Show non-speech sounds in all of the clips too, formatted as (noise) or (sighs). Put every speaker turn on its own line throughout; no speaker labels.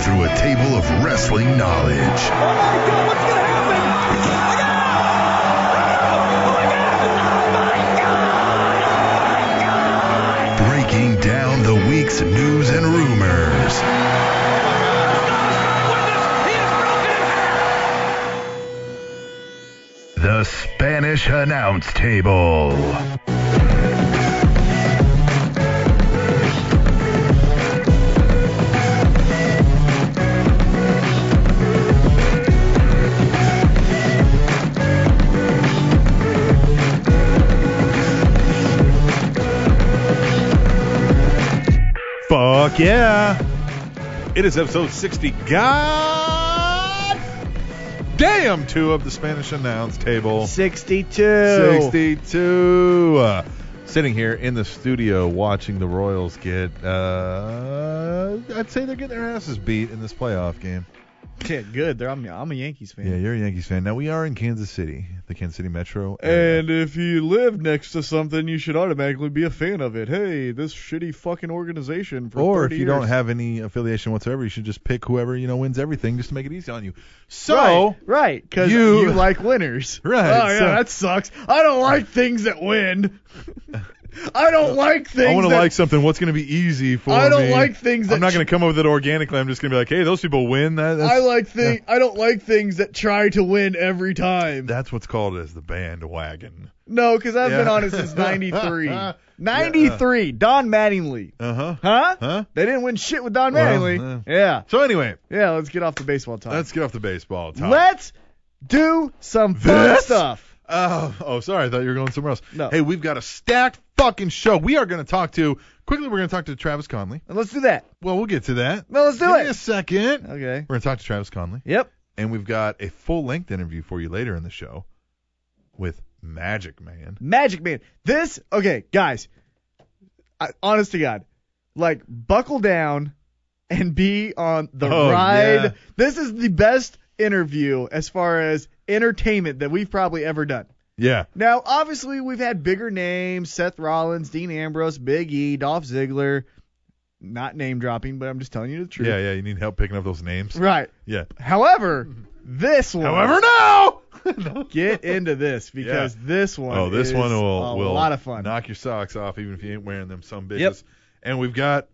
through a table of wrestling knowledge.
Oh my God, what's gonna happen?
Breaking down the week's news and rumors. The Spanish Announce Table.
Fuck yeah. It is episode 60. God damn, two of the Spanish announce table.
62.
62. Uh, sitting here in the studio watching the Royals get, uh, I'd say they're getting their asses beat in this playoff game.
Yeah, good. They're, I'm, I'm a Yankees fan.
Yeah, you're a Yankees fan. Now, we are in Kansas City, the Kansas City Metro. area.
And if you live next to something, you should automatically be a fan of it. Hey, this shitty fucking organization for
or if
30
you don't
years.
have any affiliation whatsoever, you should just pick whoever, you know, wins everything just to make it easy on you. So.
Right, right, because
you-
you, like winners.
(laughs) Right,
Oh yeah,
so-
that sucks. I don't like things that win.
(laughs)
I don't like things.
I want to
that-
like something. What's going to be easy for
I don't
me?
like things that
I'm not going to come up with it organically. I'm just going to be like, hey, those people win. That, that's,
I like thing. I don't like things that try to win every time.
That's what's called as the bandwagon.
(laughs) No, because I've been
Yeah.
on it since (laughs) '93. '93. Don Mattingly.
Uh huh.
Huh?
Huh?
They didn't win shit with Don
Well,
Mattingly.
yeah.
yeah.
So anyway,
Yeah, let's get off the baseball talk.
let's get off the baseball topic.
Let's do some fun
This?
stuff.
Oh, oh, sorry. I thought you were going somewhere else.
No.
Hey, we've got a stacked fucking show. We are going to talk to quickly. We're going to talk to Travis Conley.
And let's do that.
Well, we'll get to that.
No, let's do
Give
it.
me a second.
Okay.
We're going to talk to Travis Conley,
Yep.
and we've got a full length interview for you later in the show with Magic Man.
Magic Man. This, okay, guys, I, honest to God, like, buckle down and be on the
Oh,
ride.
yeah.
This is the best interview as far as entertainment that we've probably ever done. (laughs)
Yeah.
Now, obviously, we've had bigger names Seth Rollins, Dean Ambrose, Big E, Dolph Ziggler. Not name dropping, but I'm just telling you the truth.
Yeah, yeah. You need help picking up those
(laughs)
names.
Right.
Yeah. (laughs)
However, this one.
However, no.
(laughs) get into this because this one.
(laughs) Oh, this
is
one will
a
will
lot of fun.
knock your socks off even if you ain't wearing them some bitches.
Yep.
And we've got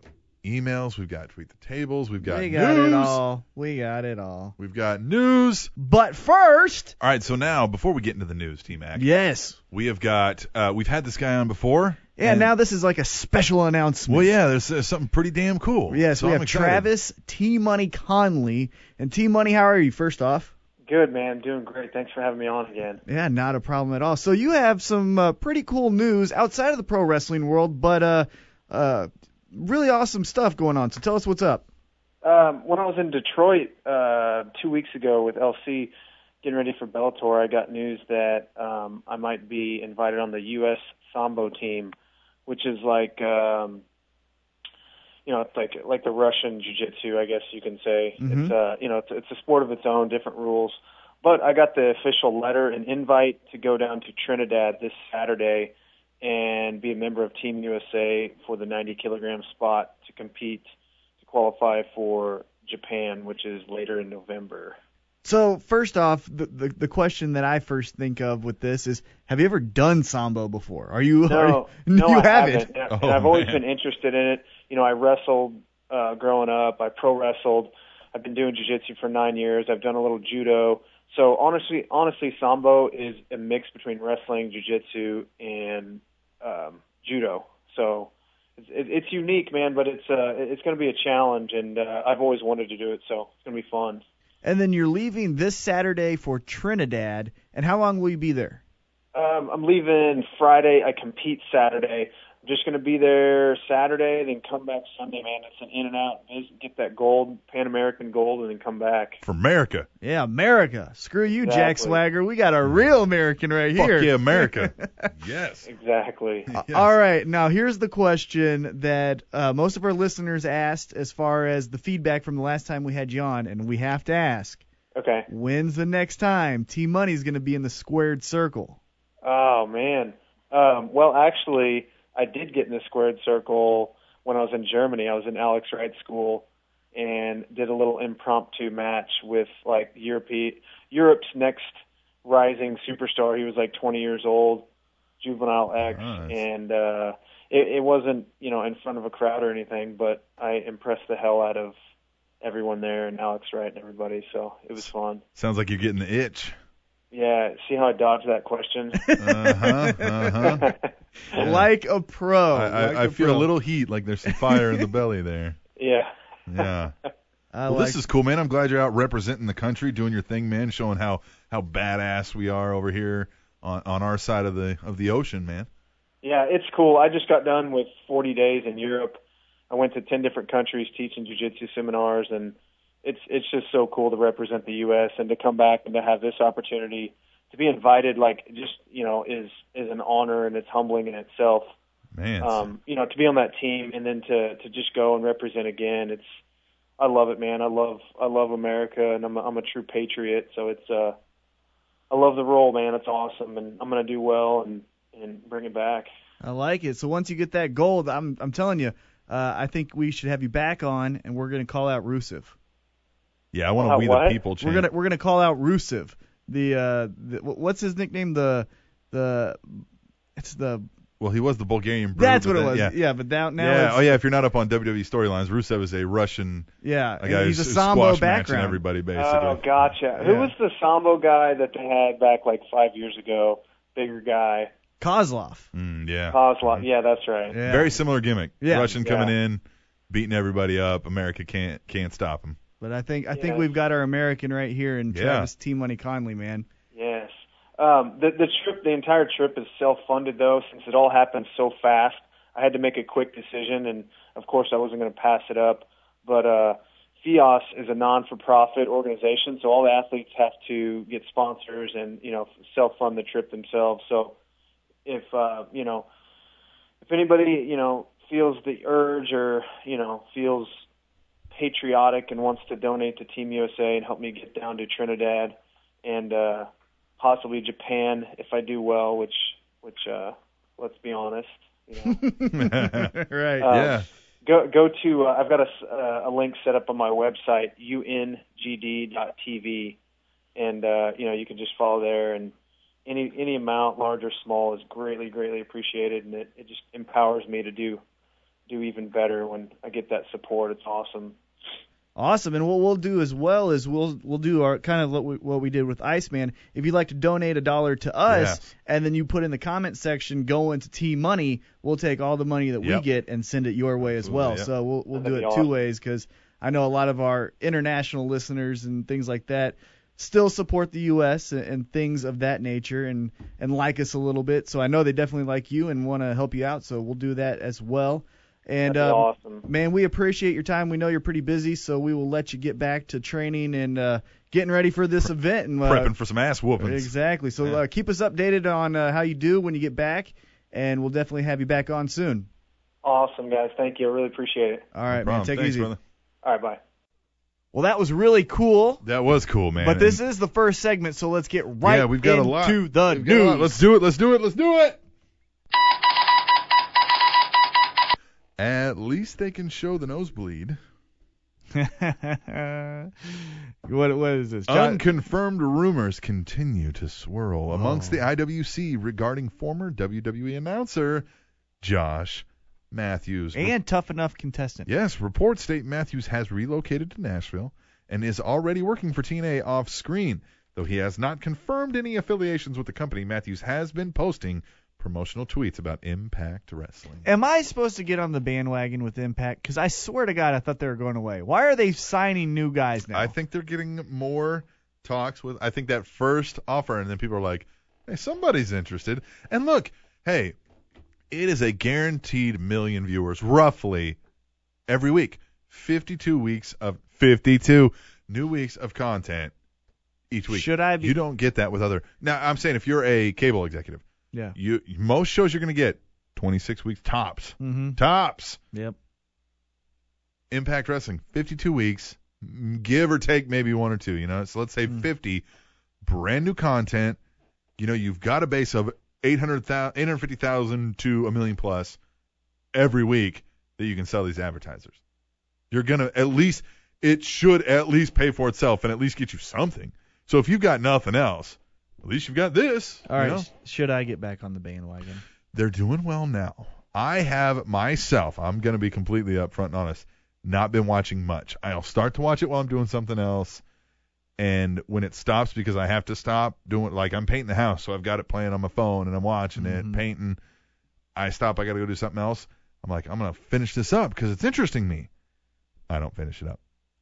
emails, we've got tweet the tables, we've got
we got
news,
it all. We got it all.
we've got news.
But first,
All right, so now before we get into the news, T Mac,
yes.
we have got uh, we've had this guy on before.
Yeah, now this is like a special announcement.
well, yeah, there's, there's something pretty damn cool.
Yes,
so
we
I'm
have
excited.
Travis T Money Conley. And T Money, how are you, first off?
Good man, doing great. Thanks for having me on again.
Yeah, not a problem at all. So you have some uh, pretty cool news outside of the pro wrestling world, but uh, uh, really awesome stuff going on. So tell us what's up.
Um, when I was in Detroit uh, two weeks ago with LC, getting ready for Bellator, I got news that um, I might be invited on the U.S. Sambo team, which is like, um, you know, it's like like the Russian Jiu-Jitsu, I guess you can say.
Mhm.
It's uh, you know, it's, it's a sport of its own, different rules. But I got the official letter and invite to go down to Trinidad this Saturday and be a member of Team USA for the 90 kilogram spot to compete to qualify for Japan, which is later in November.
So first off, the, the the question that I first think of with this is, have you ever done sambo before? Are you? are (laughs)
(laughs)
No,
you,
(laughs) no,
you
I
haven't.
haven't. And, I-
Oh,
and I've always
man.
been interested in it. You know, I wrestled uh, growing up. I pro wrestled. I've been doing jiu-jitsu for nine years. I've done a little judo. So honestly, honestly, sambo is a mix between wrestling, jiu-jitsu, and um, judo. So it's, it, it's unique, man. But it's uh, it's going to be a challenge, and uh, I've always wanted to do it. So it's going to be fun.
And then you're leaving this Saturday for Trinidad. And how long will you be there?
Um, I'm leaving Friday. I compete Saturday. I'm just going to be there Saturday, then come back Sunday, man. It's an in and out. Just Get that gold, Pan American gold, and then come back.
for America.
Yeah, America. Screw you, Jack
Exactly.
Swagger. We got a real American right here.
Fuck yeah,
(laughs)
America. yes.
Exactly.
Yes.
All right, now here's the question that uh, most of our listeners asked as far as the feedback from the last time we had you on, and we have to ask:
Okay.
When's the next time T Money's going to be in the squared circle?
Oh man. Um, well, actually, I did get in the squared circle when I was in Germany. I was in Alex Wright's school, and did a little impromptu match with like Europe Europe's next rising superstar. He was like 20 years old, juvenile X,
Nice.
and uh, it, it wasn't you know in front of a crowd or anything, but I impressed the hell out of everyone there and Alex Wright and everybody. So it was fun.
Sounds like you're getting the itch.
Yeah, see how I dodged that question. (laughs)
Uh-huh, uh-huh. Yeah.
(laughs) Like a pro.
I, I,
Oh, like
I feel
pro.
a little heat, like there's some fire in the belly
(laughs)
there.
yeah.
Yeah.
I
Well,
like,
this is cool, man. I'm glad you're out representing the country, doing your thing, man, showing how how badass we are over here on on our side of the of the ocean, man.
Yeah, it's cool. I just got done with 40 days in Europe. I went to 10 different countries teaching jiu-jitsu seminars and it's it's just so cool to represent the US and to come back and to have this opportunity to be invited like just, you know, is is an honor and it's humbling in itself.
Man,
Um, you know, to be on that team and then to to just go and represent again, it's I love it, man. I love I love America and I'm a, I'm a true patriot, so it's uh I love the role, man. It's awesome and I'm going to do well and and bring it back.
I like it. So once you get that gold, I'm I'm telling you, uh, I think we should have you back on, and we're gonna call out Rusev.
yeah, I want to
uh,
we
what?
the people chant.
We're gonna we're gonna call out Rusev. The uh, the, wh- what's his nickname? The the it's the
well, he was the Bulgarian. Brew,
that's
but
what it
then-
was.
Yeah.
Yeah, but now now
yeah.
it's,
Oh yeah. If you're not up on WWE storylines, Rusev is a Russian
yeah,
a guy
he's a
who's, who's
Sambo
squash matching
background.
everybody basically.
Oh, gotcha. Who
Yeah.
was the Sambo guy that they had back like five years ago? Bigger guy,
Kozlov.
Mm, yeah.
Kozlov. Yeah, that's right.
Yeah.
Very similar gimmick.
Yeah.
Russian
Yeah.
coming in, beating everybody up. America can't can't stop him.
But I think I
Yeah.
think we've got our American right here in
Yeah.
Travis T Money Conley, man.
Yes. Um, the the trip, the entire trip is self-funded though, since it all happened so fast. I had to make a quick decision, and of course, I wasn't going to pass it up. But uh, FIOS is a non-for-profit organization, so all the athletes have to get sponsors and you know self-fund the trip themselves. So if uh, you know if anybody you know feels the urge or you know feels patriotic and wants to donate to Team USA and help me get down to Trinidad and uh, possibly Japan if I do well, which which uh, let's be honest, you
(laughs)
know,
Mm-hmm.
right.
Uh,
yeah.
go go to uh, I've got a s- uh, a link set up on my website ungd.tv, and uh, you know you can just follow there and any any amount large or small is greatly greatly appreciated and it, it just empowers me to do do even better when I get that support. It's awesome.
Awesome. And what we'll do as well is we'll we'll do our kind of what we, what we did with Iceman. If you'd like to donate a dollar to us,
Yes.
and then you put in the comment section, go into T Money. We'll take all the money that
Yep.
we get and send it your way as well.
Absolutely, yep.
So we'll we'll do
That'd
it
be
two
awesome.
ways because I know a lot of our international listeners and things like that still support the U.S. and, and things of that nature and and like us a little bit. So I know they definitely like you and want to help you out. So we'll do that as well. And
That's
um,
awesome.
Man, we appreciate your time. We know you're pretty busy, so we will let you get back to training and uh, getting ready for this event. And, uh,
Prepping for some ass whoopings.
Exactly. So
Yeah.
uh, keep us updated on uh, how you do when you get back, and we'll definitely have you back on soon.
Awesome guys, thank you. I really appreciate it.
All
No
right, man.
problem.
Take it
Thanks,
easy.
brother.
All right, bye.
Well, that was really cool.
That was cool, man.
But this
And-
is the first segment, so let's get right
yeah, we've got
into
a lot.
the
We've got a
news.
lot. Let's do it. Let's do it. Let's do it. At least they can show the nosebleed.
(laughs) what, what is this? John-
Unconfirmed rumors continue to swirl amongst
Oh.
the IWC regarding former WWE announcer Josh Matthews.
and tough enough contestant.
Yes, reports state Matthews has relocated to Nashville and is already working for TNA off screen. Though he has not confirmed any affiliations with the company, Matthews has been posting promotional tweets about Impact Wrestling.
Am I supposed to get on the bandwagon with Impact? Because I swear to God, I thought they were going away. Why are they signing new guys now?
I think they're getting more talks with I think that first offer and then people are like, "Hey, somebody's interested." And look, hey, it is a guaranteed million viewers roughly every week. 52 weeks of 52 new weeks of content each week.
Should I be-
You don't get that with other. Now, I'm saying if you're a cable executive,
Yeah.
you most shows you're going to get 26 weeks tops.
Mm-hmm.
Tops.
Yep.
Impact Wrestling, 52 weeks, m- give or take maybe one or two, you know. So let's say
Mm.
50 brand new content. You know, you've got a base of 800,000 850,000 to a million plus every week that you can sell these advertisers. You're going to at least it should at least pay for itself and at least get you something. So if you've got nothing else, at least you've got this.
All
you
right,
know?
sh- should I get back on the bandwagon?
they're doing well now. I have myself, I'm going to be completely upfront and honest, not been watching much. I'll start to watch it while I'm doing something else. And when it stops, because I have to stop doing, like I'm painting the house, so I've got it playing on my phone and I'm watching
Mhm.
it, painting. I stop, I got to go do something else. I'm like, I'm going to finish this up because it's interesting me. I don't finish it up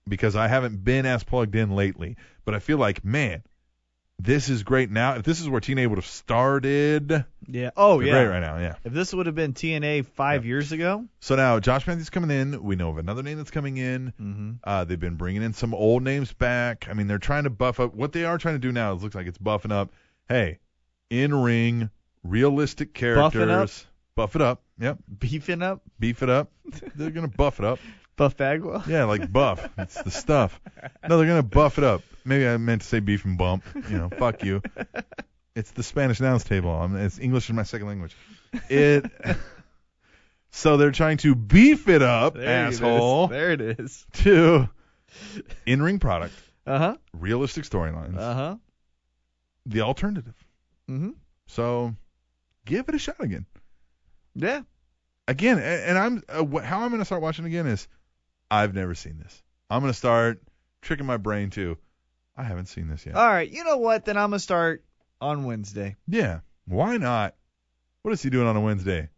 because I haven't been as plugged in lately. But I feel like, man, this is great now. If this is where Teen A would have started,
Yeah. Oh
they're
yeah.
great right now, yeah.
If this would have been TNA five years ago,
So now Josh Matthews coming in. We know of another name that's coming in.
mm-hmm.
Uh, they've been bringing in some old names back. I mean, they're trying to buff up. What they are trying to do now is looks like it's buffing up. Hey, in ring, realistic
up?
characters. Buff it up. Yep.
beefing up
Beef it
(laughs)
up. they're gonna buff it up. (laughs)
Buffagua.
Yeah, like buff. it's the stuff. No, they're gonna buff it up. Maybe I meant to say beef and bump. You know, fuck you. It's the Spanish nouns table. I'm, it's English is my second language. It. so they're trying to beef it up, asshole,
There it is.
to in-ring product,
Uh huh.
realistic storylines,
Uh huh.
the alternative.
Mm-hmm.
So give it a shot again.
Yeah.
again, a- and I'm uh, wh- how I'm gonna start watching again is I've never seen this. I'm gonna start tricking my brain too. I haven't seen this yet.
All right. You know what? Then I'm gonna start on Wednesday.
yeah, why not? What is he doing on a Wednesday?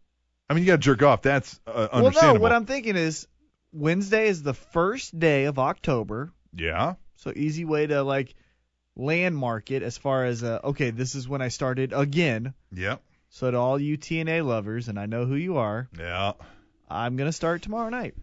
I mean, you gotta jerk off. That's uh,
Well, no.
understandable.
What I'm thinking is Wednesday is the first day of October,
yeah,
so easy way to like landmark it as far as uh, okay, this is when I started again.
yep,
So to all you TNA lovers, and I know who you are,
yeah.
I'm gonna start tomorrow night.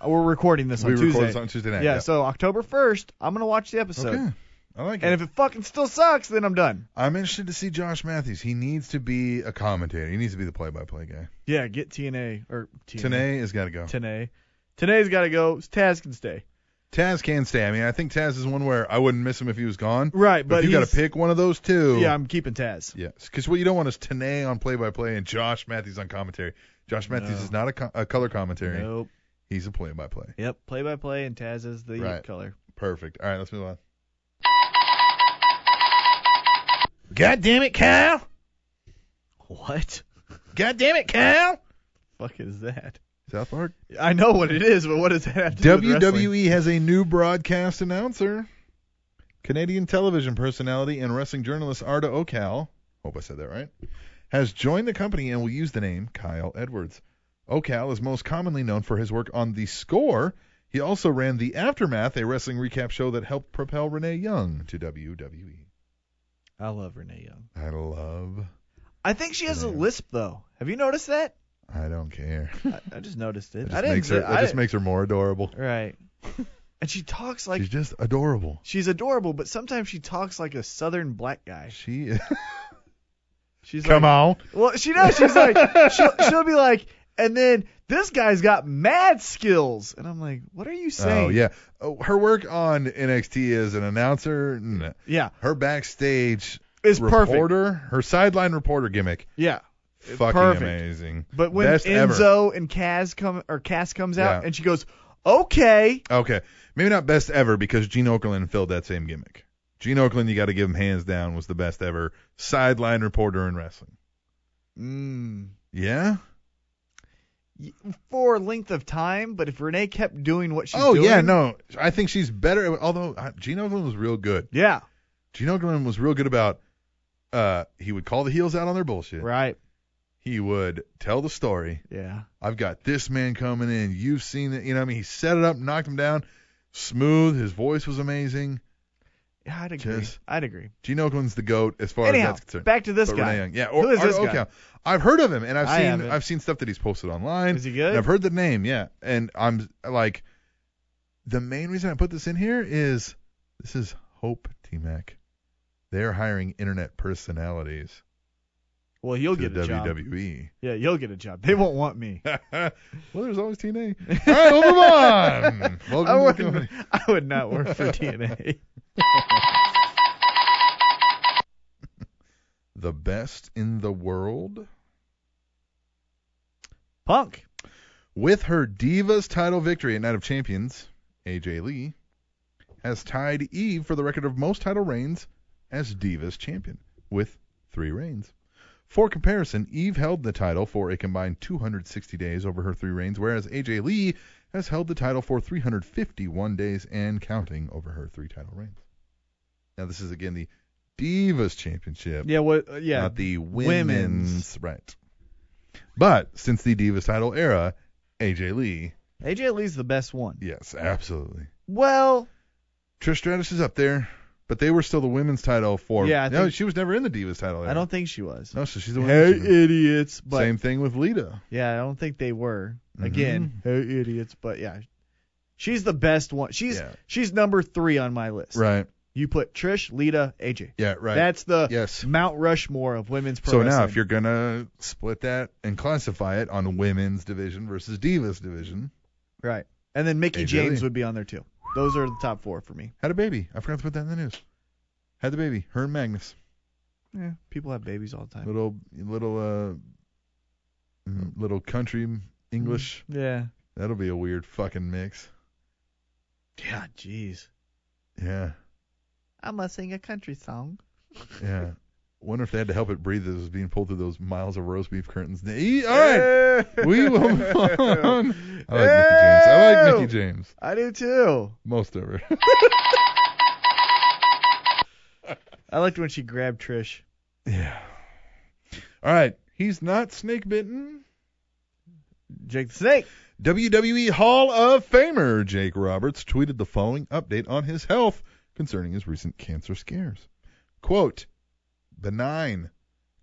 Uh, We're recording this
we
on
record
Tuesday.
this on Tuesday
yeah,
night.
So October 1st, I'm gonna watch the episode.
okay. I like it.
And if it fucking still sucks, then I'm done.
I'm interested to see Josh Matthews. He needs to be a commentator. He needs to be the play-by-play guy.
Yeah, get TNA or TNA.
Tanay has got to go.
TNA. TNA's got to go. Taz can stay.
Taz can stay. I mean, I think Taz is one where I wouldn't miss him if he was gone.
Right,
But, if you got to
he's-
pick one of those two.
Yeah, I'm keeping Taz.
Yes, because what you don't want is Tanay on play-by-play and Josh Matthews on commentary. Josh Matthews
No.
is not a, co- a color commentary.
Nope.
He's a play-by-play.
Yep. Play by play, and Taz is the
Right.
color.
Perfect. All right, let's move on.
God damn it, Kyle!
What?
God damn it, Kyle!
Fuck is that?
South Park.
I know what it is, but what does that have to do with wrestling?
WWE E has a new broadcast announcer. Canadian television personality and wrestling journalist Arda Ocal, hope I said that right, has joined the company and will use the name Kyle Edwards. Ocal is most commonly known for his work on The Score. He also ran The Aftermath, a wrestling recap show that helped propel Renee Young to WWE. E
I love Renee Young.
I love.
I think she has a
Yeah.
lisp though. Have you noticed that?
I don't care.
I, I just noticed it.
(laughs) It just
I didn't.
makes her.
I
It just
didn't-
makes her more adorable.
Right. (laughs) and she talks like
She's just adorable.
she's adorable, but sometimes she talks like a southern black guy.
She is.
She's
(laughs) Come
like,
on.
Well, she knows. She's like, (laughs) she'll,
(laughs)
she'll be like, and then this guy's got mad skills, and I'm like, what are you saying?
Oh yeah. Oh, her work on NXT as an announcer. n-
yeah,
Her backstage
it's perfect.
reporter. Her sideline reporter gimmick.
Yeah,
Fucking
perfect.
amazing.
but when
Best ever.
Enzo and Kaz come or Cass comes out,
Yeah.
and she goes, okay,
Okay. Maybe not best ever because Gene Okerlund filled that same gimmick. Gene Okerlund, you got to give him hands down, was the best ever sideline reporter in wrestling.
mm,
Yeah.
for a length of time. But if Renee kept doing what she's
oh
doing,
yeah, no, I think she's better. Although uh, Gene Okerlund was real good.
yeah,
Gene Okerlund was real good about. Uh, he would call the heels out on their bullshit.
right,
He would tell the story.
yeah,
I've got this man coming in. You've seen it. You know, what I mean, he set it up, knocked him down, smooth. His voice was amazing.
Yeah, I'd agree.
Just-
I'd agree.
Gene Okerlund's the goat as far
Anyhow,
as that's concerned.
back to this
But
guy.
Renee Young, yeah. Or,
Who is
or-
this guy?
okay. I've heard of him, and I've
I
seen
haven't.
I've seen stuff that he's posted online.
Is he good?
And I've heard the name, yeah. And I'm like, the main reason I put this in here is this is Hope T Mac. They're hiring internet personalities
Well, you'll
to E.
get a job. (laughs)
WWE.
Yeah, you'll get a job. They won't
(laughs)
want me.
well, there's always TNA. All right, we'll move
(laughs)
on. Welcome to
I
the
would,
company.
I would not work
(laughs)
for TNA.
The best in the world.
Punk.
With her Divas title victory at Night of Champions, AJ Lee has tied Eve for the record of most title reigns as Divas champion with three reigns. For comparison, Eve held the title for a combined 260 days over her three reigns, whereas AJ Lee has held the title for 351 days and counting over her three title reigns. Now, this is again the Divas Championship,
Yeah, what? uh, yeah,
not the women's, Right. But since the Divas title era, AJ Lee,
AJ Lee's the best one.
yes, absolutely.
Well,
Trish Stratus is up there, but they were still the women's title for.
Yeah, I
no,
think-
she was never in the Divas title. Era.
I don't think she was.
No, so she's the
Hey,
women's. champion.
idiots! But
Same Mm-hmm. thing with Lita.
yeah, I don't think they were. Again, hey, idiots! But yeah, she's the best one. She's
Yeah.
she's number three on my list.
Right.
You put Trish, Lita, AJ.
Yeah. Right.
That's the
yes.
Mount Rushmore of women's pro
So now,
wrestling.
if you're gonna split that and classify it on women's division versus divas division,
right, and then Mickey
AJ
James
Lee.
would be on there too. Those are the top four for me.
had a baby. I forgot to put that in the news. Had the baby. Her and Magnus.
Yeah, people have babies all the time.
Little little uh mm, little country English.
Yeah.
That'll be a weird fucking mix.
Yeah, jeez.
Yeah.
I'm gonna sing a country song.
Yeah. Wonder if they had to help it breathe as it was being pulled through those miles of roast beef curtains. They- All right. We will move on. I like Mickey James. I like Mickey James.
I do too.
Most of her. (laughs)
I liked when she grabbed Trish.
Yeah. All right. He's not snake bitten.
Jake the Snake.
WWE E Hall of Famer Jake Roberts tweeted the following update on his health concerning his recent cancer scares. Quote, benign.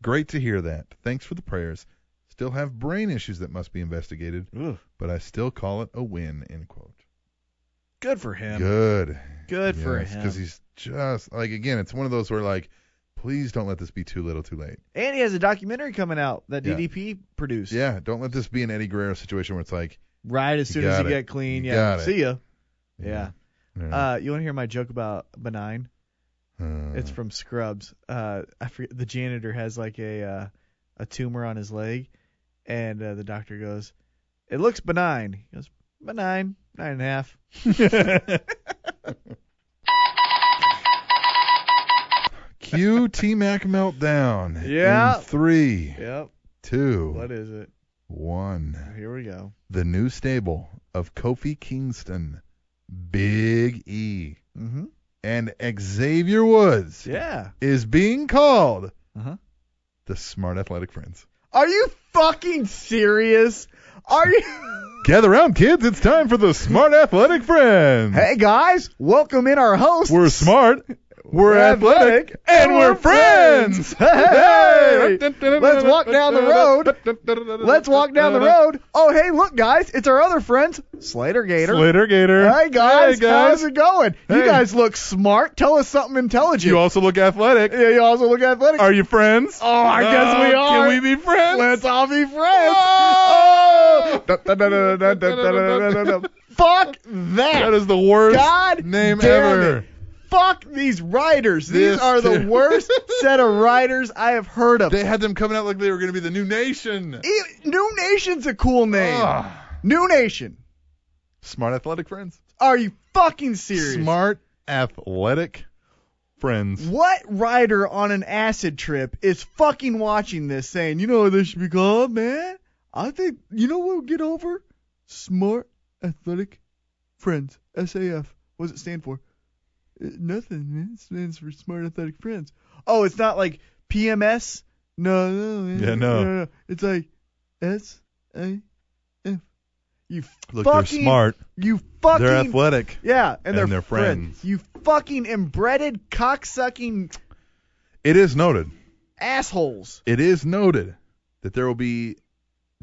Great to hear that. Thanks for the prayers. Still have brain issues that must be investigated, but I still call it a win, end quote.
Good for him. Good,
Good.
for
Because
him.
he's just, like, again, it's one of those where, like, please don't let this be too little too late.
And he has a documentary coming out that
Yeah.
DDP produced.
Yeah, don't let this be an Eddie Guerrero situation where it's like,
Right as
You
soon as you
got it.
get clean.
You
yeah.
got it.
See ya. Yeah.
yeah.
Uh, you want to hear my joke about benign?
Uh,
It's from Scrubs. Uh, I forget, the janitor has like a uh, a tumor on his leg, and uh, the doctor goes, "It looks benign." He goes, "Benign, nine and a half."
Q T Mac meltdown.
Yeah.
In three,
Yep.
two,
What is it?
one.
Here we go.
The new stable of Kofi Kingston, Big E,
Mm-hmm.
and Xavier Woods
Yeah.
is being called
Uh-huh.
the Smart Athletic Friends.
Are you fucking serious? Are you?
Gather round, kids. It's time for the Smart Athletic Friends.
hey guys, welcome in our host.
We're smart. We're athletic, and we're friends.
(laughs) Hey! Let's walk down the
road.
Let's walk down the road. Oh hey, look guys, it's our other friends, Slater Gator.
Slater Gator.
Hey guys,
Hey, guys.
how's it going? You
Hey.
guys look smart. Tell us something intelligent.
You also look athletic.
yeah, you also look athletic.
Are you friends?
oh, I guess we
Uh,
are.
Can we be friends?
Let's all be friends. (laughs)
Oh!
Da- da- da- da- da- da- da- da- da- da- Fuck
That
that.
is the worst
God
name
damn
ever.
it. Fuck these writers. These
This
are the
too. (laughs)
worst set of writers I have heard of.
They had them coming out like they were going to be the new nation.
E- New Nation's a cool name.
Ah.
New Nation.
Smart athletic friends.
Are you fucking serious?
Smart athletic friends.
What writer on an acid trip is fucking watching this saying, you know what this should be called, man? I think, you know what would get over? Smart Athletic Friends. SAF. What does it stand for? Uh, nothing, man. It stands for Smart Athletic Friends. Oh, it's not like PMS? No, no, man.
Yeah, no.
no, no. It's like S-A-F. You
Look,
fucking,
they're smart.
You fucking
They're athletic.
yeah, and,
And
they're,
they're
friends.
friends.
You fucking inbred cocksucking
It is noted.
assholes.
It is noted that there will be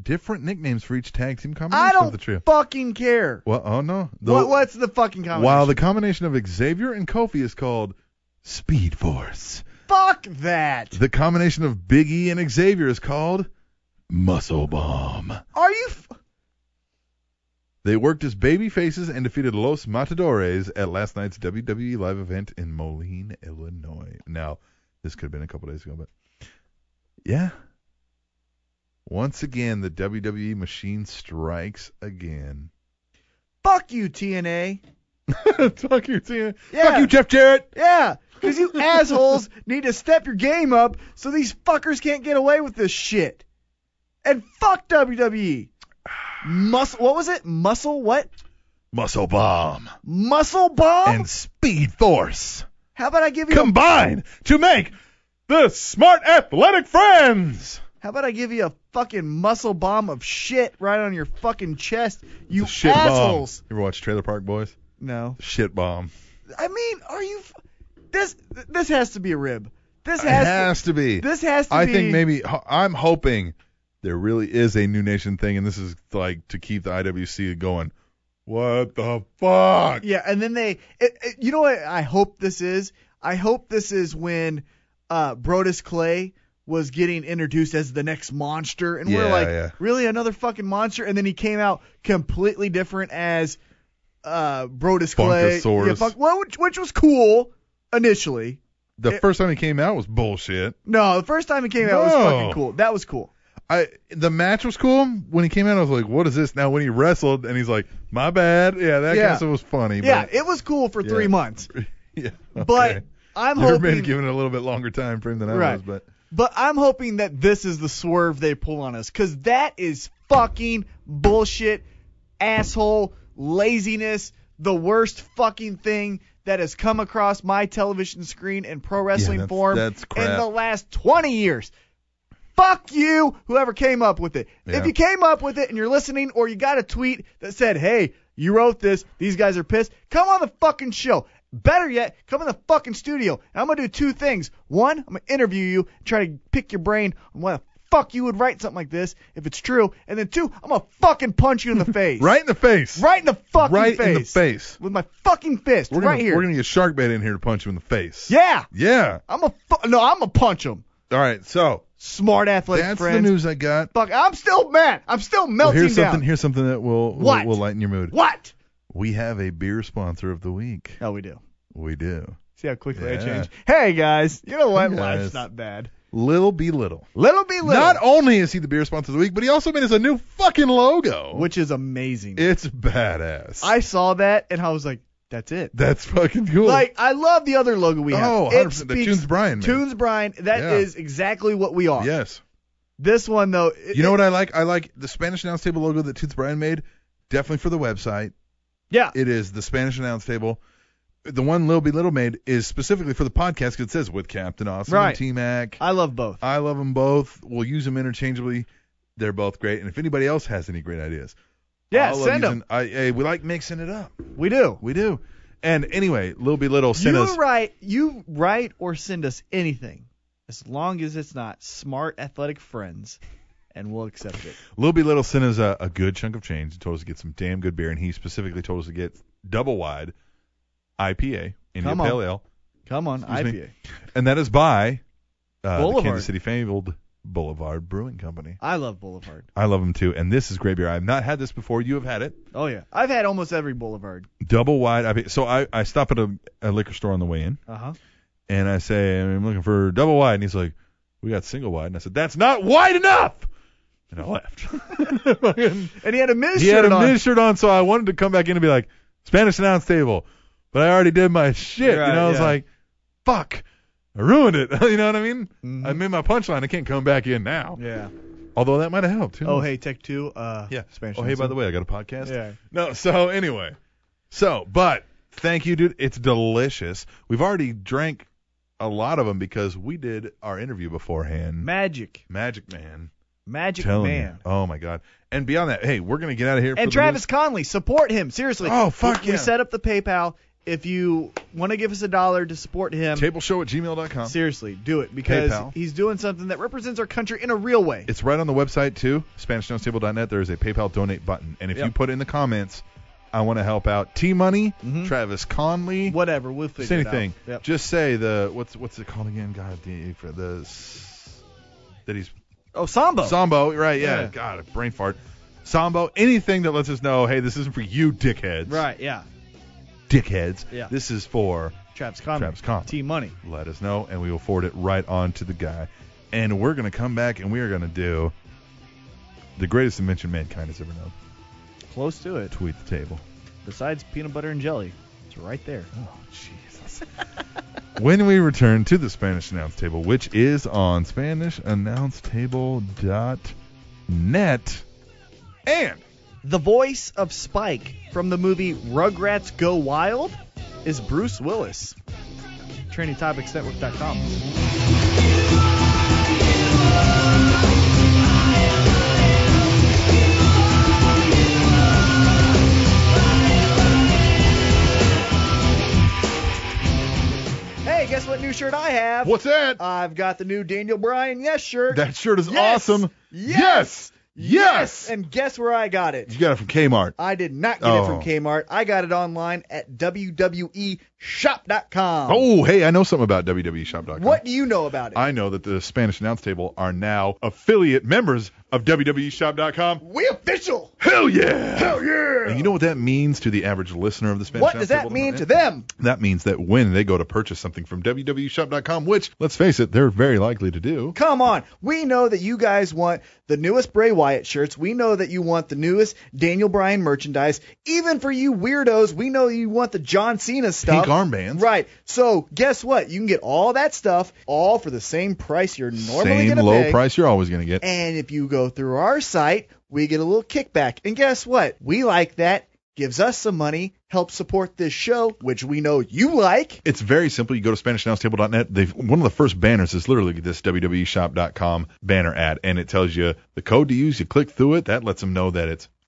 different nicknames for each tag team combination
I
of the
don't
trio.
fucking care.
Well, oh no. The-
what, what's the fucking combination?
While the combination of Xavier and Kofi is called Speed Force,
Fuck that.
the combination of Big E and Xavier is called Muscle Bomb.
Are you? F-
They worked as baby faces and defeated Los Matadores at last night's WWE live event in Moline, Illinois. Now, this could have been a couple days ago, but yeah. Once again, the WWE machine strikes again. (laughs)
fuck you, TNA.
Fuck you, Tina.
Yeah.
Fuck you, Jeff Jarrett.
Yeah,
(laughs)
because you assholes need to step your game up so these fuckers can't get away with this shit. And fuck WWE. Muscle, what was it? Muscle what?
Muscle bomb
Muscle bomb?
and speed force
how about I give you? A,
combine to make the smart athletic friends.
how about I give you a fucking muscle bomb of shit right on your fucking chest? You
The shit
assholes.
bomb. You ever watch Trailer Park Boys?
No.
The shit bomb.
I mean, are you? f- This this has to be a rib. This
it
has,
has to be.
to, this has to
I
be.
think maybe ho- I'm hoping there really is a new nation thing, and this is like to keep the IWC going. What the fuck?
Yeah, and then they, it, it, you know what? I hope this is. I hope this is when uh, Brodus Clay was getting introduced as the next monster, and we're
Yeah,
like,
yeah.
really another fucking monster? And then he came out completely different as uh, Brodus Clay.
Funkasaurus.
Yeah, fun- well, which, which was cool initially.
The
It-
first time he came out was bullshit.
No, the first time he came out was
No.
fucking cool. That was cool.
I the match was cool when he came out. I was like, what is this? Now when he wrestled and he's like, my bad. Yeah, that
Yeah.
kind of stuff was funny.
Yeah,
but,
it was cool for three
Yeah.
months,
(laughs) yeah.
but
okay.
I'm
you've
hoping.
been given a little bit longer time frame than I
Right.
was, but
But I'm hoping that this is the swerve they pull on us because that is fucking bullshit, asshole, laziness, the worst fucking thing that has come across my television screen in pro wrestling
that's-
form
that's
in
crap.
the last 20 years. Fuck you, whoever came up with it.
Yeah.
If you came up with it and you're listening or you got a tweet that said, hey, you wrote this, these guys are pissed, come on the fucking show. Better yet, come in the fucking studio. And I'm going to do two things. One, I'm going to interview you, try to pick your brain on why the fuck you would write something like this if it's true. And then two, I'm going to fucking
(laughs)
punch you in the face.
right in the face.
Right in the fucking
Right
face.
in the face.
With my fucking fist.
We're gonna
right here.
we're gonna get Shark Bait in here to punch you in the face.
Yeah.
Yeah.
I'm a fu- no, I'm a punch him.
All right. So
Smart athletic
that's
friends.
the news I got.
Fuck, I'm still mad. I'm still
Well,
melting
here's
down.
something. Here's something that will will,
What?
will lighten your mood.
What?
We have a beer sponsor of the week.
No, we do.
We do.
See how quickly
Yeah.
I change. Hey guys, you know what?
Hey, guys.
Life's not bad.
Little B Little.
Little be little,
Not only is he the beer sponsor of the week, but he also made us a new fucking logo.
which is amazing.
it's badass.
I saw that and I was like, that's it.
that's fucking cool.
Like I love the other logo we have.
oh,
It
100%, the
speaks-
Tunes Brian. made.
Tunes Brian. That is
Yeah.
exactly what we are.
Yes.
This one though, it-
You know
it-
what I like? I like the Spanish announce table logo that Tunes Brian made. Definitely for the website.
yeah,
It is the Spanish announce table. The one Little B Little made is specifically for the podcast because it says with Captain Awesome
Right.
and T Mac.
I love both.
I love them both. We'll use them interchangeably. They're both great. And if anybody else has any great ideas,
Yeah,
I love
send
using-
them.
I, I- we like mixing it up.
We do.
We do. And anyway, Little Be Little sent
you
us.
write you write or send us anything as long as it's not smart athletic friends and we'll accept it
Little Be Little sent us a, a good chunk of change. He told us to get some damn good beer, and he specifically told us to get double wide IPA, India
Come on.
Pale Ale,
come on
Excuse me.
ipa
and that is by uh, the
Boulevard.
Kansas City fabled Boulevard Brewing Company.
i love boulevard
I love them too, and this is great beer. I've not had this before. You have had it.
oh yeah i've had almost every boulevard
Double wide IPA. So I, I stop at a, a liquor store on the way in.
uh-huh
And I say, I'm looking for double wide. And he's like, we got single wide. And I said, that's not wide enough. And I left.
and he had a mini
he had
shirt
a
on
mini shirt on, so I wanted to come back in and be like, Spanish announce table. But I already did my shit.
Right,
you know, I was
yeah.
like, fuck, I ruined it. (laughs) you know what I mean?
Mhm.
I made my punchline. I can't come back in now.
yeah
Although that might have helped. Who
oh
knows?
hey tech 2 uh
Yeah.
spanish
Oh, hey, by
Ensign.
the way, I got a podcast.
Yeah.
No, so anyway. So, but thank you, dude. It's delicious. We've already drank a lot of them because we did our interview beforehand.
magic
Magic Man.
magic
Telling you.
man
Oh, my God. And beyond that, hey, we're going to get out of here. for
and
the
travis
news.
conley support him seriously
Oh, fuck
we,
yeah.
we set up the paypal if you want to give us a dollar to support him
Tableshow at gmail.com.
Seriously, do it because
PayPal.
he's doing something that represents our country in a real way.
It's right on the website, too. SpanishNounceTable.net. There is a PayPal donate button. And if
Yep.
you put in the comments, I want to help out T Money,
Mhm.
Travis Conley,
Whatever, we'll figure
Just anything.
it out. Yep.
Just say the what's what's it called again? God, the for the s- that he's
Oh, Sambo.
Sambo, right? Yeah.
Yeah.
God, a brain fart. Sambo, anything that lets us know, hey, this isn't for you, dickheads.
right, yeah.
Dickheads.
Yeah.
This is for
Travis Conley.
Travis Conley.
T Money.
let us know, and we will forward it right on to the guy. And we're gonna come back, and we are gonna do the greatest invention mankind has ever known.
Close to it.
Tweet the table.
Besides peanut butter and jelly. It's right there.
Jesus. (laughs) when we return to the Spanish Announce Table, which is on SpanishAnnounceTable.net, and
The voice of Spike from the movie Rugrats Go Wild is Bruce Willis. TrainingTopicsNetwork.com. Hey, guess what new shirt I have?
what's that?
I've got the new Daniel Bryan Yes shirt.
Uh, that shirt is
Yes!
awesome.
Yes!
Yes! Yes!
And Uh, guess where I got it?
You got it from Kmart.
I did not get it
Oh.
from Kmart. I got it online at E. WWEshop.com.
Oh, hey, I know something about E WWEshop.com.
What do you know about it?
I know that the Spanish Announce Table are now affiliate members of E WWEshop.com.
we official.
Hell yeah! Hell
yeah!
And you know what that means to the average listener of the Spanish
What
Announce
does that
Table?
mean to them?
That means that when they go to purchase something from WWEshop.com, which, let's face it, they're very likely to do.
Come on. We know that you guys want the newest Bray Wyatt shirts. We know that you want the newest Daniel Bryan merchandise. Even for you weirdos, we know you want the John Cena stuff.
Pink armbands.
Right. So guess what? You can get all that stuff all for the same price you're normally
Same
gonna
low
pay.
price you're always going to get.
And if you go through our site, we get a little kickback. And guess what? We like that. Gives us some money, helps support this show, which we know you like.
It's very simple. You go to SpanishAnnounceTable.net. They've one of the first banners is literally this WWEshop.com banner ad, and it tells you the code to use. You click through it. That lets them know that it's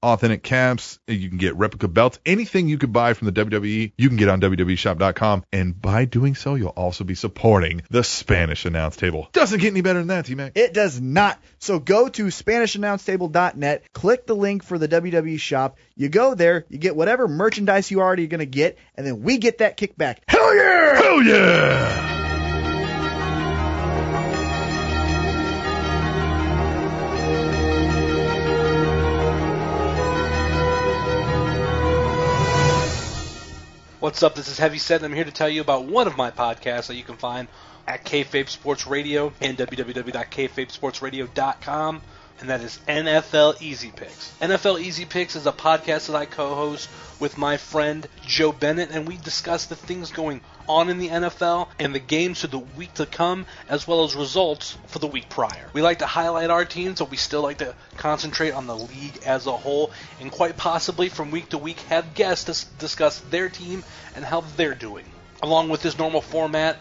authentic caps. You can get replica belts. Anything you could buy from the WWE, you can get on E WWEshop.com. And by doing so, you'll also be supporting the Spanish announce table. Doesn't get any better than that, T Mac.
It does not. So go to SpanishAnnounceTable.net, click the link for the WWE shop. You go there, you get whatever merchandise you already going to get, and then we get that kickback.
Hell yeah! Hell yeah!
What's up? This is Heavy Set, and I'm here to tell you about one of my podcasts that you can find at Kayfabe Sports Radio and www.kayfabesportsradio.com, and that is NFL Easy Picks. NFL Easy Picks is a podcast that I co-host with my friend Joe Bennett, and we discuss the things going on in the NFL and the games for the week to come, as well as results for the week prior. We like to highlight our teams, but we still like to concentrate on the league as a whole, and quite possibly from week to week have guests dis- discuss their team and how they're doing. Along with this normal format,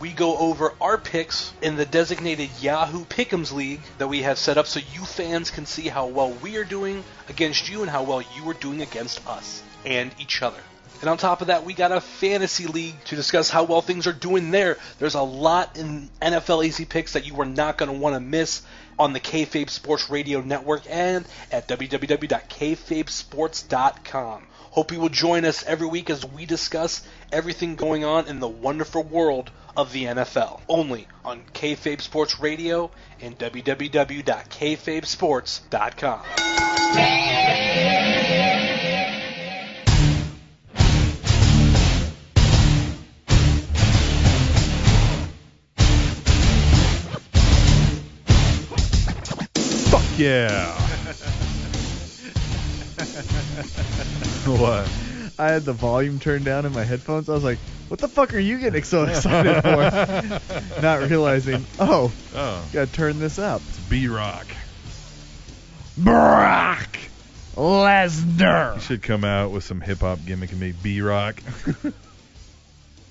we go over our picks in the designated Yahoo Pick'ems League that we have set up so you fans can see how well we are doing against you and how well you are doing against us and each other. And on top of that, we got a fantasy league to discuss how well things are doing there. There's a lot in NFL Easy Picks that you are not going to want to miss on the Kayfabe Sports Radio Network and at www.kfabesports.com. Hope you will join us every week as we discuss everything going on in the wonderful world of the NFL. Only on Kayfabe Sports Radio and www.kfabesports.com.
Fuck yeah! (laughs) what?
I had the volume turned down in my headphones. I was like, what the fuck are you getting so excited for?
(laughs)
Not realizing, oh,
Oh,
gotta turn this up.
B Rock. Brock
Lesnar.
You should come out with some hip hop gimmick and make B Rock.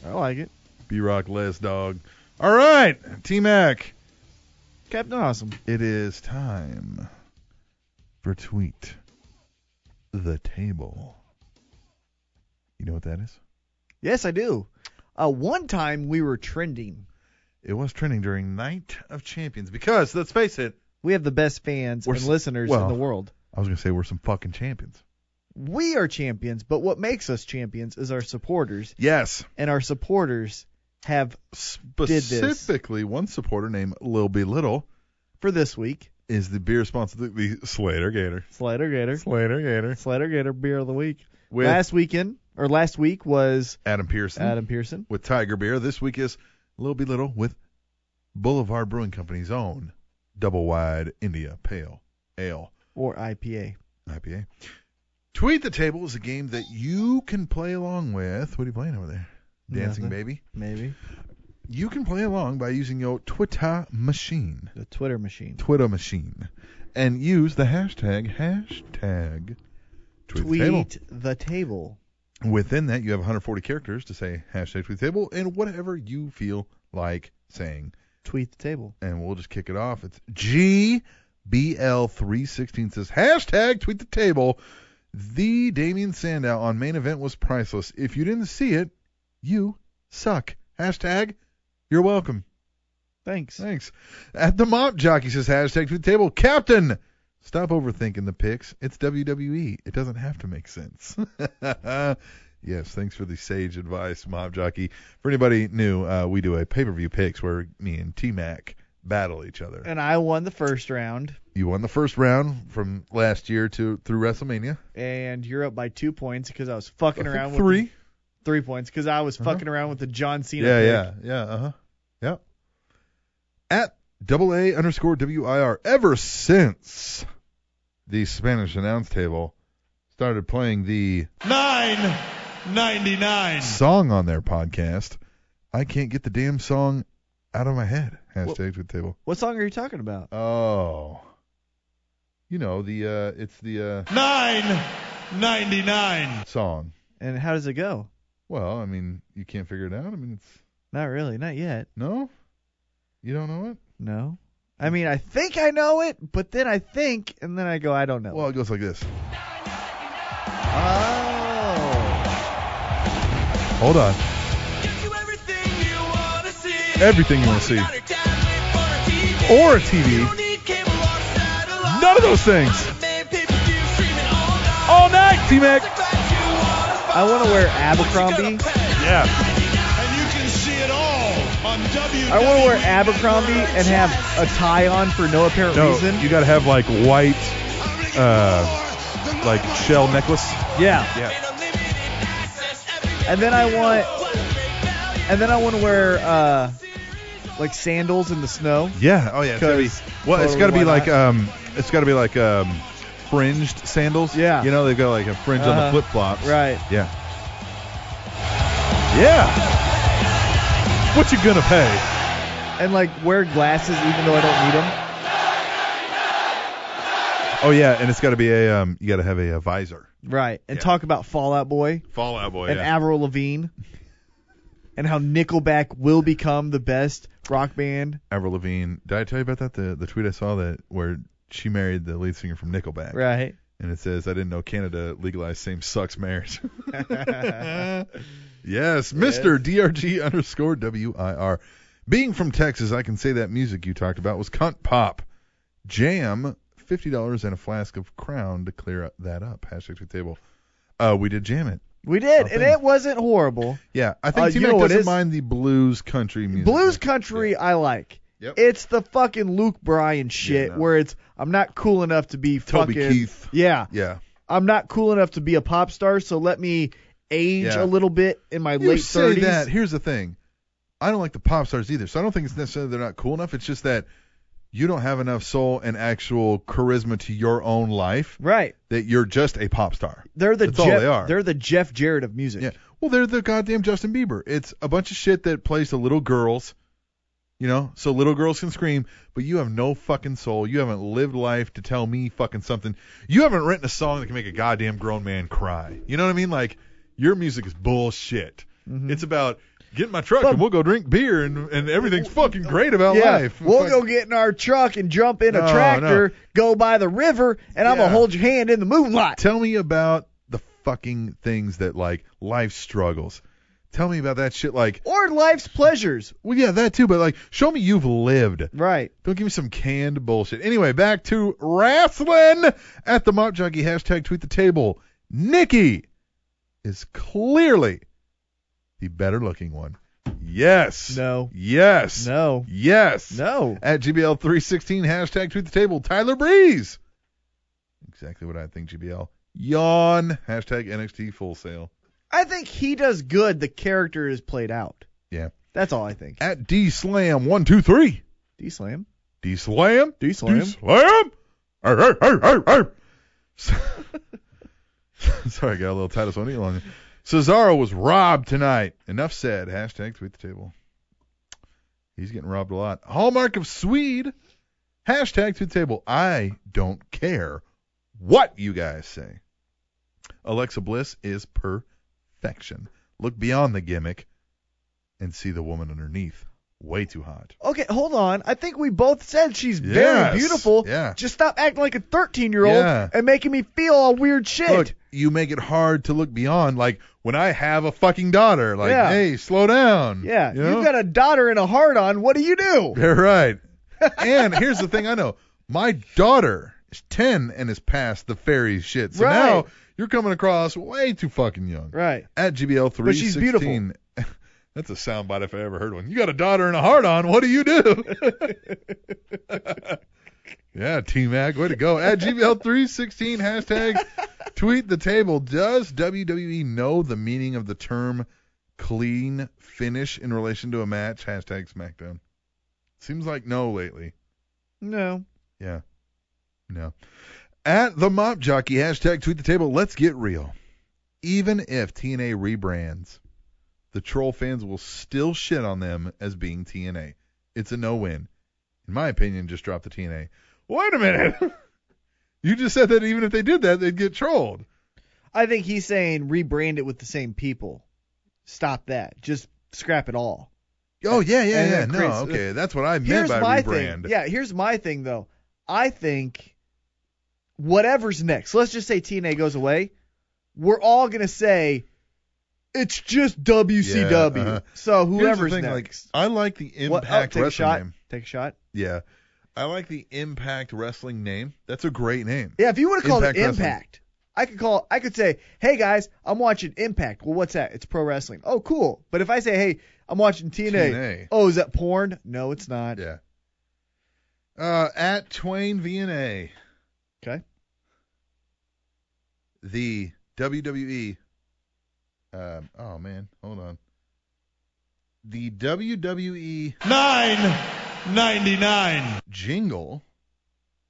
I like it.
B Rock Les Dog. All right, T Mac.
Captain Awesome.
It is time for tweet the table. You know what that is?
Yes, I do. Uh, one time we were trending.
It was trending during Night of Champions because let's face it,
We have the best fans
We're
and
s-
listeners
well-
in the world.
I was gonna say we're some fucking champions.
We are champions, but what makes us champions is our supporters,
Yes,
and our supporters have this.
specifically one supporter named Lil B Little
for this week
is the beer sponsor the, the Slater Gator.
Slater Gator,
Slater Gator.
Slater Gator beer of the week.
with
last weekend or last week was
Adam Pearson
Adam Pearson.
with Tiger Beer. This week is Little Be Little with Boulevard Brewing Company's own double wide India Pale Ale
or IPA.
IPA. Tweet the Table is a game that you can play along with. What are you playing over there? Dancing
Nothing.
Baby?
Maybe
You can play along by using your Twitter machine,
the Twitter machine.
Twitter machine, and use the hashtag, hashtag Tweet, the Table.
Tweet the table.
Within that, you have 140 characters to say hashtag Tweet the Table and whatever you feel like saying.
Tweet the table.
and we'll just kick it off. It's GBL316 says hashtag tweet the table. The Damien Sandow on main event was priceless. If you didn't see it, you suck. Hashtag you're welcome.
Thanks.
Thanks. At the mop jockey says hashtag tweet the table. Captain, stop overthinking the picks. It's WWE. It doesn't have to make sense. (laughs) yes, thanks for the sage advice, mop jockey. For anybody new, uh, we do a pay per view picks where me and T Mac battle each other.
And I won the first round,
You won the first round from last year to through WrestleMania.
and you're up by two points because I was fucking
I think
around with
Uh, three.
the- three points because I was
Uh-huh.
fucking around with the John Cena.
yeah,
pick.
yeah, yeah. Uh huh. Yep. At double A underscore W I R. Ever since the Spanish announce table started playing the
Nine ninety nine.
song on their podcast, I can't get the damn song out of my head.
What-
Hashtag with table.
What song are you talking about?
Oh. You know the uh, it's the
Nine ninety nine.
uh, song.
And how does it go?
Well, I mean, you can't figure it out. I mean, it's
Not really. Not yet.
no. You don't know it.
No. I mean, I think I know it, but then I think, and then I go, I don't know.
Well, it goes like this.
oh.
Hold on. Everything you want to see. Or a TV. None of those things. All night, T Mac.
I want to wear Abercrombie.
Yeah.
And you can see it all on W.
I want to wear Abercrombie and have a tie on for no apparent
No,
reason.
you gotta have like white, uh, like shell necklace.
yeah.
Yeah.
And then I want, and then I want to wear uh, like sandals in the snow.
Yeah. Oh yeah. It's gotta be.
'Cause
Well, it's
totally
gotta be
why
like
not?
um, it's gotta be like um, fringed sandals.
Yeah.
You know they've got like a fringe on the
Uh-huh.
flip flops.
Right.
Yeah. Yeah. What you gonna pay?
And like wear glasses even though I don't need them.
Oh yeah, and it's got to be a um, you got to have a, a visor.
Right. And
Yeah. Oh,
talk about Fallout Boy
Fallout Boy.
and Avril Lavigne and how Nickelback will become the best rock band.
Avril Lavigne. Did I tell you about that? The the tweet I saw that where she married the lead singer from Nickelback.
Right.
And it says, I didn't know Canada legalized same sex marriage. (laughs) yes, Mr. DRG underscore WIR. Being from Texas, I can say that music you talked about was cunt pop. Jam, $50 and a flask of crown to clear up- that up. Hashtag tweet table. Uh, we did jam it.
(laughs) We did,
Nothing.
and it wasn't horrible.
Yeah, I think
Uh,
T
you
Mac
know what
doesn't
is-
mind the blues country music.
Blues Country, I like.
Yep.
It's the fucking Luke Bryan shit
no.
where it's I'm not cool enough to be
Toby
fucking
Keith.
yeah
Yeah.
I'm not cool enough to be a pop star so let me age
Yeah.
a little bit in my
You
late
say
30s
that. Here's the thing. I don't like the pop stars either, so I don't think it's necessarily they're not cool enough. It's just that you don't have enough soul and actual charisma to your own life
right
that you're just a pop star.
they're the
That's all
Jeff
they are.
are the Jeff Jarrett of music
Yeah. Well, they're the goddamn Justin Bieber. It's a bunch of shit that plays to little girls, you know, so little girls can scream, but you have no fucking soul. You haven't lived life to tell me fucking something. You haven't written a song that can make a goddamn grown man cry. You know what I mean? Like, your music is bullshit.
Mm-hmm.
It's about get in my truck
But-
and we'll go drink beer and, and everything's fucking great about
yeah,
life.
We'll
Fuck-
go get in our truck and jump in a
No,
tractor, go by the river, and I'm
Yeah.
gonna hold your hand in the moonlight.
Tell me about the fucking things that, like, life struggles. Tell me about that shit. Like,
Or life's pleasures.
well, yeah, that too, but like, show me you've lived.
Right.
Don't give me some canned bullshit. Anyway, back to wrestling at the Mop Junkie. Hashtag tweet the table. Nikki is clearly the better looking one. Yes.
No.
Yes.
No.
Yes.
No.
At GBL316, hashtag tweet the table. Tyler Breeze. Exactly what I think, GBL. Yawn. Hashtag NXT full sale.
I think he does good. The character is played out.
Yeah.
That's all I think.
At D Slam one two three.
D Slam.
D Slam.
D Slam.
Slam. Arr, arr, arr, arr, arr. So- (laughs) Sorry, I got a little Titus O'Neil on you. Cesaro was robbed tonight. Enough said. Hashtag tweet the table. He's getting robbed a lot. Hallmark of Swede. Hashtag tweet the table. I don't care what you guys say. Alexa Bliss is perfection. Look beyond the gimmick and see the woman underneath. Way too hot.
Okay, hold on. I think we both said she's
Yes.
very beautiful.
Yeah.
Just stop acting like a 13 year old
Yeah.
and making me feel all weird shit.
Look, you make it hard to look beyond. Like when I have a fucking daughter, like,
Yeah.
hey, slow down.
yeah.
you know? (laughs)
You've got a daughter and a heart on. What do you do?
You're
(laughs)
right. and here's the thing I know. My daughter is 10 and is past the fairy shit. So
Right.
now you're coming across way too fucking young.
Right.
At GBL316.
But she's beautiful.
(laughs) That's a soundbite if I ever heard one. You got a daughter and a heart on. What do you do? (laughs) yeah, T Mac, way to go. At GBL316,
(laughs)
hashtag tweet the table. Does WWE know the meaning of the term clean finish in relation to a match? Hashtag SmackDown. Seems like no lately.
No.
No. At the Mop Jockey, hashtag tweet the table. Let's get real. Even if TNA rebrands, the troll fans will still shit on them as being TNA. It's a no win. In my opinion, just drop the TNA. Wait a minute. (laughs) you just said that even if they did that, they'd get trolled.
I think he's saying rebrand it with the same people. Stop that. Just scrap it all.
Oh, yeah, yeah,
And
yeah.
that
No,
creates-
okay. That's what I meant
Here's
by
my
rebrand.
thing. Yeah, here's my thing though. I think whatever's next, let's just say TNA goes away, we're all gonna say it's just WCW.
Yeah, uh-huh.
So
Here's the
whoever's
thing, like,
next,
I like the
what, oh,
Impact
take a shot.
Wrestling name.
Take a shot.
Yeah. I like the Impact Wrestling name. That's a great name.
Yeah, if you would have called it
Impact Wrestling.
Impact, I could call. I could say, "Hey guys, I'm watching Impact." Well, what's that? It's pro wrestling. Oh, cool. But if I say, "Hey, I'm watching TNA,",
TNA.
oh, is that porn? No, it's not.
Yeah. Uh, at Twain VNA.
Okay.
The WWE. Um, oh man, hold on. The E WWE
Nine ninety nine.
jingle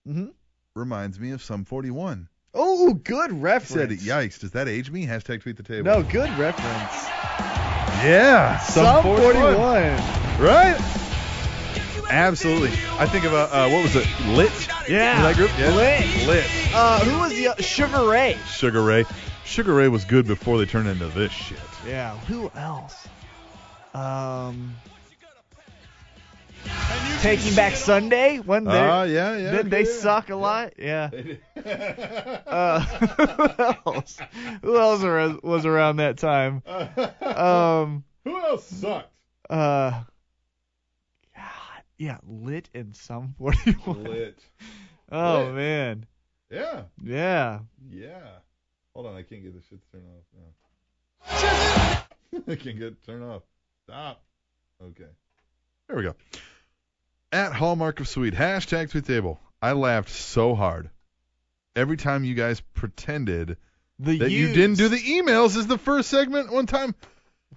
hmm
reminds me of some 41.
Oh, good
I
reference.
said, "Yikes, does that age me?" Hashtag tweet the table.
No, good reference.
Yeah. Some,
Some
41.
41.
Right. Absolutely. I think about uh, what was it? Lit.
Yeah.
Was that group? Yeah.
Lit.
Lit.
Uh, who was the Sugar Ray?
Sugar Ray. Sugar Ray was good before they turned into this shit.
Yeah. Who else? Um,
And you can
Taking
see
Back
it all.
Sunday when they
Ah, yeah, yeah.
did they
(laughs)
suck a lot? Yeah. Uh, (laughs) who else? Who else ar- was around that time? Um,
(laughs) Who else sucked?
uh, God, yeah, lit in some (laughs) 41.
Lit.
Oh
Lit.
man,
Yeah,
yeah.
yeah. Hold on, I can't get this shit to turn off. No. (laughs) I can't get it turned off. Stop. Okay. There we go. At Hallmark of Sweet, hashtag tweet table. I laughed so hard. Every time you guys pretended
The
that you
Used.
didn't do the emails is the first segment one time.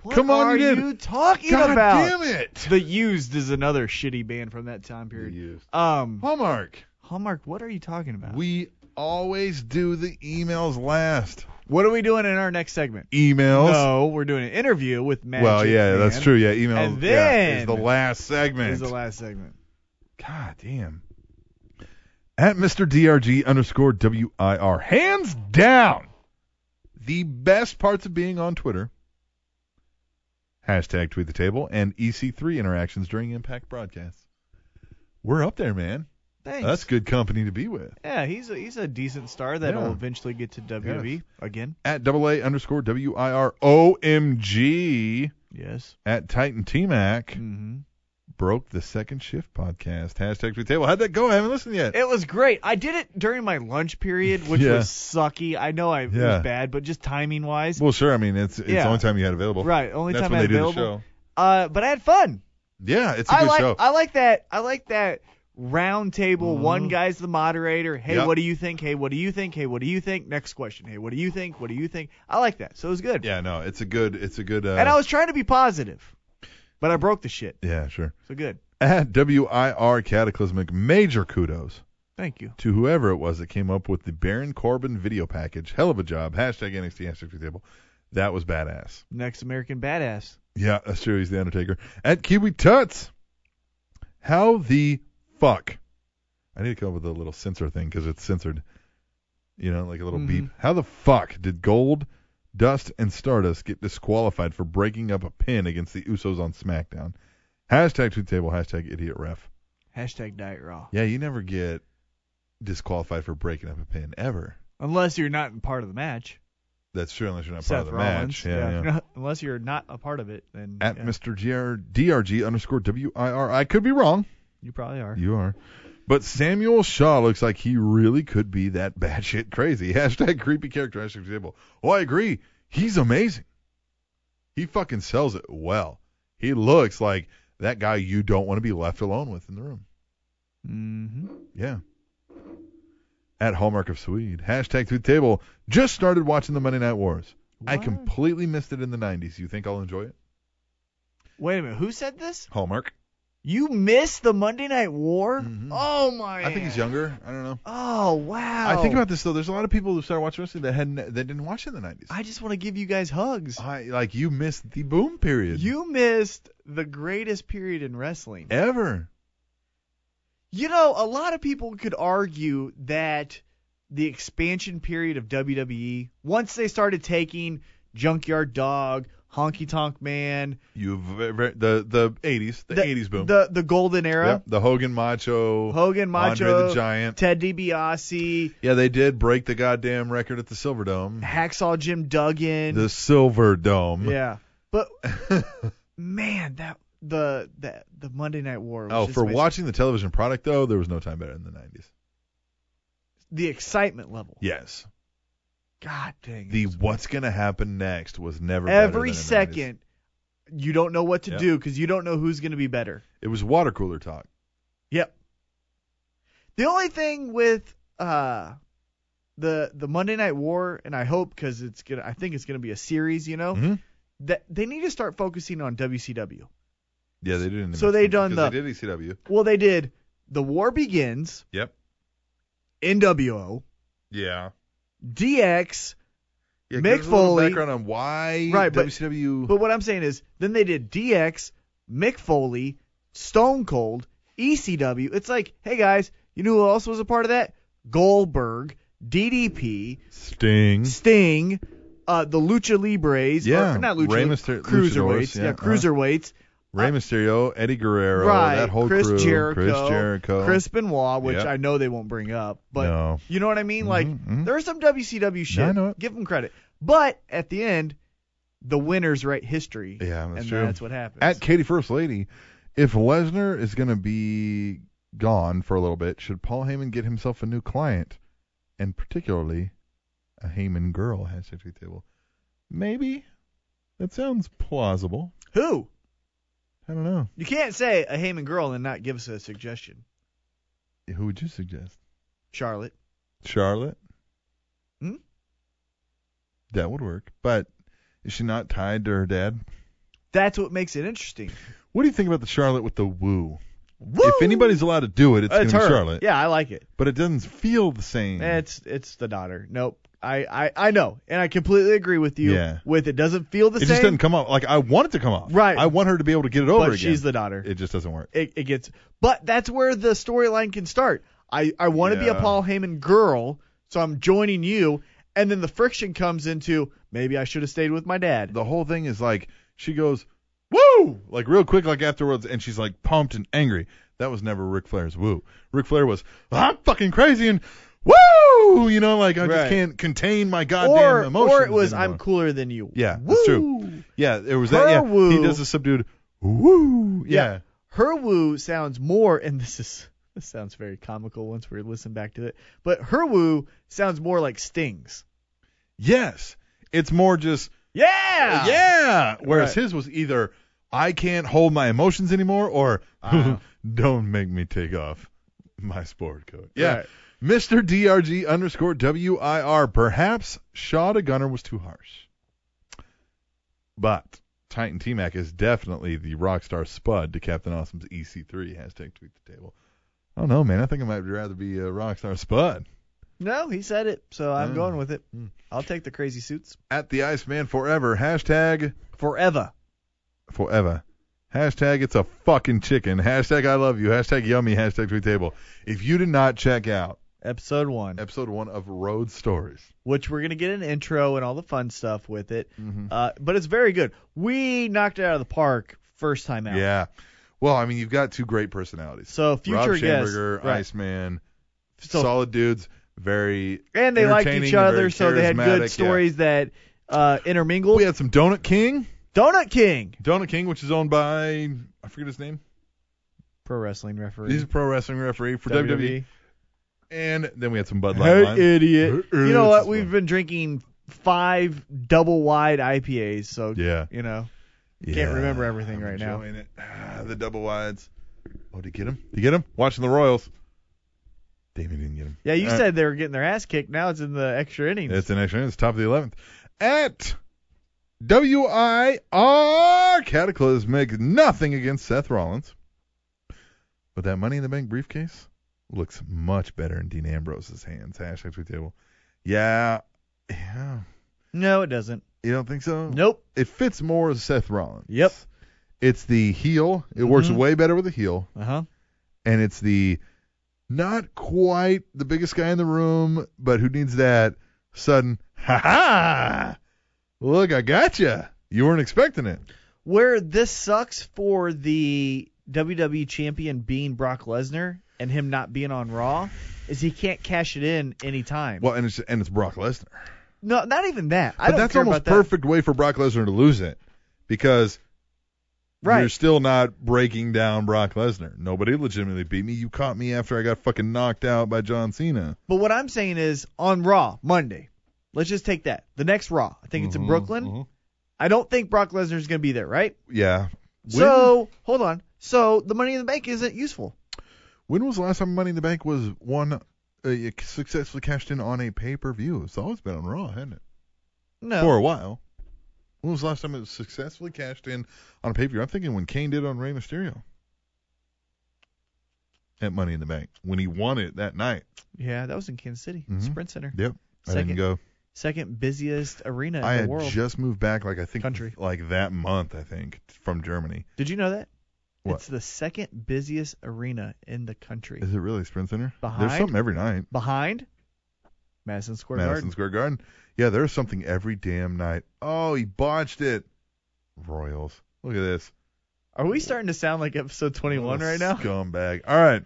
What
Come on,
are
you did.
you talking
God
about?
damn it.
The Used is another shitty band from that time period. Um,
Hallmark.
Hallmark, what are you talking about?
We always do the emails last.
what are we doing in our next segment?
Emails.
No, we're doing an interview with Magic.
well, yeah, that's
Man
true. Yeah, emails
And
yeah, is
then-
the last segment.
Is the last segment.
God damn. At Mr. DRG underscore WIR. Hands down, the best parts of being on Twitter. Hashtag tweet the table and EC3 interactions during Impact broadcasts. We're up there, man.
Thanks.
That's good company to be with.
Yeah, he's a, he's a decent star that'll
Yeah.
eventually get to WWE again.
At double A underscore WIR OMG.
Yes.
At Titan T Mac.
hmm
broke the second shift podcast. Hashtag tweet table. How'd that go? I haven't listened yet.
It was great. I did it during my lunch period, which
Yeah.
was sucky. I know I it
Yeah.
was bad, but just timing wise,
well, sure. I mean, it's it's
Yeah.
the only time you had available.
right? Only
That's
time
when
I had
they do the
available.
show.
Uh, but I had fun.
Yeah, it's a
I
good
like
show. Mm-hmm.
I like that. I like that round table. One guy's the moderator. Hey,
Yep.
what do you think? Hey, what do you think? Hey, what do you think? Next question. Hey, what do you think? What do you think? I like that. So it was good.
Yeah, no, it's a good, it's a good. Uh,
And I was trying to be positive, but I broke the shit.
yeah, sure.
So good.
At WIR Cataclysmic, major kudos
Thank you.
to whoever it was that came up with the Baron Corbin video package. Hell of a job. Hashtag NXT, hashtag table. That was badass.
Next American badass.
Yeah, that's true. He's the Undertaker. At Kiwi Tuts, how the fuck? I need to come up with a little censor thing because it's censored. You know, like a little beep.
Mm-hmm.
How the fuck did Gold, Dust, and Stardust get disqualified for breaking up a pin against the Usos on SmackDown? Hashtag tweet table. Hashtag idiot ref.
Hashtag Diet Raw.
Yeah, you never get disqualified for breaking up a pin ever.
Unless you're not in part of the match.
That's true unless you're not
Seth
part of the
Rollins.
match. Yeah, yeah.
(laughs) Unless you're not a part of it, then
At
yeah,
Mr. GR, DRG underscore WIR. I could be wrong.
you probably are.
You are. But Samuel Shaw looks like he really could be that batshit crazy. (laughs) Hashtag creepy character. Hashtag example. Oh, I agree. He's amazing. He fucking sells it well. He looks like that guy you don't want to be left alone with in the room.
hmm
Yeah. At Hallmark of Swede. Hashtag through the table. Just started watching the Monday Night Wars. I
What?
completely missed it in the 90s. You think I'll enjoy it?
Wait a minute. Who said this?
Hallmark.
You missed the Monday Night War?
Mhm.
Oh my!
I think he's younger. I don't know.
Oh wow!
I think about this though. There's a lot of people who started watching wrestling that hadn't that didn't watch it in the 90s.
I just want to give you guys hugs.
I like you missed the boom period.
You missed the greatest period in wrestling.
ever?
You know, a lot of people could argue that the expansion period of WWE, once they started taking Junkyard Dog, Honky Tonk Man,
You ve- ve- the the 80s, the, 80s boom.
the the Golden
Yep,
Era,
the Hogan Macho,
Hogan, Macho,
Andre the Giant.
Ted DiBiase,
Yeah, they did break the goddamn record at the Silver Dome.
Hacksaw Jim Duggan,
The Silver Dome.
yeah. But man, that the the the Monday Night War. Was
(laughs) oh,
just
for
amazing.
watching the television product though, there was no time better in the 90s.
the excitement level.
Yes.
God dang. it.
The what's gonna happen next was never better than
every
in the 90s.
second you don't know what to
Yep.
do because you don't know who's going to be better
It was water cooler talk.
yep the only thing with uh the the monday night war and i hope because it's gonna i think it's gonna be a series you know
Mhm.
that they need to start focusing on wcw
Yeah, they didn't.
So they done
because
the-
they did ECW.
well they did the war begins
Yep.
nwo
Yeah.
dx
Yeah,
Mick
give us a little
Foley-
Background on why
Right, but-
WCW.
but what i'm saying is then they did dx mick foley stone cold ecw it's like hey guys you know who else was a part of that goldberg ddp
Sting.
Sting, uh, the Lucha Libres,
Mm-hmm. Yeah,
or not Lucha
Rey
Lib-
Myster-
cruiserweights,
luchadors, yeah,
yeah,
uh-huh.
cruiserweights,
Rey Mysterio, Eddie Guerrero,
uh, right?
that whole
Chris
crew,
Jericho,
Chris Jericho,
Chris Benoit, which
Yeah.
I know they won't bring up, but
No.
you know what I mean? Like
Mhm, mhm.
there's some WCW shit.
I know it.
Give them credit, but at the end, the winners write history,
Yeah, that's
and
true.
that's what happens.
At Katie First Lady, if Lesnar is gonna be gone for a little bit, should Paul Heyman get himself a new client, and particularly a Heyman girl? Hashtag tweet table. Maybe. That sounds plausible.
Who?
I don't know.
You can't say a Heyman girl and not give us a suggestion.
Who would you suggest?
Charlotte.
Charlotte.
Hmm?
That would work, but is she not tied to her dad?
That's what makes it interesting.
What do you think about the Charlotte with the woo?
Woo!
If anybody's allowed to do it, it's,
it's
gonna
her.
be Charlotte.
Yeah, I like it.
But it doesn't feel the same.
It's it's the daughter. Nope. I, I, I know, and I completely agree with you.
Yeah.
With it doesn't feel the
it
same.
just doesn't come off. Like I want it to come off.
Right.
I want her to be able to get it over
but
again.
she's the daughter. It,
It just doesn't work.
it, gets. But that's where the storyline can start. I I want to be
Yeah.
a Paul Heyman girl, so I'm joining you, and then the friction comes into maybe I should have stayed with my dad.
The whole thing is like she goes woo like real quick like afterwards and she's like pumped and angry. That was never Ric Flair's woo. Ric Flair was I'm fucking crazy and woo you know like I just
Right.
can't contain my goddamn
or
emotions.
or it was
anymore.
I'm cooler than you.
Yeah,
Woo!
that's true. Yeah, it was that.
Her
Yeah, he
woo.
does a subdued woo. Yeah.
her woo sounds more and this is this sounds very comical once we listen back to it but her woo sounds more like stings
Yes, it's more just
yeah
yeah. Whereas
Right.
his was either I can't hold my emotions anymore or (laughs)
Wow.
don't make me take off. My sport coat. Yeah.
Right.
Mr. DRG underscore WIR. Perhaps Shaw to Gunner was too harsh. But Titan T Mac is definitely the Rockstar Spud to Captain Awesome's EC3 hashtag tweet the table. I don't know, man. I think I might rather be a Rockstar Spud.
No, he said it, so I'm
Mm.
going with it.
Mm.
I'll take the crazy suits
At the Iceman Forever. Hashtag
forever.
forever. Hashtag it's a fucking chicken. Hashtag I love you. Hashtag yummy. Hashtag tweet table. If you did not check out
Episode one,
episode one of Road Stories,
which we're gonna get an intro and all the fun stuff with it.
Mhm.
Uh, but it's very good. We knocked it out of the park first time out.
yeah. Well, I mean, you've got two great personalities.
So future
Rob
guests,
Schamberger,
right.
Iceman,
So-
solid dudes, very.
and they liked each
entertaining and
other,
very
so they had
charismatic, yeah.
good stories that uh, intermingled.
We had some Donut King,
Donut King,
Donut King, which is owned by I forget his name.
pro wrestling referee.
He's a pro wrestling referee for E. WWE. And then we had some Bud Light.
E. Hey,
Lime.
idiot.
Hey,
You know
idiot.
what? We've been drinking five double wide IPAs, so
Yeah.
you know.
Can't
remember everything right now.
enjoying It. (sighs) Ah, the double wides. Oh, did you get him? Did you get him? Watching the Royals. Damien didn't get him.
Yeah, you
Uh,
said they were getting their ass kicked. Now it's in the extra innings.
It's an extra. It's top of the 11th. At WIR Cataclysmic, nothing against Seth Rollins. But that Money in the Bank briefcase looks much better in Dean Ambrose's hands. Hashtag tweet table. Yeah. Yeah.
no, it doesn't.
You don't think so?
Nope.
It fits more as Seth Rollins.
Yep.
It's the heel. It works
Mhm.
way better with the heel.
Uh huh.
and it's the not quite the biggest guy in the room, but who needs that sudden ha ha? Look, I gotcha. You weren't expecting it.
Where this sucks for the WWE champion being Brock Lesnar and him not being on Raw is he can't cash it in anytime.
Well, and it's and it's Brock Lesnar.
No, not even that. I
But
don't
that's
care
almost
about that.
perfect way for Brock Lesnar to lose it, because
Right.
you're still not breaking down Brock Lesnar. Nobody legitimately beat me. You caught me after I got fucking knocked out by John Cena.
But what I'm saying is on Raw Monday. Let's just take that. The next Raw. I think it's in
Mhm,
Brooklyn.
mhm.
I don't think Brock Lesnar's going to be there, right?
Yeah. When,
So, hold on. So, the money in the bank isn't useful.
when was the last time Money in the Bank was one uh, successfully cashed in on a pay per view? It's always been on Raw, hasn't it?
No.
for a while. When was the last time it was successfully cashed in on a pay per view? I'm thinking when Kane did on Rey Mysterio at Money in the Bank when he won it that night.
Yeah, that was in Kansas City,
Mhm.
Sprint Center.
Yep. I
Second
didn't go.
Second busiest arena in
I
the
had
world.
just moved back, like I think,
Country.
like that month, I think, from Germany.
Did you know that?
What?
It's the second busiest arena in the country.
Is it really Sprint Center?
Behind?
There's something every night.
Behind Madison Square
Madison
Garden.
Square Garden. Yeah, there's something every damn night. Oh, he botched it. Royals. Look at this.
Are we starting to sound like episode 21
What a
right now?
Scumbag. All right.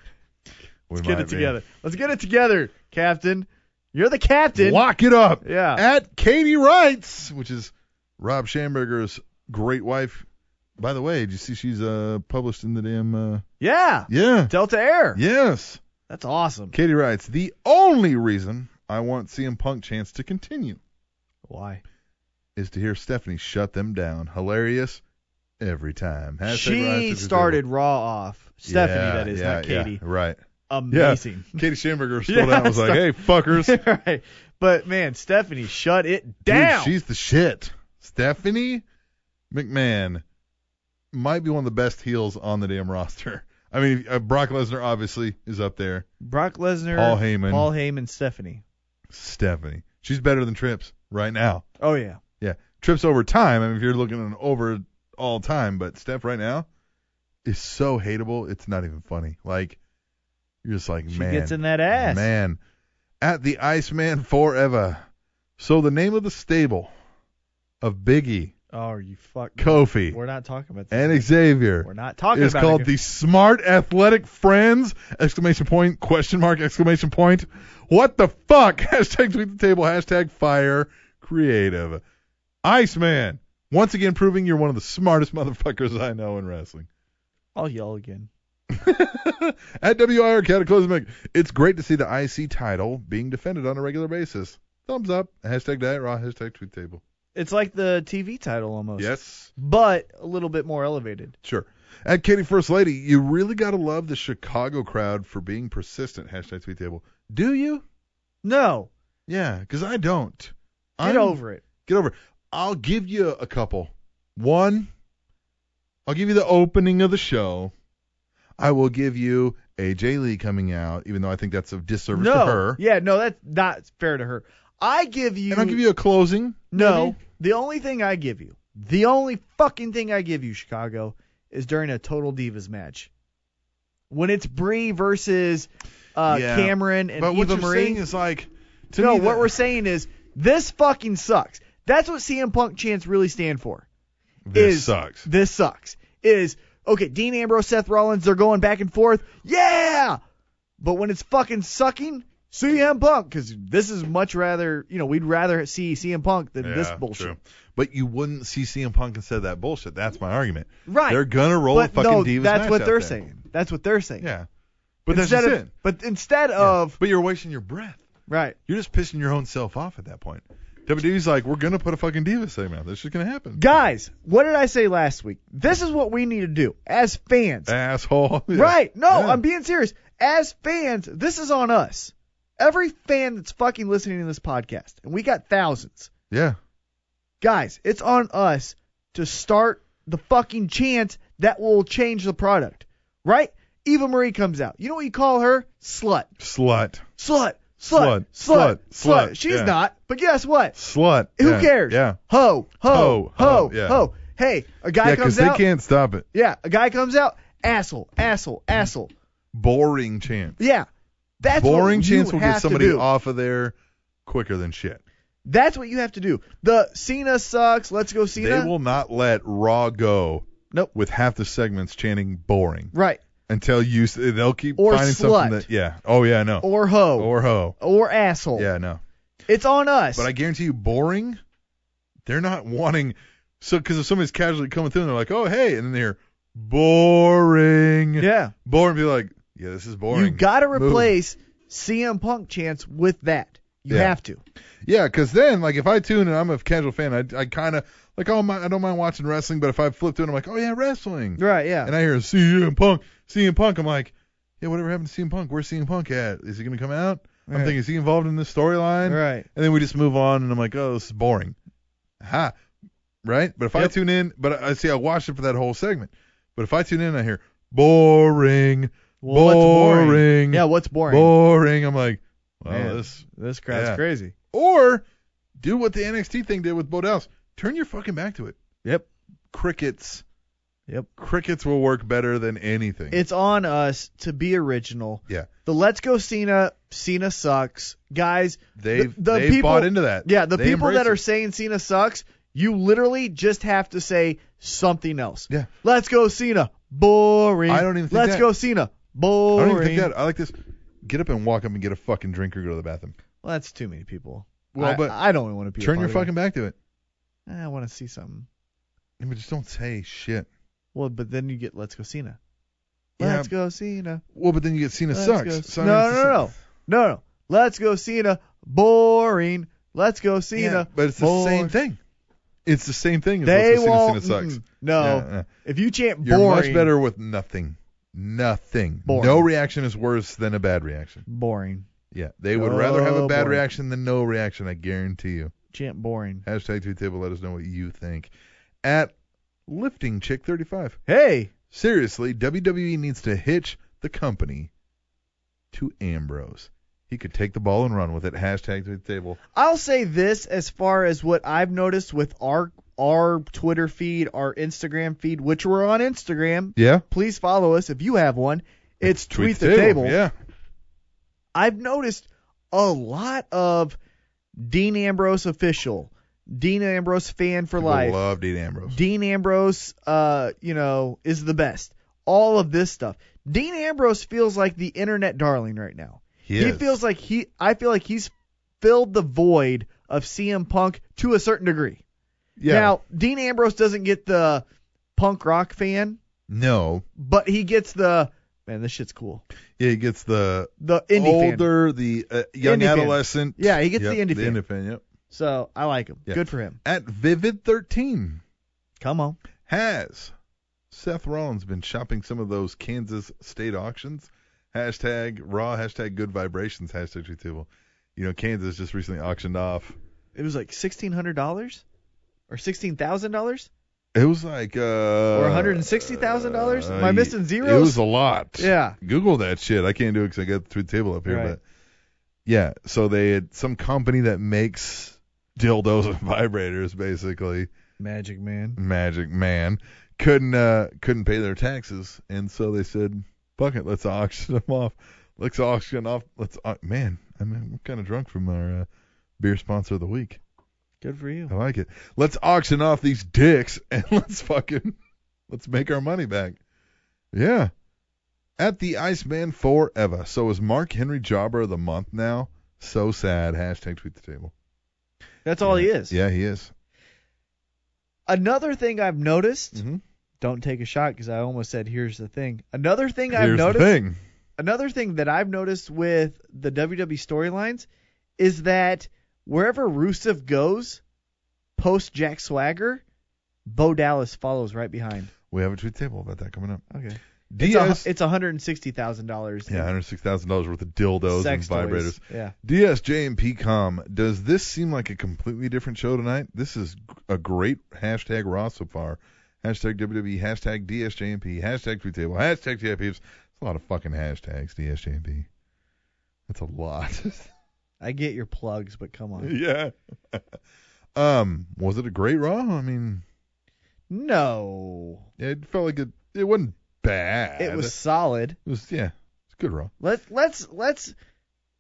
We
Let's get
might
it
be.
together. Let's get it together, Captain. You're the captain.
Lock it up.
Yeah.
at Katie Wrights, which is Rob Schamberger's great wife. By the way, did you see she's uh published in the damn uh
Yeah.
yeah
Delta Air.
yes
That's awesome.
Katie Wrights. The only reason I want CM Punk chance to continue
Why?
is to hear Stephanie shut them down. Hilarious every time. Hashtag Wrights
She
is
started
available.
Raw off. Stephanie,
Yeah,
that is,
yeah,
not
yeah,
Katie.
right. (laughs)
Amazing.
Katie Schamberger
Yeah,
stole down and was like,
start-
"Hey fuckers,
(laughs) right. But man, Stephanie, shut it
Dude,
down.
she's the shit. Stephanie McMahon might be one of the best heels on the damn roster. I mean, uh, Brock Lesnar obviously is up there.
Brock Lesnar,
Paul Heyman.
Paul Heyman, Stephanie.
Stephanie, she's better than Trips right now.
Oh yeah.
Yeah, Trips over time. I mean, if you're looking at an over all time, but Steph right now is so hateable. It's not even funny. Like you're just like,
She
man,
gets in that ass.
Man, at the Iceman forever. So the name of the stable of Biggie,
Oh, you fuck.
Kofi,
We're not talking about that.
and Xavier.
We're not talking
It's
about
called
it.
the Smart Athletic Friends! Exclamation point, question mark, exclamation point. What the fuck? (laughs) Hashtag tweet the table, hashtag fire creative. Iceman, once again proving you're one of the smartest (laughs) motherfuckers I know in wrestling.
I'll yell again.
At WIR Cataclysmic, it's great to see the IC title being defended on a regular basis. Thumbs up, hashtag Diet Raw, hashtag tweet the table.
It's like the TV title almost.
Yes,
But a little bit more elevated.
sure. At Katie First Lady, you really got to love the Chicago crowd for being persistent. Hashtag tweet table. Do you?
No,
Yeah, because I don't. Get
get over it.
Get over it. I'll give you a couple. One, I'll give you the opening of the show. I will give you AJ Lee coming out, even though I think that's of disservice
no,
to her.
yeah, no, that's not fair to her. I give you,
And I'll give you a closing.
no.
maybe.
The only thing I give you, the only fucking thing I give you, Chicago, is during a Total Divas match. When it's Brie versus uh,
Yeah,
Cameron and
But
Eva
what you're
Marie,
saying is like, to
no,
me,
what
that-
we're saying is this fucking sucks. That's what CM Punk chants really stand for.
this
is-
sucks.
This sucks. Is okay. Dean Ambrose, Seth Rollins, they're going back and forth. Yeah, but when it's fucking sucking, CM Punk, because this is much rather. You know, we'd rather see CM Punk than this
Yeah,
bullshit.
true. But you wouldn't see CM Punk instead of that bullshit. That's my argument.
Right.
They're gonna roll
but
a fucking
no,
Divas
that's
match
what
out
they're
there.
saying. That's what they're saying.
Yeah. But
instead
that's just
of,
it.
but instead
Yeah.
of
But you're wasting your breath.
right.
You're just pissing your own self off at that point. WWE's like, we're gonna put a fucking diva segment. out. This is gonna happen.
Guys, what did I say last week? This is what we need to do as
(laughs)
fans.
Asshole. (laughs) Yeah.
Right. No,
Yeah.
I'm being serious. As fans, this is on us. Every fan that's fucking listening to this podcast, and we got thousands.
Yeah.
Guys, it's on us to start the fucking chant that will change the product. Right? Eva Marie comes out. You know what you call her? Slut.
Slut.
Slut. Slut.
Slut.
Slut.
Slut.
Slut.
Slut.
She's
Yeah.
not. But guess what?
Slut.
Who
Yeah.
cares?
Yeah.
Ho, ho,
Ho,
ho, ho.
ho, yeah.
Hey, a guy
yeah,
comes
they
out.
can't stop it.
Yeah, a guy comes out. Asshole, asshole, asshole.
Boring chance.
Yeah. That's
Boring
what
chance
you
will
have
get somebody
to do.
off of there quicker than shit.
That's what you have to do. The Cena sucks. Let's go Cena.
They will not let Raw go.
Nope.
With half the segments chanting boring
Right.
until you, s- they'll keep
Or
finding
slut.
something that, yeah. Oh yeah, no.
Or ho. Or,
Or ho.
asshole.
Yeah, no.
It's on us.
But I guarantee you, boring. They're not wanting. So because if somebody's casually coming through and they're like, oh hey, and then they're boring.
yeah.
Boring. Be like, yeah, this is boring.
You got to
Move.
replace CM Punk chance with that. You
Yeah.
have to.
Yeah, because then like if I tune and I'm a casual fan, I I kind of like oh my I don't mind watching wrestling, but if I flip through and I'm like oh yeah wrestling,
Right, yeah.
and I hear CM Punk, CM Punk, I'm like yeah whatever happened to CM Punk? Where's CM Punk at? Is he gonna come out? I'm
Right.
thinking is he involved in this storyline?
right.
And then we just move on, and I'm like, oh, this is boring. Ha. Right? But if I
Yep.
tune in, but I I see I watched it for that whole segment. But if I tune in, and I hear boring,
Well, what's boring?
Boring.
Yeah, what's boring?
boring. I'm like, well,
Man.
this.
this crowd's
Yeah.
crazy.
Or do what the NXT thing did with Bo Dallas. Turn your fucking back to it.
Yep.
Crickets.
Yep.
Crickets will work better than anything.
It's on us to be original.
Yeah.
The Let's Go Cena, Cena sucks. Guys,
they've
the
they've
people-
bought into that.
Yeah, the
They
people that
embrace
are
it.
saying Cena sucks, you literally just have to say something else.
Yeah.
Let's go Cena. Boring.
I don't even think
Let's
that.
go Cena. Boring.
I don't even think that. I like this. Get up and walk up and get a fucking drink or go to the bathroom.
Well, that's too many people.
Well,
I,
but
I don't want to be. a
Turn your
part of
fucking back to it.
that. Eh, I want to see something.
Yeah, But just don't say shit.
Well, but then you get Let's Go Cena.
Yeah.
Let's go Cena.
Well, but then you get Cena
Let's
sucks.
go-
So, I
no,
mean,
no,
it's the
no,
same-
no, no. Let's go Cena. Boring. Let's go Cena.
Yeah, but it's the
Boring.
same thing. It's the same thing. As
They
what's the Cena,
won't.
Cena sucks.
mm-mm. No.
Yeah, yeah.
If you chant
You're
boring,
much better with nothing. Nothing.
Boring.
No reaction is worse than a bad reaction.
Boring.
Yeah, they would rather have
Oh,
a bad
boy.
reaction than no reaction. I guarantee you.
Chant boring.
Hashtag tweet table. Let us know what you think. At lifting chick 35.
Hey.
Seriously, WWE needs to hitch the company to Ambrose. He could take the ball and run with it. Hashtag to the table.
I'll say this as far as what I've noticed with our our Twitter feed, our Instagram feed, which we're on Instagram.
Yeah.
Please follow us if you have one. It's tweet, the, table.
Yeah.
I've noticed a lot of Dean Ambrose official, Dean Ambrose fan for
People
life,
love Dean Ambrose.
Dean Ambrose, uh, you know, is the best. All of this stuff. Dean Ambrose feels like the internet darling right now.
He,
He
is.
feels like he. I feel like he's filled the void of CM Punk to a certain degree.
yeah.
Now, Dean Ambrose doesn't get the punk rock fan,
no.
but he gets the man. This shit's cool.
He gets the
The indie fan.
older, the uh, young
Indie fan.
adolescent.
Yeah, he gets
Yep,
the indie fan.
indie fan. Yep.
So I like him.
Yeah.
Good for him.
At Vivid13
Come on.
has Seth Rollins been shopping some of those Kansas state auctions? Hashtag raw, hashtag good vibrations, hashtag truth table. You know, Kansas just recently auctioned off.
It was like sixteen hundred dollars, or sixteen thousand dollars,
It was like uh or
or one hundred and sixty thousand dollars. Am I missing zeros?
It was a lot.
yeah.
Google that shit. I can't do it because I got through the table up here.
Right.
But yeah, so they had some company that makes dildos and vibrators, basically
Magic man.
Magic Man, couldn't uh, couldn't pay their taxes, and so they said, "Fuck it, let's (laughs) auction them off. Let's auction off. Let's au- man, I mean, I'm kind of drunk from our uh, beer sponsor of the week.
Good for you.
I like it. Let's auction off these dicks (laughs) and let's fucking let's make our money back. Yeah. At the Iceman forever. So is Mark Henry Jobber of the month now? So sad. Hashtag tweet the table.
That's all he is.
Yeah, he is.
Another thing I've noticed.
Mm-hmm.
Don't take a shot because I almost said here's the thing. Another thing I've
Here's
noticed.
the thing.
another thing that I've noticed with the WWE storylines is that wherever Rusev goes, post Jack Swagger, Bo Dallas follows right behind.
We have a tweet the table about that coming up.
Okay. It's, a,
Diaz.
it's $160,000.
yeah, hundred six thousand dollars worth of dildos
Sex
and vibrators.
toys. Yeah.
DSJMPcom, does this seem like a completely different show tonight? This is g- a great hashtag Raw so far. Hashtag WWE, hashtag DSJMP, hashtag Tweet Table, hashtag TIPs. It's a lot of fucking hashtags, DSJMP. That's a lot. (laughs)
I get your plugs, but come on.
yeah. (laughs) um, was it a great Raw? I mean,
No.
it felt like it, it wasn't bad.
It was solid.
It was, yeah, it's a good Raw.
Let's let's let's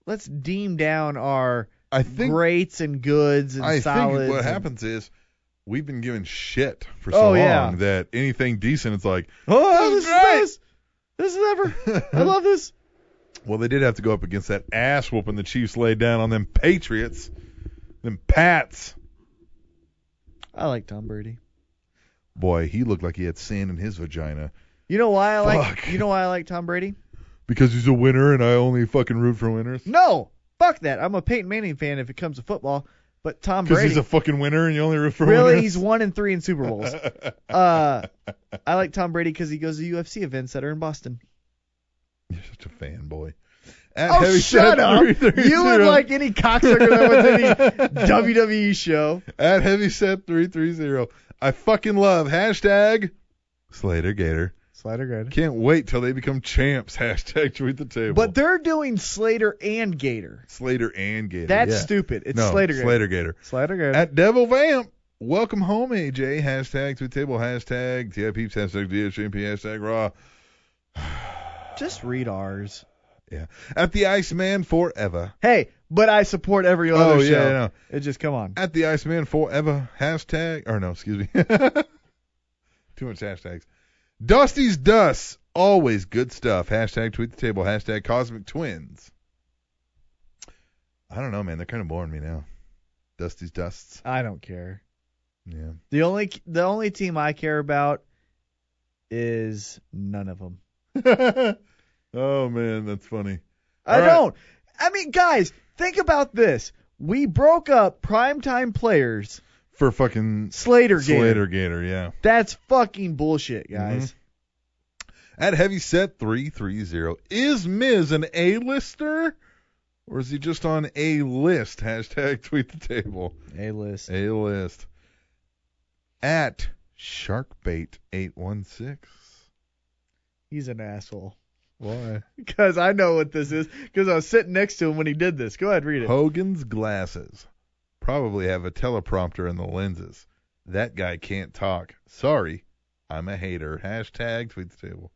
let's deem down our
I think
greats and goods and
I
solids.
think what
and-
happens is we've been given shit for so
Oh,
long
yeah.
that anything decent, it's
(laughs)
like,
Oh,
This
this
is
is
great.
this. This
(laughs)
is ever. I love this.
Well, they did have to go up against that ass whooping the Chiefs laid down on them Patriots, them Pats.
I like Tom Brady.
Boy, he looked like he had sand in his vagina
You know why I like
Fuck.
you know why I like Tom Brady?
because he's a winner, and I only fucking root for winners.
No, fuck that. I'm a Peyton Manning fan if it comes to football, but Tom
Because
Brady
he's a fucking winner, and you only root for
really
winners. (laughs)
he's one and three in Super Bowls. uh, I like Tom Brady because he goes to UFC events that are
(laughs)
in Boston.
You're such a fanboy. At
Oh,
Heavy Set
shut up!
330
You would like any cocksucker that was in
(laughs)
any WWE E show.
at Heavy Set three three zero. I fucking love hashtag Slater Gator.
Slider good.
Can't wait till they become champs. (laughs) Hashtag tweet the table.
But they're doing Slater and Gator.
Slater and Gator.
That's
yeah.
stupid. It's
no,
Slater.
Slater Gator.
Slater good.
At Devil Vamp. Welcome home, AJ. Hashtag to the table. Hashtag TI Peeps. Hashtag DSJMP. Hashtag Raw.
Just read ours.
Yeah. At the Iceman Forever.
Hey, but I support every other
oh,
show.
yeah. I know.
It just come on.
At the Iceman Forever. Hashtag. Or no, excuse me. (laughs) Too much hashtags. Dusty's Dust. Always good stuff. Hashtag tweet the table. Hashtag Cosmic Twins. I don't know, man. They're kind of boring me now. Dusty's Dusts.
I don't care.
Yeah. (laughs)
The only the only team I care about is none of them.
oh, man. That's funny.
I
All right.
don't. I mean, guys, think about this. We broke up primetime players.
For fucking
Slater game.
Slater Mm-hmm. Gator, yeah.
That's fucking bullshit, guys.
At heavy set 330. Is Miz an A-lister? Or is he just on a list? Hashtag (laughs) tweet the table.
A list.
A list. At Sharkbait816.
He's an asshole. (laughs)
Why?
Because I know what this is. Because I was sitting next to him when he did this. Go ahead, read it.
Hogan's glasses probably have a teleprompter in the lenses. That guy can't talk. Sorry, I'm a hater. Hashtag tweet the table.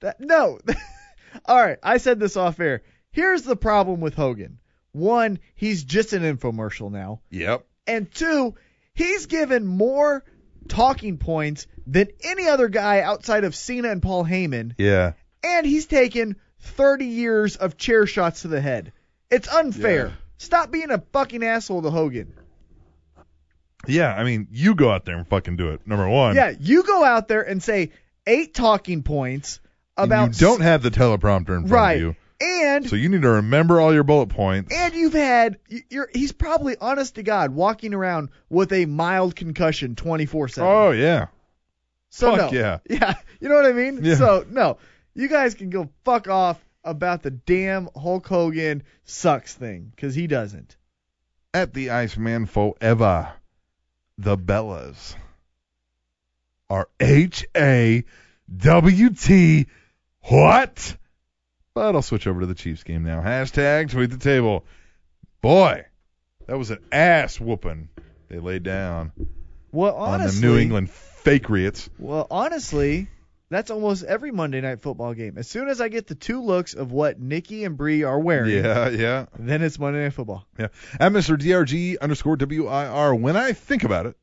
That, no. (laughs) All right. I said this off air. Here's the problem with Hogan. One, he's just an infomercial now.
Yep.
And two, he's given more talking points than any other guy outside of Cena and Paul Heyman.
Yeah.
And he's taken 30 years of chair shots to the head. It's unfair.
Yeah.
Stop being a fucking asshole to Hogan.
Yeah, I mean, you go out there and fucking do it. Number one.
Yeah, you go out there and say eight talking points
And
about
you don't have the teleprompter in front
right.
of you,
And
so you need to remember all your bullet points.
and you've had y- you're he's probably honest to god walking around with a mild concussion 24/7.
oh yeah,
So
Fuck
no.
yeah.
(laughs) Yeah. You know what I mean?
Yeah.
So no. You guys can go fuck off about the damn Hulk Hogan sucks thing, because he doesn't.
At the Iceman Forever, the Bellas are H A W T. What? But I'll switch over to the Chiefs game now. Hashtag tweet the table. Boy, that was an ass whooping they laid down
Well,
on them
honestly,
New England fakeriots.
Well, honestly, that's almost every Monday night football game. As soon as I get the two looks of what Nikki and Bree are wearing,
Yeah, yeah.
then it's Monday night football.
Yeah. At Mr. DRG underscore WIR. When I think about it,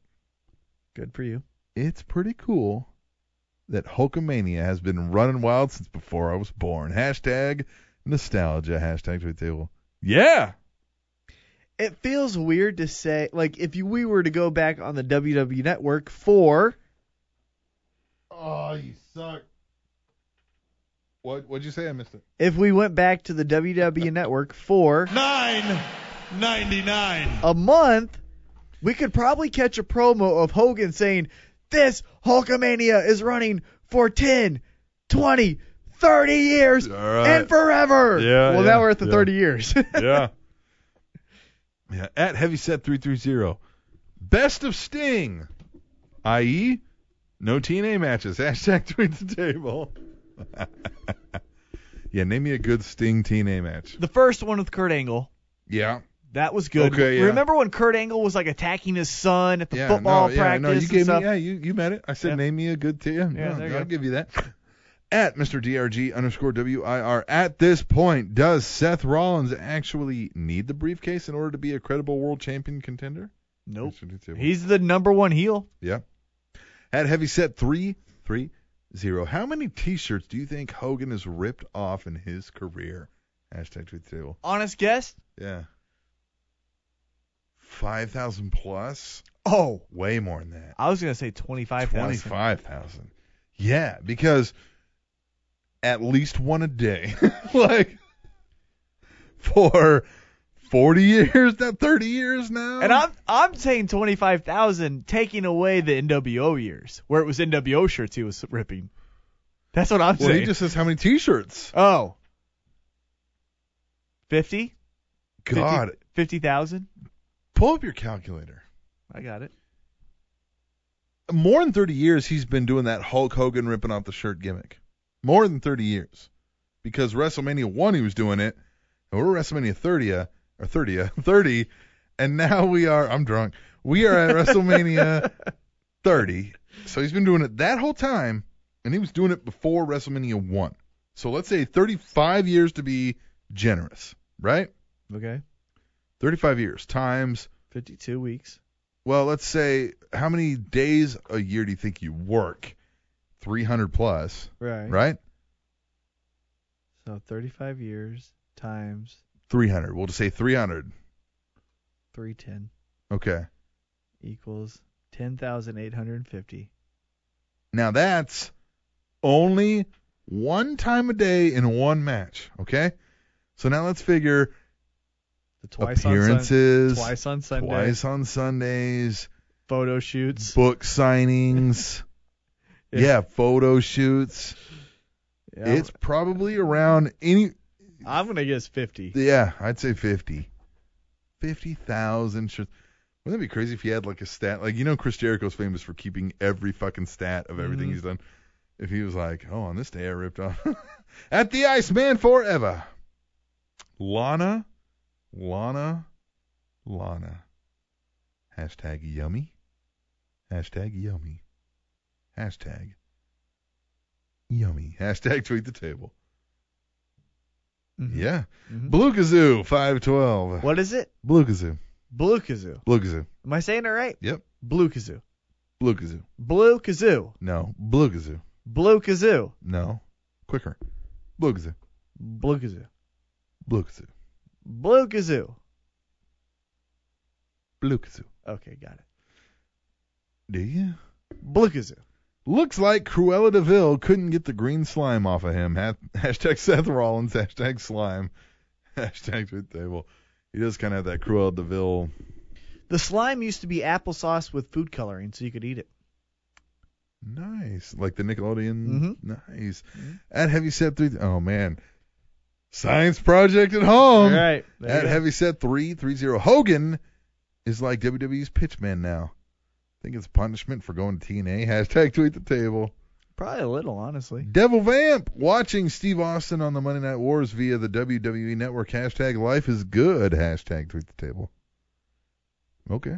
Good for you.
it's pretty cool that Hulkamania has been running wild since before I was born. Hashtag nostalgia. Hashtag tweet the table. Yeah.
It feels weird to say, like, if you, we were to go back on the WWE Network for
Oh, you suck. What, what'd you say? I missed it.
if we went back to the WWE Network for
999.
a month, we could probably catch a promo of Hogan saying, This Hulkamania is running for 10, 20, 30 years
All right.
and forever.
Yeah,
well,
yeah,
now we're at the
yeah.
30 years. (laughs)
yeah. Yeah. At Heavyset330. Best of Sting. I.e., no TNA matches. (laughs) Hashtag tweet the table. (laughs) yeah, name me a good Sting TNA match.
The first one with Kurt Angle.
Yeah.
That was good.
Okay, yeah.
Remember when Kurt Angle was like attacking his son at the
Yeah,
football
no, yeah,
practice
no, you
and
gave
stuff?
me, yeah, you, you met it. I said,
Yeah.
name me a good TNA.
Yeah,
no,
there you
I'll
go.
give you that. (laughs) At Mr. DRG underscore WIR. At this point, does Seth Rollins actually need the briefcase in order to be a credible world champion contender?
Nope.
Tweet the table.
He's the number one heel.
Yeah. At heavy set three three zero. How many T-shirts do you think Hogan has ripped off in his career? Hashtag tweet the table.
Honest guess?
Yeah. Five thousand plus.
Oh.
Way more than that.
I was gonna say twenty five thousand.
Twenty-five thousand. Yeah, because at least one a day, (laughs) like for forty years, not thirty years now.
And I'm I'm saying twenty five thousand, taking away the NWO years, where it was NWO shirts he was ripping. That's what I'm
well,
saying.
he just says how many T-shirts.
oh. Fifty?
God,
Fifty thousand?
pull up your calculator.
I got it.
more than 30 years he's been doing that Hulk Hogan ripping off the shirt gimmick. More than 30 years. Because WrestleMania 1 he was doing it, and we're WrestleMania 30 or 30 (laughs) 30 and now we are I'm drunk. We are at WrestleMania 30. So he's been doing it that whole time and he was doing it before WrestleMania 1. So let's say 35 years to be generous, right?
okay.
35 years times
52 weeks.
well, let's say how many days a year do you think you work? 300 plus,
Right.
right?
So 35 years times
300. We'll just say 300.
310
Okay.
equals 10,850.
Now that's only one time a day in one match, okay? So now let's figure
The twice on
appearances,
Sun- twice on Sunday,
twice on Sundays,
photo shoots.
book signings,
(laughs) Yeah.
yeah. photo shoots.
Yeah,
It's probably around any
I'm going to guess 50.
Yeah, I'd say 50. 50,000 shirts. Wouldn't that be crazy if he had like a stat? Like, you know, Chris Jericho's famous for keeping every fucking stat of everything
Mhm.
he's done. If he was like, oh, on this day I ripped off. (laughs) At the Iceman forever. Lana, Lana, Lana. Hashtag yummy. Hashtag yummy. Hashtag yummy. Hashtag tweet the table.
Mhm.
Yeah.
Mhm.
Blue Kazoo, 512.
What is it?
Blue Kazoo.
Blue Kazoo.
Blue Kazoo.
Am I saying it right?
Yep.
Blue Kazoo.
Blue Kazoo.
Blue Kazoo.
No. Blue Kazoo.
Blue Kazoo.
No. Quicker. Blue Kazoo.
Blue Kazoo.
Blue Kazoo.
Blue Kazoo.
Blue Kazoo.
Okay, got it.
Do you?
Blue Kazoo.
Looks like Cruella DeVille couldn't get the green slime off of him. Ha- (laughs) Hashtag Seth Rollins. Hashtag slime. (laughs) Hashtag tweet table. He does kind of have that Cruella DeVille.
The slime used to be applesauce with food coloring, so you could eat it.
Nice. Like the Nickelodeon.
Mhm.
Nice. At Heavy Set 3. Oh, man. Science Project at Home.
All right. There you
At
go.
Heavy Set 330. Hogan is like WWE's pitchman now. I think it's punishment for going to TNA. (laughs) Hashtag tweet the table.
Probably a little, honestly.
Devil Vamp watching Steve Austin on the Monday Night Wars via the WWE Network. Hashtag life is good. Hashtag tweet the table. Okay.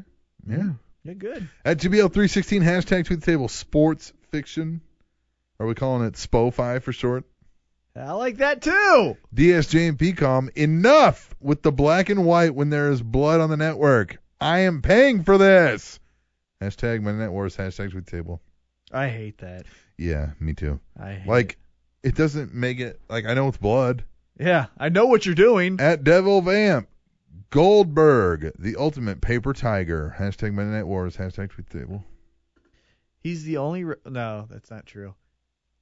Yeah.
Yeah, good.
At GBL316, hashtag tweet the table. Sports fiction. Are we calling it SPO5 for short?
I like that too.
DSJ and PCOM, enough with the black and white when there is blood on the network. I am paying for this. Hashtag Monday Night Wars, hashtag tweet the table.
I hate that.
Yeah, me too.
I hate
Like, it doesn't make it, like, I know it's blood.
it. Yeah, I know what you're doing.
At Devil Vamp. Goldberg, the ultimate paper tiger. Hashtag Monday Night Wars. Hashtag tweet the table.
He's the only. Re- no, that's not true.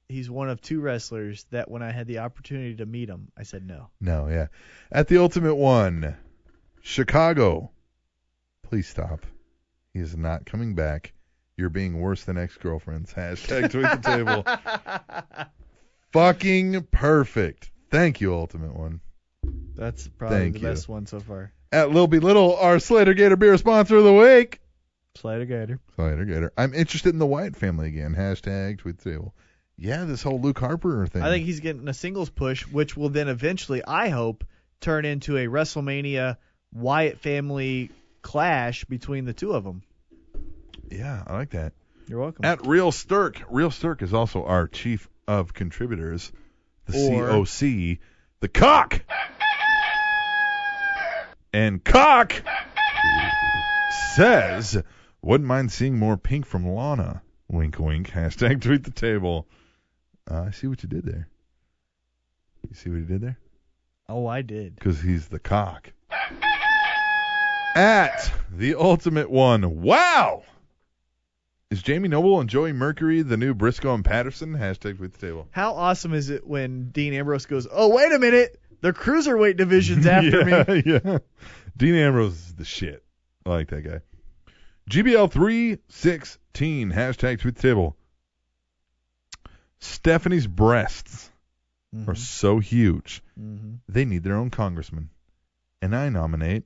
He's one of two wrestlers that when I had the opportunity to meet him, I said no.
No, yeah. At the ultimate one, Chicago. Please stop. He is not coming back. You're being worse than ex girlfriends. Hashtag tweet the table.
(laughs)
Fucking perfect. Thank you, Ultimate One.
That's probably
Thank
the
you.
best one so far.
At Lil Be Little, our Slater Gator Beer sponsor of the week.
Slater Gator.
Slater Gator. I'm interested in the Wyatt family again. Hashtag tweet the table. Yeah, this whole Luke Harper thing.
I think he's getting a singles push, which will then eventually, I hope, turn into a WrestleMania Wyatt family clash between the two of them.
Yeah, I like that.
You're welcome.
At Real Sturk. Real Sturk is also our chief of contributors, the
Or-
COC, the cock. And cock says, wouldn't mind seeing more pink from Lana. Wink, wink. Hashtag tweet the table. Uh, I see what you did there. You see what he did there?
oh, I did.
Because he's the cock. At the ultimate one. Wow! Is Jamie Noble and Joey Mercury the new Briscoe and Patterson? Hashtag with the table.
How awesome is it when Dean Ambrose goes, "Oh, wait a minute, the cruiserweight (laughs) division's after me."
(laughs) yeah, yeah. Dean Ambrose is the shit. I like that guy. GBL316. Hashtag tweet the table. Stephanie's breasts
Mm-hmm.
are so huge.
Mhm.
They need their own congressman. And I nominate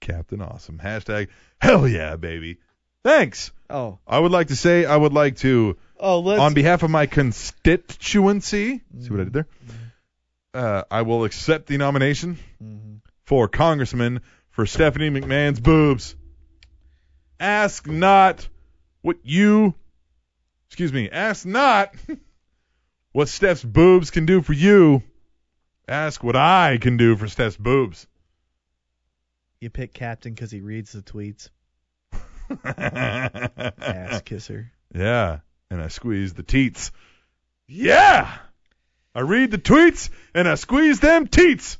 Captain Awesome. Hashtag hell yeah, baby. Thanks.
Oh,
I would like to say I would like to,
oh, let's.
on behalf of my constituency, see what I did there? Uh, I will accept the nomination
Mhm.
for Congressman for Stephanie McMahon's boobs. Ask not what you, excuse me, ask not (laughs) what Steph's boobs can do for you. Ask what I can do for Steph's boobs.
you pick Captain because he reads the tweets. Ass
ask.
(laughs) kisser.
(laughs) Yeah, and I squeeze the teats. Yeah! I read the tweets and I squeeze them teats.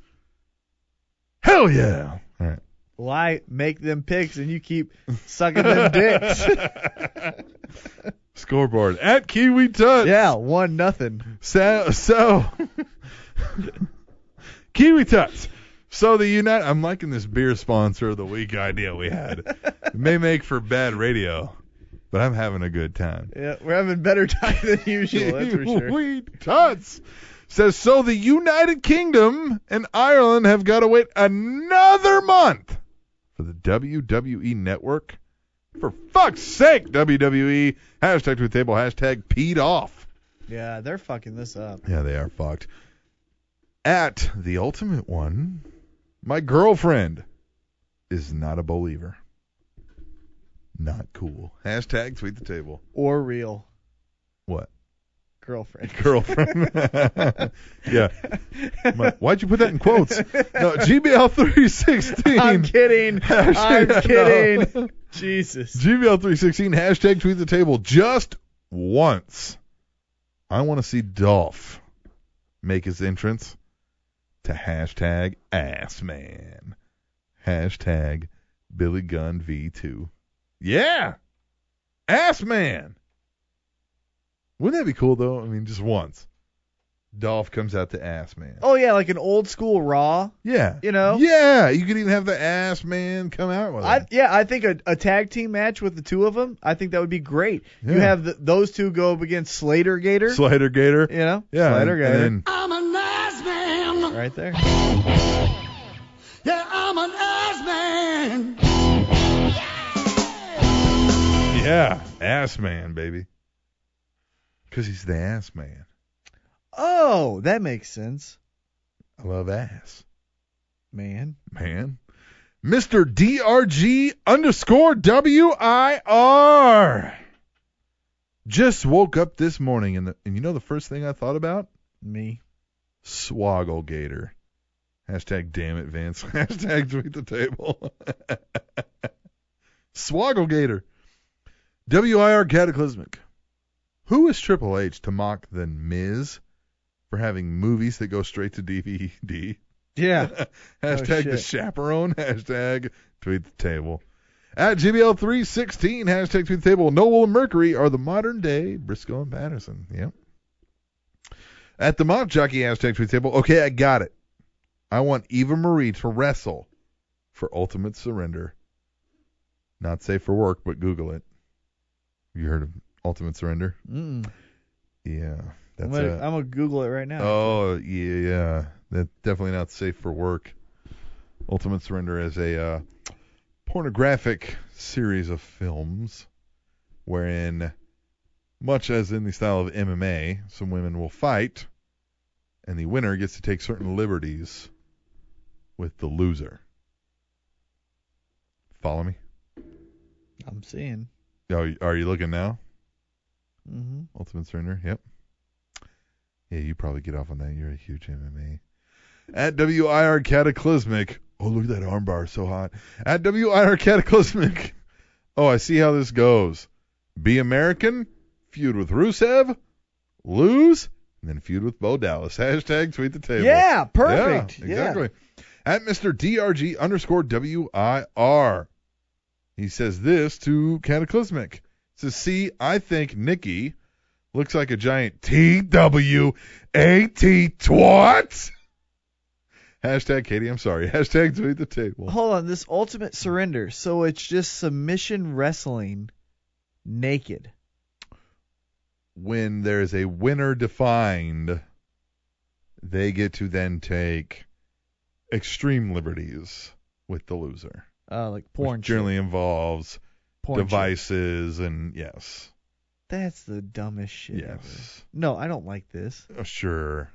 Hell yeah! All right.
Well, I make them picks and you keep sucking (laughs) them dicks.
(laughs) Scoreboard at Kiwi Touch.
yeah, one nothing.
So, so (laughs) Kiwi Tuts. So the United, I'm liking this beer sponsor of the week idea we had. It may make for bad radio, but I'm having a good time.
Yeah, we're having better (laughs) time than usual. That's for
(laughs)
sure.
Kiwi Tuts says so the United Kingdom and Ireland have got to wait another month for the WWE network. For fuck's sake, WWE hashtag to the table hashtag peed off.
Yeah, they're fucking this up.
Yeah, they are fucked. At the ultimate one, my girlfriend is not a believer. Not cool. Hashtag tweet the table.
Or real
What?
girlfriend.
Girlfriend. (laughs) yeah. My- why'd you put that in quotes? No, GBL316.
(laughs) (laughs)
(laughs)
I'm kidding. I'm kidding. (laughs) Jesus.
GBL316, hashtag tweet the table just once. I want to see Dolph make his entrance to hashtag assman. Hashtag Billy Gunn V2. Yeah! Assman! Wouldn't that be cool, though? I mean, just once. Dolph comes out the ass man.
Oh yeah, like an old school Raw.
yeah.
you know?
Yeah, you could even have the ass man come out with
I,
it.
yeah, I think a, a tag team match with the two of them, I think that would be great. You
Yeah.
have the, those two go up against Slater Gator.
Slider Gator.
you know,
Yeah.
Slater
and-
Gator,
and then-
(laughs) right there.
yeah, ass man, baby. Because he's the ass man.
Oh, that makes sense,
I love ass.
man.
man. Mr. DRG underscore WIR. Just woke up this morning and, the, and you know the first thing I thought about?
Me.
Swoggle Gator. Hashtag damn it, Vince. (laughs) Hashtag tweet the table. (laughs) Swoggle Gator. WIR Cataclysmic. Who is Triple H to mock the Miz for having movies that go straight to DVD?
Yeah.
(laughs) hashtag the
shit.
chaperone. Hashtag tweet the table. At GBL316, hashtag tweet the table. Noel and Mercury are the modern day Briscoe and Patterson. Yep. At the Mock Jockey, hashtag tweet the table. Okay, I got it. I want Eva Marie to wrestle for ultimate surrender. Not safe for work, but Google it. You heard of ultimate surrender?
Mm.
Yeah. That's
I'm gonna,
a-
I'm gonna Google it right now.
Oh yeah, yeah. That's definitely not safe for work. Ultimate Surrender is a uh, pornographic series of films wherein, much as in the style of MMA, some women will fight, and the winner gets to take certain liberties with the loser. Follow me?
I'm seeing.
Oh, are you looking now?
hmm
Ultimate Surrender. Yep. Yeah, you probably get off on that. You're a huge MMA. At WIR Cataclysmic. Oh, look at that armbar, so hot. At WIR Cataclysmic. (laughs) Oh, I see how this goes. Be American, feud with Rusev, lose, and then feud with Bo Dallas. (laughs) Hashtag tweet the table.
Yeah, perfect.
Yeah,
Yeah,
exactly. At Mr. DRG underscore WIR. He says this to Cataclysmic. Says, see, I think Nikki looks like a giant T-W-A-T twat. Hashtag Katie, I'm sorry. (laughs) Hashtag tweet the table.
Hold on, this ultimate surrender. So it's just submission wrestling, naked.
when there's a winner defined, they get to then take extreme liberties with the loser.
Uh, like porn.
which
shit.
generally involves
Porn shit.
devices and yes.
That's the dumbest shit. Ever.
Yes.
No, I don't like this.
Oh, sure.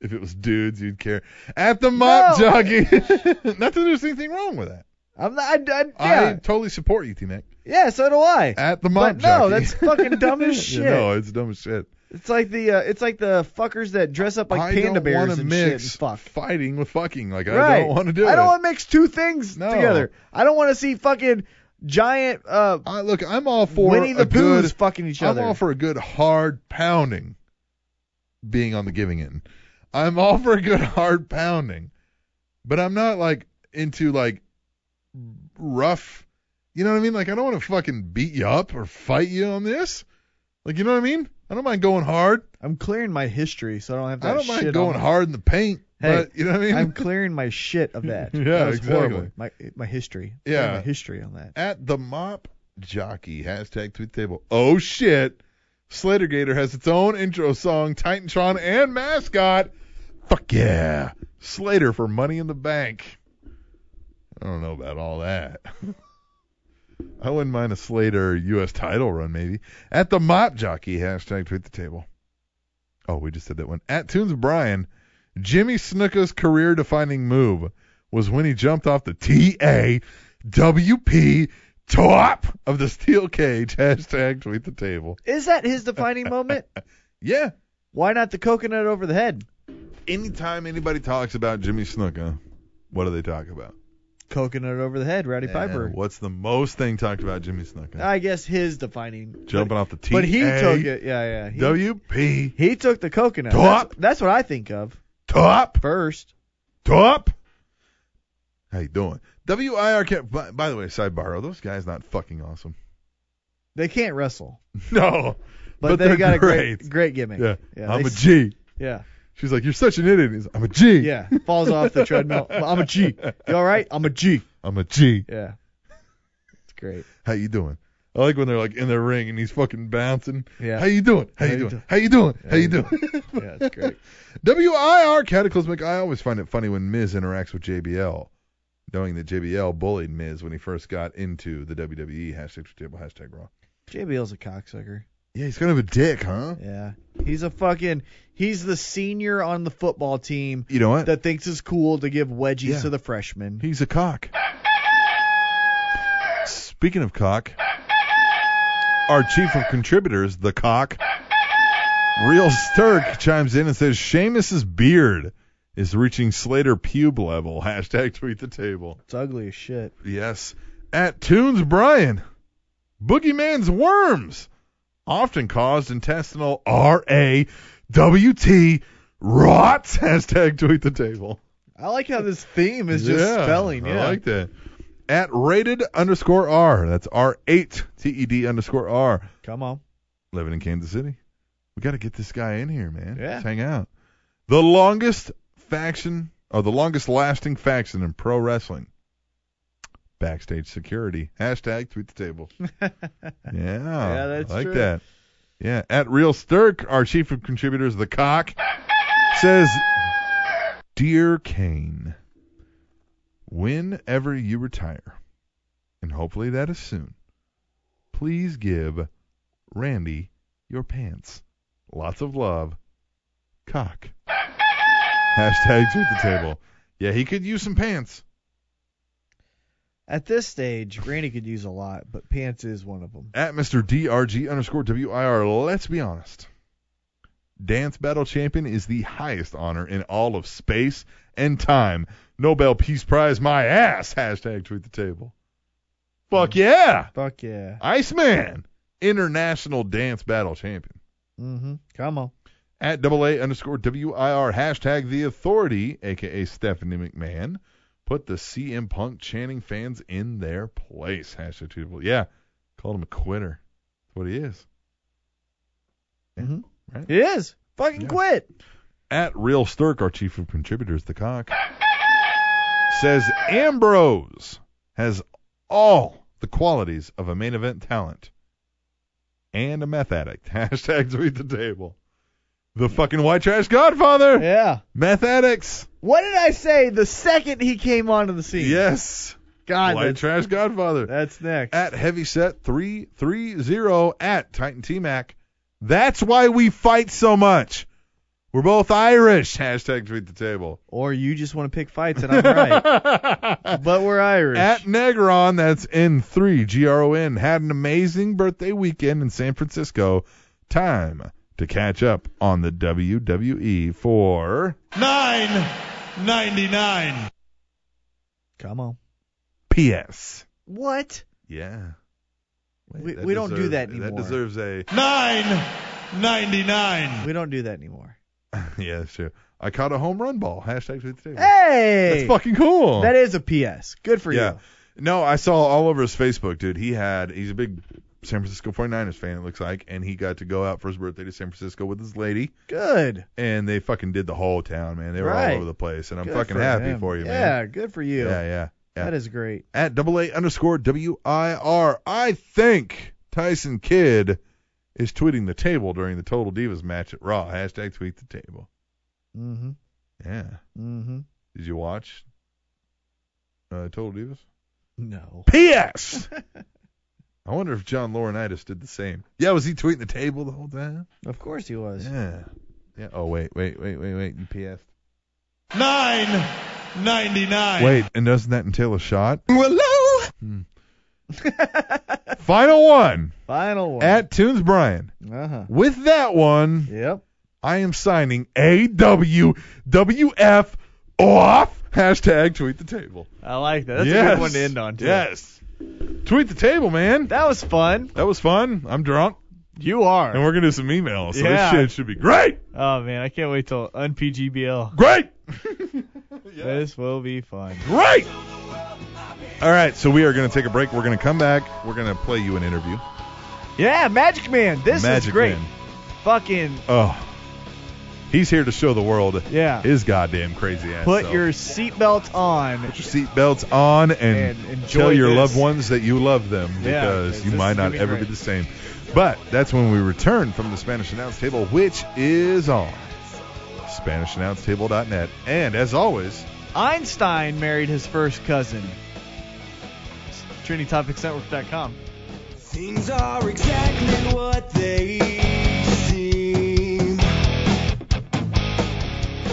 If it was dudes, you'd care. At the mop
No.
jockey. (laughs) Not that there's anything wrong with that.
I'm not. I, I,
I
yeah,
totally support you, T Mac.
yeah. So do I.
At the
But
mop
no,
jockey.
that's fucking dumb
(laughs)
as
Yeah,
shit.
no, it's dumb as shit.
It's like the uh, it's like the fuckers that dress up like
I
panda
don't wanna
bears and shit.
mix
And fuck.
fighting with fucking. Like I
right.
don't want to do
I
it.
don't want to mix two things
No.
together. I don't want to see fucking giant uh
I, look, I'm all for
Winnie
a
the
good.
Pooh's fucking each
I'm
other.
all for a good hard pounding. Being on the giving end, I'm all for a good hard pounding, but I'm not like into like rough. You know what I mean? Like I don't want to fucking beat you up or fight you on this. Like you know what I mean? I don't mind going hard.
I'm clearing my history, so I don't have that
I don't
shit
mind
on
going
my-
hard in the paint.
Hey,
but you know what I mean? (laughs)
I'm clearing my shit of that.
Yeah,
that was
exactly.
Horrible. My my history.
Yeah.
Clearing my history on that.
at the mop jockey hashtag tweet table. Oh shit! Slater Gator has its own intro song, Titantron, and mascot. Fuck yeah! Slater for Money in the Bank. I don't know about all that. (laughs) I wouldn't mind a Slater U.S. title run maybe. At the mop jockey hashtag tweet the table. Oh, we just did that one. At Tunes Brian, Jimmy Snuka's career defining move was when he jumped off the TA WP top of the steel cage. (laughs) Hashtag tweet the table.
Is that his defining moment?
Yeah.
Why not the coconut over the head?
Anytime anybody talks about Jimmy Snuka, what do they talk about?
Coconut over the head, Rowdy Piper.
And what's the most thing talked about Jimmy Snuka?
I guess his defining.
Jumping off the T.
But he took it. Yeah, yeah. He,
WP
he took the coconut.
Top.
That's, that's what I think of
top
first.
top. How you doing? WIRK. By, by the way, sidebar. Are those guys not fucking awesome? (laughs)
They can't wrestle,
No.
but, they
they're
got
great.
a great, great gimmick.
Yeah. I'm
they
a
s-
G.
Yeah.
She's like, "You're such an idiot." He's, I'm a G.
Yeah, falls off the treadmill. I'm a G. You all right? I'm a G.
(laughs) I'm a G. (laughs)
Yeah, it's great.
How you doing? I like when they're like in their ring and he's fucking bouncing.
Yeah.
How you doing? How, you, doing? How you doing? How you doing?
Yeah,
(laughs)
it's great.
WIR Cataclysmic. I always find it funny when Miz interacts with JBL, knowing that JBL bullied Miz when he first got into the WWE hashtag Truth table hashtag Raw.
JBL's a cocksucker.
Yeah, he's kind of a dick, huh?
Yeah, he's a fucking. He's the senior on the football team
You know what?
that thinks it's cool to give wedgies
Yeah.
to the freshmen.
He's a cock. Speaking of cock, our chief of contributors, the cock, Real Sturk, chimes in and says Seamus's beard is reaching Slater pube level. (laughs) Hashtag tweet the table.
It's ugly as shit.
Yes. At Tunes Brian, Boogeyman's worms often caused intestinal R A W T rot. (laughs) Hashtag tweet the table.
I like how this theme is just spelling. Yeah,
I like that. At rated underscore R. That's R eight T E D underscore R.
come on. (laughs)
Living in Kansas City. We gotta get this guy in here, man.
Yeah.
Let's hang out. The longest faction or the longest lasting faction in pro wrestling. Backstage security. Hashtag tweet the table. yeah.
Yeah, that's
I like
true.
that. Yeah. At Real Sturk, our chief of contributors, the cock, says Dear Kane, whenever you retire, and hopefully that is soon, please give Randy your pants. Lots of love. Cock. (laughs) Hashtag tweet the table. Yeah, he could use some pants.
At this stage, Randy could use a lot, but pants is one of them.
At Mr. DRG underscore WIR, let's be honest. Dance Battle Champion is the highest honor in all of space and time. Nobel Peace Prize, my ass. Hashtag tweet the table. Fuck yeah.
Fuck yeah.
Iceman, International Dance Battle Champion.
Mm-hmm. Come on.
at double A underscore WIR hashtag the authority, aka Stephanie McMahon, put the CM Punk chanting fans in their place. Hashtag tweetable. Yeah. Called him a quitter. That's what he is.
It is. Fucking
Yeah.
quit.
At Real Sturk, our chief of contributors, the cock, says Ambrose has all the qualities of a main event talent and a meth addict. (laughs) Hashtag tweet the table. The fucking white trash godfather.
Yeah.
Meth addicts.
What did I say the second he came onto the scene?
Yes.
God,
White
that's,
Trash Godfather.
that's next.
At Heavyset three three zero at Titan T Mac. That's why we fight so much. We're both Irish. Hashtag tweet the table.
or you just want to pick fights, and I'm right.
(laughs)
but we're Irish.
At Negron, that's N3, G R O N, had an amazing birthday weekend in San Francisco. Time to catch up on the WWE for
Nine ninety-nine.
Come on.
PS.
What?
Yeah. Wait,
We- we don't do
deserves-
that anymore.
That deserves a.
Nine ninety-nine.
We don't do that anymore.
(laughs) Yeah, that's true. I caught a home run ball. Hashtag tweet the table.
Hey!
That's fucking cool.
That is a PS. Good for
yeah.
you.
No, I saw all over his Facebook, dude. He had he's a big San Francisco 49ers fan, it looks like, and he got to go out for his birthday to San Francisco with his lady,
Good.
and they fucking did the whole town, man. They were all
Right.
over the place, and I'm
Good
fucking
for
happy
him.
for you,
yeah,
man.
good for you.
Yeah, yeah. yeah.
That is great.
At double A underscore W I R. I think Tyson Kidd is tweeting the table during the Total Divas match at Raw. Hashtag tweet the table.
Mm-hmm.
Yeah.
Mm-hmm.
Did you watch uh, Total Divas?
No.
P.S. (laughs) I wonder if John Laurinaitis did the same. Yeah, was he tweeting the table the whole time?
Of course he was.
Yeah. Yeah. Oh wait, wait, wait, wait, wait. You P.S.
Nine ninety-nine.
Wait, and doesn't that entail a shot? Hello. Final one
Final one.
at Tunes Brian.
uh-huh.
With that one,
Yep.
I am signing AWWF off. Hashtag tweet the table.
I like that. That's a
Yes.
good one to end on, too.
Yes. Tweet the table, man.
That was fun.
That was fun. I'm drunk.
You are.
And we're gonna do some emails. So
Yeah.
this shit should be great.
Oh, man. I can't wait till unpgbl.
Great.
This will be fun.
Great. All right, so we are gonna take a break. We're gonna come back. We're gonna play you an interview.
Yeah, Magic Man. This
Magic
is great.
Man.
Fucking
Oh. He's here to show the world
Yeah.
his goddamn crazy ass.
Put
self.
your seatbelt on.
Put your seatbelts on and,
And enjoy
tell your
this.
loved ones that you love them
Yeah,
because you
this
might
is
not
gonna be
ever
great.
be the same. But that's when we return from the Spanish Announce Table, which is on SpanishAnnounceTable.net. And as always,
Einstein married his first cousin. TrinityTopicsNetwork.com.
Things are exactly what they seem.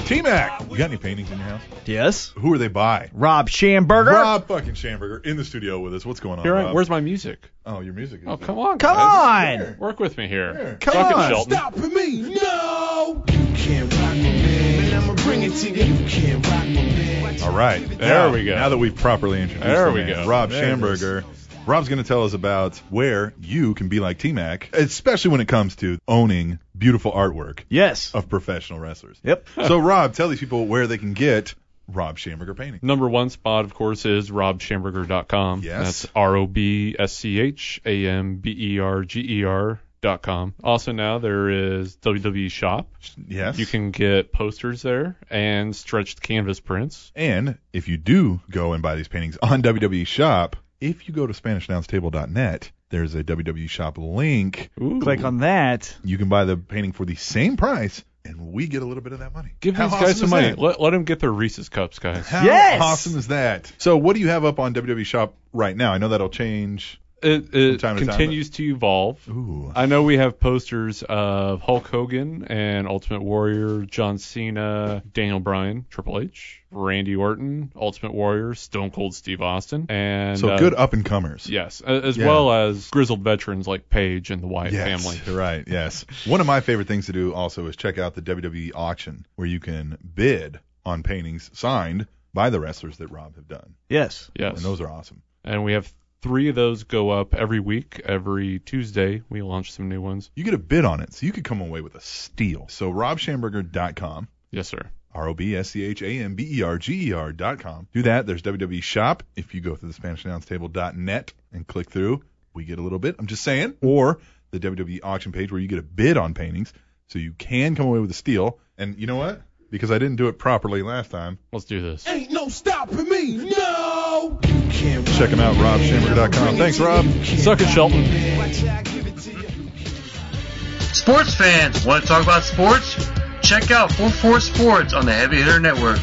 T Mac, you got any paintings in your house?
Yes.
Who are they by?
Rob Schamberger.
Rob fucking Schamberger in the studio with us. What's going on?
Here, I-
Rob?
where's my music?
oh, your music. Is
Oh,
there.
come on,
Come
guys.
on.
Work with me here.
Come
Suck it,
on.
Shelton.
me, no! You can't rock my man. I'ma bring it to you. You can't rock my man.
All right.
There we go.
Now that we've properly introduced
There
the
we
man,
go.
Rob
There it
Schamberger. Rob's going to tell us about where you can be like T Mac, especially when it comes to owning beautiful artwork
Yes.
of professional wrestlers.
Yep.
(laughs) so, Rob, tell these people where they can get Rob Schamberger painting.
Number one spot, of course, is robschamberger.com.
Yes.
That's R O B S C H A M B E R G E R dot com. Also, now there is WWE Shop.
Yes.
You can get posters there and stretched canvas prints.
And if you do go and buy these paintings on WWE Shop, if you go to SpanishAnnounceTable.net, there's a WWE Shop link.
Ooh.
Click on that.
You can buy the painting for the same price, and we get a little bit of that money.
Give
How
these
awesome
guys some
is
money.
that?
Let, let them get their Reese's Cups, guys.
How
Yes!
awesome is that? So, what do you have up on WWE Shop right now? I know that'll change.
It, it
time to time,
continues to evolve.
Ooh.
I know we have posters of Hulk Hogan and Ultimate Warrior, John Cena, Daniel Bryan, Triple H, Randy Orton, Ultimate Warrior, Stone Cold Steve Austin, and
so
uh,
good up and comers.
Yes, a- as
Yeah.
well as grizzled veterans like Paige and the Wyatt
Yes,
family.
you're right. Yes. One of my favorite things to do also is check out the WWE auction where you can bid on paintings signed by the wrestlers that Rob have done.
Yes.
Yes,
And those are awesome.
and we have three of those go up every week. Every Tuesday, we launch some new ones.
You get a bid on it, so you could come away with a steal. So robshamberger.com,
Yes, sir.
R O B S C H A M B E R G E R dot com. Do that. There's WWE Shop. If you go through the Spanish Announce Table dot net and click through, we get a little bit. I'm just saying. Or the WWE auction page where you get a bid on paintings, so you can come away with a steal. And you know what? Because I didn't do it properly last time.
Let's do this.
Ain't no stopping me, no! You can't
Check them out, robshamberger.com. Thanks, Rob.
Suck it, Shelton.
Watch I give it to you.
Sports fans, want to talk about sports? Check out 44 Sports on the Heavy Hitter Network.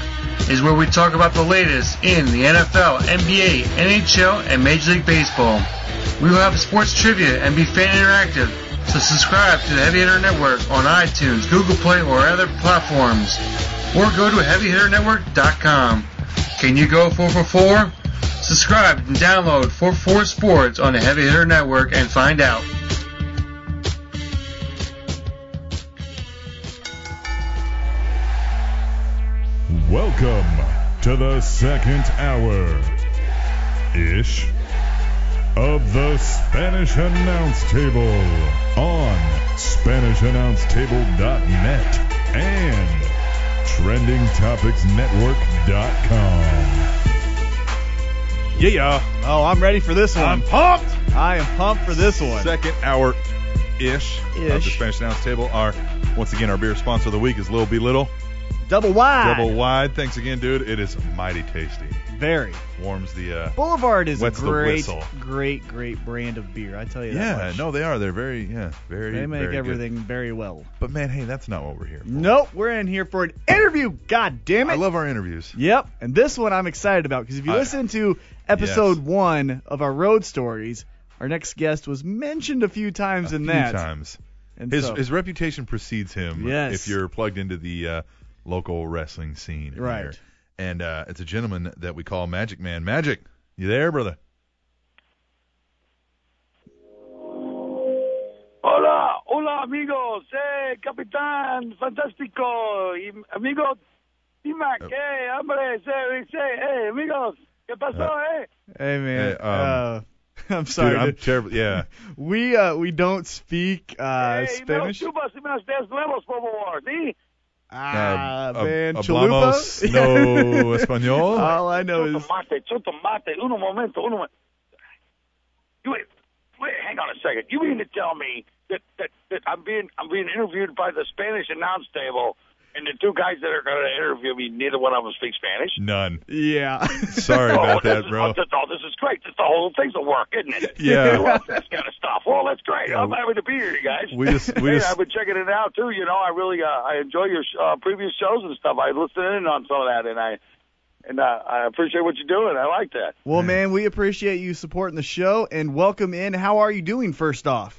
Is where we talk about the latest in the NFL, NBA, NHL, and Major League Baseball. We will have sports trivia and be fan interactive, so subscribe to the Heavy Hitter Network on iTunes, Google Play, or other platforms. Or go to HeavyHitterNetwork.com. Can you go 444? Subscribe and download 44 Sports on the Heavy Hitter Network and find out.
Welcome to the second hour ish of the Spanish Announce Table on SpanishAnnounceTable.net and TrendingTopicsNetwork.com.
Yeah.
Oh, I'm ready for this one.
I'm pumped.
I am pumped for this one.
Second hour ish of the
Ish.
Spanish Announce Table. Our, once again, our beer sponsor of the week is Little B Little.
Double wide.
Double wide. Thanks again, dude. It is mighty tasty.
Very.
Warms the. uh
Boulevard is
What's
a
the
great,
whistle?
great, great brand of beer. I tell you that
Yeah,
much.
no, they are. They're very, yeah, very.
They
very
make
good.
everything very well.
But man, hey, that's not what we're here. for.
Nope, we're in here for an interview. God damn it.
I love our interviews.
Yep, and this one I'm excited about because if you
I-
listen to episode one of our road stories, our next guest was mentioned a few times
A
in
few
that.
times.
And
His
so-
his reputation precedes him.
Yes.
If you're plugged into the uh, local wrestling scene.
Right.
Here. And uh, it's a gentleman that we call Magic Man. Magic, you there, brother?
Hola, hola amigos, eh, capitán, fantástico, y amigos, Dima,
Oh.
qué hambre, se dice, eh, amigos, ¿qué pasó, eh?
hey
Hey,
man,
um,
uh, (laughs) I'm sorry.
Dude, I'm
dude.
terrible. Yeah.
we uh, we don't speak
Ah,
uh,
eh, y unos
Spanish.
chubas y unas teas nuevos, por favor, ¿sí?
(laughs) Ah,
Um,
man,
hab-
chalupa. Oh.
hablamos
(laughs)
no español.
All I know
Yo
is
tomate, yo tomate, uno um momento, uno momento. You, wait, hang on a second, you mean to tell me that, that, that I'm being, I'm being interviewed by the Spanish announce table And the two guys that are going to interview me, neither one of them speak Spanish.
None.
Yeah.
Sorry about that, bro.
This, oh, this is great. This, the whole thing's a work, isn't
(laughs)
it? (laughs)
Yeah.
(laughs)
You love this kind of stuff. Well, that's great.
Yeah.
I'm happy to be here, you guys.
We just- we
(laughs) Hey,
just-
I've been checking it out too. You know, I really uh, I enjoy your sh- uh, previous shows and stuff. I listen in on some of that, and I and uh, I appreciate what you're doing. I like that.
(laughs) Well, man, we appreciate you supporting the show and welcome in. How are you doing, first off?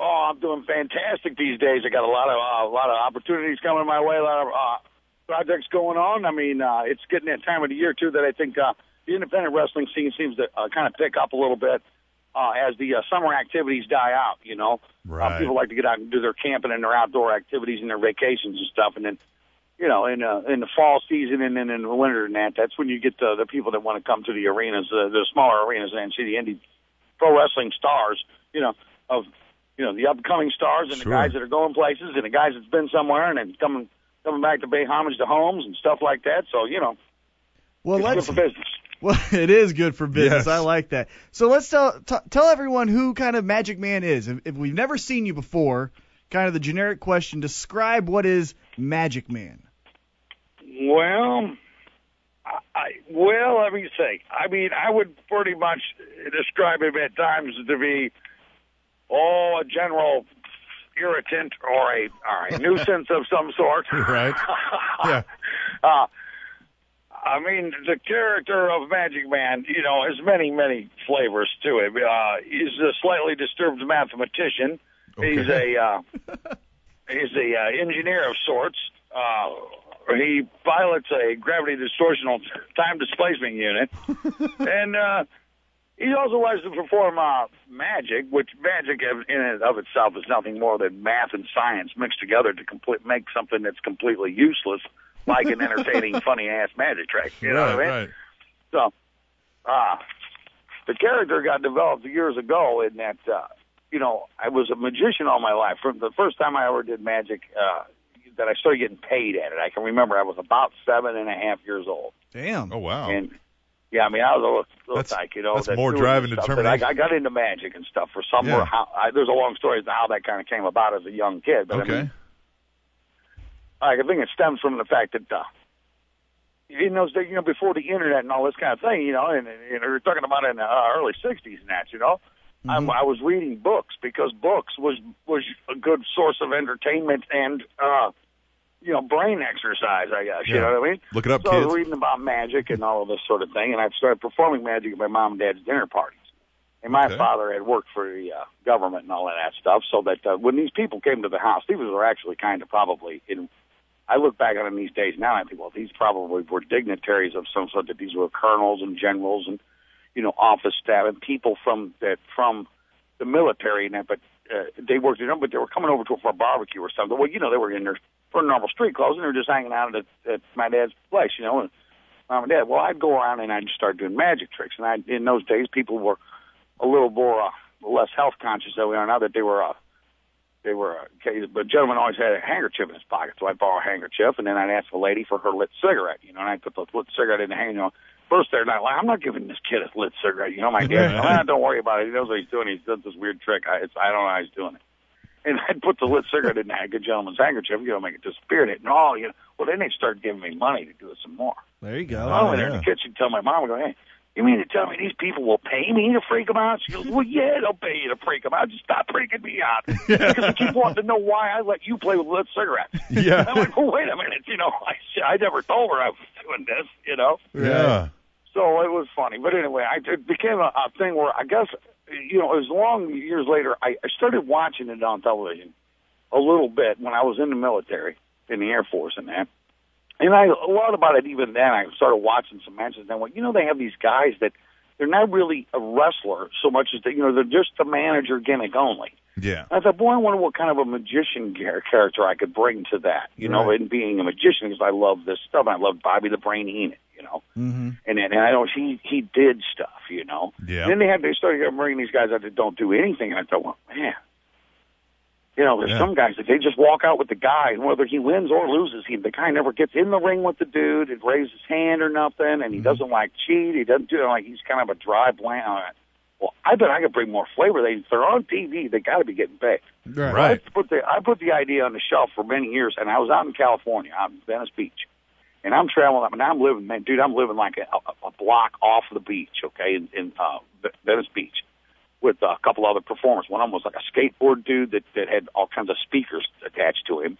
Oh, I'm doing fantastic these days. I got a lot of uh, a lot of opportunities coming my way, a lot of uh, projects going on. I mean, uh, it's getting that time of the year too that I think uh, the independent wrestling scene seems to uh, kind of pick up a little bit uh, as the uh, summer activities die out. You know, uh,
Right.
people like to get out and do their camping and their outdoor activities and their vacations and stuff, and then. You know, in uh, in the fall season and then in the winter and that, that's when you get the the people that want to come to the arenas, uh, the smaller arenas, and see the indie pro wrestling stars. You know, of you know the upcoming stars and
Sure.
the guys that are going places and the guys that's been somewhere and then coming coming back to pay homage to homes and stuff like that. So you know,
Well,
it's good
let's.
for business.
Well, (laughs) it is good for business.
Yes.
I like that. So let's tell t- tell everyone who kind of Magic Man is. If, if we've never seen you before, kind of the generic question: describe what is Magic Man.
Well, I, I well, let me say. I mean, I would pretty much describe him at times to be oh a general irritant or a or
(laughs)
a nuisance of some sort.
Right. Yeah.
Uh, I mean, the character of Magic Man, you know, has many, many flavors to it. Uh, he's a slightly disturbed mathematician. He's
Okay.
a uh, he's a uh, engineer of sorts. Uh, he pilots a gravity distortional time displacement unit, and uh, he also likes to perform uh, magic, which magic in in and of itself is nothing more than math and science mixed together to complete make something that's completely useless, like
(laughs)
an entertaining, funny ass magic trick. You know what I mean?
right.
So, uh, the character got developed years ago in that, uh, you know, I was a magician all my life. From the first time I ever did magic, uh, that I started getting paid at it, I can remember I was about seven and a half years old.
Damn.
Oh wow.
And yeah, I mean, I was a little, little
That's-
psych, you know.
that's
that
more
doing this
driving
stuff.
determination.
But I, I got into magic and stuff for some.
Yeah.
or How, I, there's a long story as to how that kind of came about as a young kid. But I mean,
Okay.
I think it stems from the fact that uh, in those days, you know, before the internet and all this kind of thing, you know, and, and you know, we're talking about in the uh, early '60s and that, you know,
Mm-hmm.
I'm, I was reading books because books was was a good source of entertainment and uh, you know, brain exercise. I guess you
Yeah.
know what I mean.
Look it up,
so I
kids.
was reading about magic and all of this sort of thing, and I started performing magic at my mom and dad's dinner parties. And my
Okay.
father had worked for the uh, government and all of that stuff, so that uh, when these people came to the house, these were actually kind of probably in I look back on them these days now and I think, well, these probably were dignitaries of some sort. That these were colonels and generals and you know office staff and people from that from the military and that. But uh, they worked at them, but they were coming over to for a barbecue or something. Well, you know, they were in their for normal street clothes and they were just hanging out at, at my dad's place, you know. And mom and dad. Well, I'd go around and I'd just start doing magic tricks. And I, in those days, people were a little more uh, less health conscious than we are now. That they were uh, they were uh, okay, but a gentleman always had a handkerchief in his pocket, so I'd borrow a handkerchief, and then I'd ask the lady for her lit cigarette, you know, and I'd put the lit cigarette in the hand, you know. First, they're not like, I'm not giving this kid a lit cigarette, you know, my dad. ah, don't worry about it. He knows what he's doing. He's done this weird trick. I, it's, I don't know how he's doing it. And (laughs) I'd put the lit cigarette in the good gentleman's handkerchief, you know, make it disappear. And it, and all, you know, well, then they'd start giving me money to do it some more.
There you
So
go.
I
Oh,
went there Oh, in
(laughs)
the kitchen, tell my mom, I go, hey, you mean to tell me these people will pay me to freak them out? She goes, well, yeah, they'll pay you to freak them out. Just stop freaking me out. Because I keep wanting to know why I let you play with lit cigarettes.
(laughs) Yeah.
I'm like, well, wait a minute. You know, I, I never told her I was doing this, you know.
Yeah.
So it was funny. But anyway, I, it became a, a thing where I guess, you know, it was long years later, I, I started watching it on television a little bit when I was in the military, in the Air Force and that. And I learned about it even then. I started watching some matches and I went, you know, they have these guys that they're not really a wrestler so much as, they, you know, they're just the manager gimmick only.
Yeah.
I thought, boy, I wonder what kind of a magician char- character I could bring to that, you know, in being a magician because I love this stuff. I love Bobby the Brain Heenan, you know,
Mm-hmm.
and and, and I know he he did stuff, you know.
Yeah.
Then they had they started bringing these guys out that don't do anything, and I thought, well, man, you know, there's
Yeah.
some guys that they just walk out with the guy, and whether he wins or loses, he the guy never gets in the ring with the dude
Mm-hmm.
and raises his hand or nothing, and he doesn't like cheat. He doesn't do like he's kind of a dry bland. Well, I bet I could bring more flavor. They they're on TV. They got to be getting paid.
Right.
I put the I put the idea on the shelf for many years, and I was out in California, out in Venice Beach, and I'm traveling up, and I'm living, man, dude, I'm living like a, a block off the beach, okay, in, in uh, Ve- Venice Beach, with a couple other performers. One of them was like a skateboard dude that that had all kinds of speakers attached to him,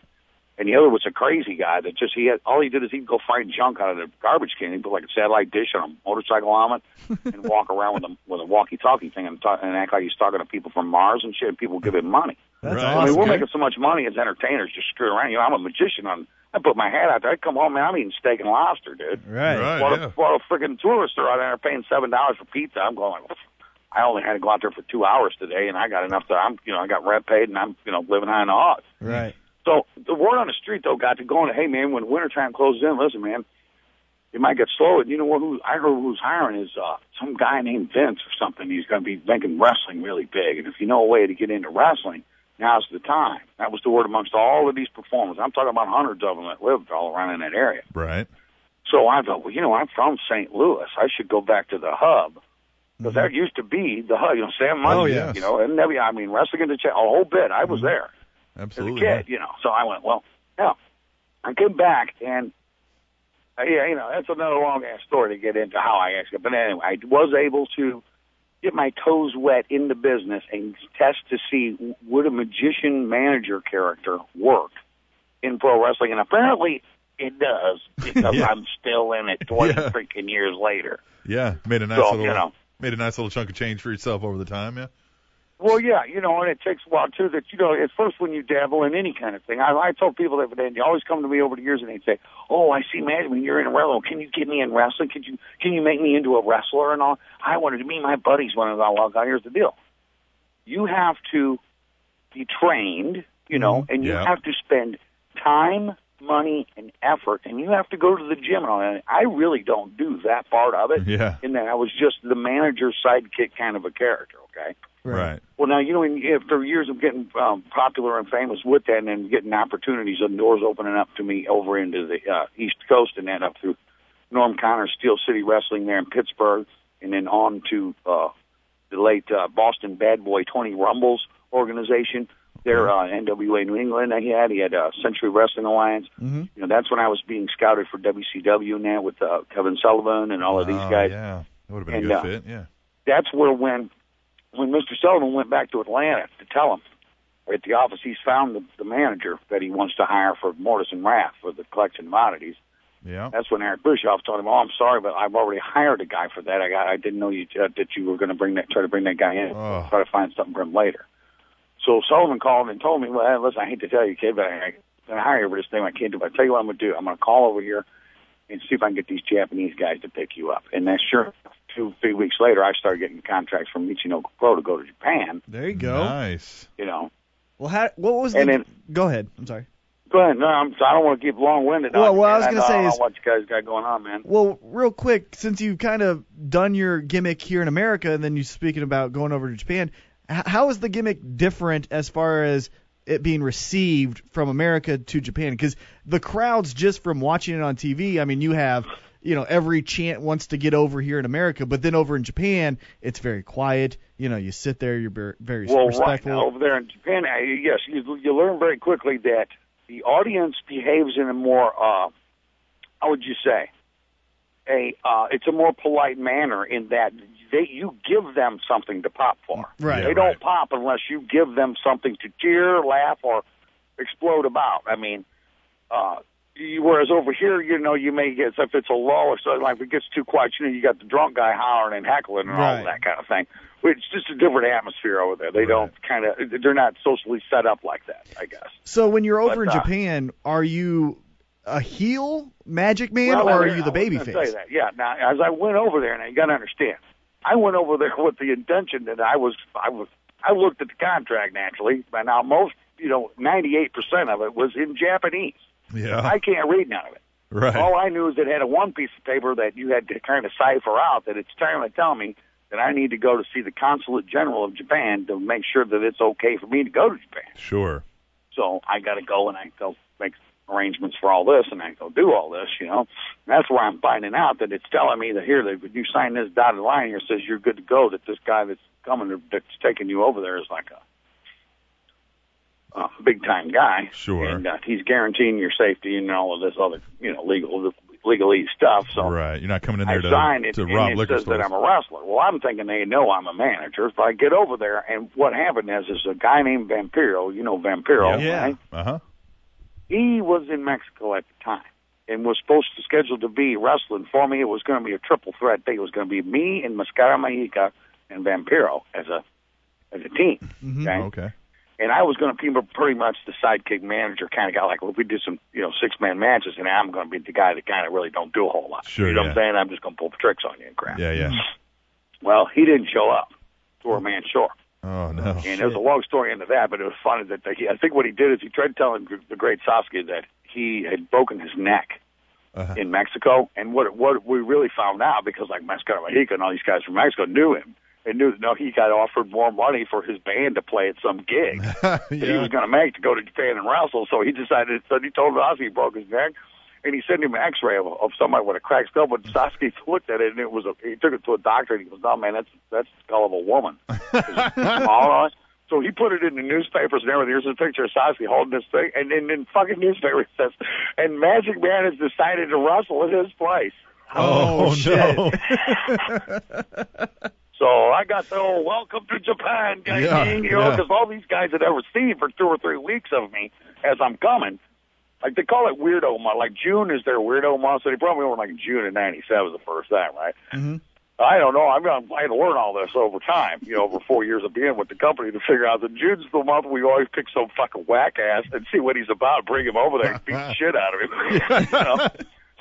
and the other was a crazy guy that just he had all he did is he'd go find junk out of the garbage can. He put like a satellite dish on a motorcycle helmet and walk around with a with a walkie-talkie thing and, talk, and act like he's talking to people from Mars and shit. And people give him money.
That's
I mean,
awesome.
we're making so much money as entertainers just screwing around. You know, I'm a magician. I'm, I put my hat out there. I come home, man, I'm eating steak and lobster, dude.
Right. Right,
Bought
yeah.
a, bought a freaking tourist are out there paying seven dollars for pizza. I'm going. Like, I only had to go out there for two hours today, and I got enough to. I'm, you know, I got rent paid, and I'm, you know, living high on the hog.
Right.
So the word on the street though got to going. Hey man, when wintertime closes in, listen man, it might get slow. And you know what? Who I heard who's hiring is uh, some guy named Vince or something. He's going to be making wrestling really big. And if you know a way to get into wrestling, now's the time. That was the word amongst all of these performers. I'm talking about hundreds of them that lived all around in that area.
Right.
So I thought, well, you know, I'm from St. Louis. I should go back to the hub. Because that used to be the hub, you know, Sam Mundy,
Mm-hmm. Oh, yes. Mm-hmm.
you know, and every, I mean, wrestling in the chat, a whole bit. I was there
Absolutely.
as a kid, you know. So I went, well, no. I came back and uh, yeah, you know, that's another long ass story to get into how I actually. But anyway, I was able to get my toes wet in the business and test to see w- would a magician manager character work in pro wrestling, and apparently it
(laughs)
does because
Yeah.
I'm still in it 20 freaking years later.
Yeah. Made a nice
So,
little
you know.
made a nice little chunk of change for yourself over the time. Yeah.
Well, yeah, you know, and it takes a while too. That you know, at first when you dabble in any kind of thing, I, I told people that, and they always come to me over the years, and they say, "Oh, I see, man, when you're in wrestling, can you get me in wrestling? Could you can you make me into a wrestler and all?" I wanted to me, and my buddies wanted to. Well, now here's the deal: you have to be trained, you know, and you
Yeah.
have to spend time, money, and effort, and you have to go to the gym and all that. I really don't do that part of it.
Yeah.
In that I was just the manager sidekick kind of a character. Okay.
Right.
Well, now you know, in- after years of getting um, popular and famous with that, and then getting opportunities and doors opening up to me over into the uh, East Coast, and then up through Norm Connor's Steel City Wrestling there in Pittsburgh, and then on to uh, the late uh, Boston Bad Boy Tony Rumbles organization. There, uh, NWA New England. That he had, he had uh, Century Wrestling Alliance.
Mm-hmm.
You know, that's when I was being scouted for WCW and that with uh, Kevin Sullivan and all of these
Oh,
guys
Yeah. That would have been a
And,
good
uh,
fit. Yeah.
that's where when when Mr. Sullivan went back to Atlanta to tell him at the office he's found the, the manager that he wants to hire for Mortis and Wrath for the collection of oddities.
Yeah.
That's when Eric Bischoff told him, "Oh, I'm sorry, but I've already hired a guy for that. I got, I didn't know you uh, that you were going to bring that, try to bring that guy in,
Oh.
try to find something for him later." So Sullivan called and told me, "Well, hey, listen, I hate to tell you, kid, but I, I gonna hire you for this thing. I can't do. But I tell you what, I'm gonna do. I'm gonna call over here and see if I can get these Japanese guys to pick you up." And then, sure, enough, two, three weeks later, I started getting contracts from Michinoku Pro to go to Japan.
There you go.
Nice.
You know,
Well, how, what was the?
And then-
go ahead. I'm sorry.
go ahead. No, I'm, I don't want to keep long-winded.
Well, what I was
man.
gonna
I,
say
I,
is-
what you guys got going on, man.
Well, real quick, since you've kind of done your gimmick here in America, and then you're speaking about going over to Japan, h- how is the gimmick different as far as it being received from America to Japan? Because the crowds just from watching it on TV, I mean, you have you know every chant wants to get over here in America, but then over in Japan, it's very quiet. You know, you sit there, you're ver- very
well,
respectful.
right now, over there in Japan, I- yes, you, you learn very quickly that the audience behaves in a more, uh, how would you say, a uh, it's a more polite manner in that they you give them something to pop for.
Right.
They don't pop unless you give them something to cheer, laugh, or explode about. I mean, uh, you, whereas over here, you know, you may get if it's a lull or something like if it gets too quiet, you know, you got the drunk guy hollering and heckling and all
Right.
that kind of thing. It's just a different atmosphere over there. They don't kind of they're not socially set up like that. I guess.
So when you're over
But,
in
uh,
Japan, are you a heel Magic Man,
Well,
or
I-
are you
I
the
was
baby
gonna
face?
Say that. Yeah. Now, as I went over there, and you got to understand, I went over there (laughs) with the intention that I was, I was, I looked at the contract naturally, but now most, you know, ninety-eight percent of it was in Japanese.
Yeah.
I can't read none of it.
(laughs) Right.
(laughs) All I knew is it had a one piece of paper that you had to kind of cipher out that it's trying to tell me that I need to go to see the consulate general of Japan to make sure that it's okay for me to go to Japan.
Sure.
So I got to go and I go make arrangements for all this, and I go do all this, you know. And that's where I'm finding out that it's telling me that here, that if you sign this dotted line here, it says you're good to go. That this guy that's coming, or that's taking you over there, is like a, a big time guy.
Sure.
And uh, he's guaranteeing your safety and all of this other, you know, legal legalese stuff. So
right. You're not coming in there
I
to,
signed it,
to
and
rob
it
liquor
says
stores.
that I'm a wrestler. Well, I'm thinking they know I'm a manager. So I get over there, and what happened is, is a guy named Vampiro. You know Vampiro, right?
Uh huh.
He was in Mexico at the time and was supposed to scheduled to be wrestling for me. It was going to be a triple threat. thing. It was going to be me and Mascara Mexica and Vampiro as a as a team.
Mm-hmm.
Okay.
okay.
And I was going to be pretty much the sidekick manager kind of guy. Like, well, if we do some, you know, six man matches, and I'm going to be the guy that kind of really don't do a whole lot.
Sure,
You know
yeah.
what I'm saying? I'm just going to pull tricks on you and crap.
Yeah, yeah.
(laughs) Well, he didn't show up to our man Shore.
Oh no.
and there's a long story into that, but it was funny that the, he, I think what he did is he tried telling the great Sasuke that he had broken his neck
Uh-huh. (laughs)
in Mexico. And what what we really found out, because like Mascara Mexico and all these guys from Mexico knew him and knew that no, he got offered more money for his band to play at some gig (laughs) that he was going to make to go to Japan and wrestle. So he decided, so he told Sasuke he broke his neck. And he sent him an X-ray of, of somebody with a cracked skull, but Sasuke looked at it and it was a. He took it to a doctor and he goes, "No, man, that's that's the skull of a woman." all on. So he put it in the newspapers and everything. Here's a picture of Sasuke holding this thing, and then in fucking (laughs) newspaper it says, "And Magic Man has decided to wrestle at his place."
Oh, no. (laughs)
So I got the old welcome to Japan, gang,
Yeah,
you know,
yeah.
because all these guys had ever seen for two or three weeks of me as I'm coming. Like they call it weirdo month. Like June is their weirdo month, so they brought me over like June of '97 the first time, right?
Mm-hmm.
I don't know. I'm going to I had to learn all this over time, you know, over four years of being with the company to figure out that Jude's the month we always pick some fucking whack ass and see what he's about, bring him over there and beat the shit out of him. (laughs) (laughs) you know?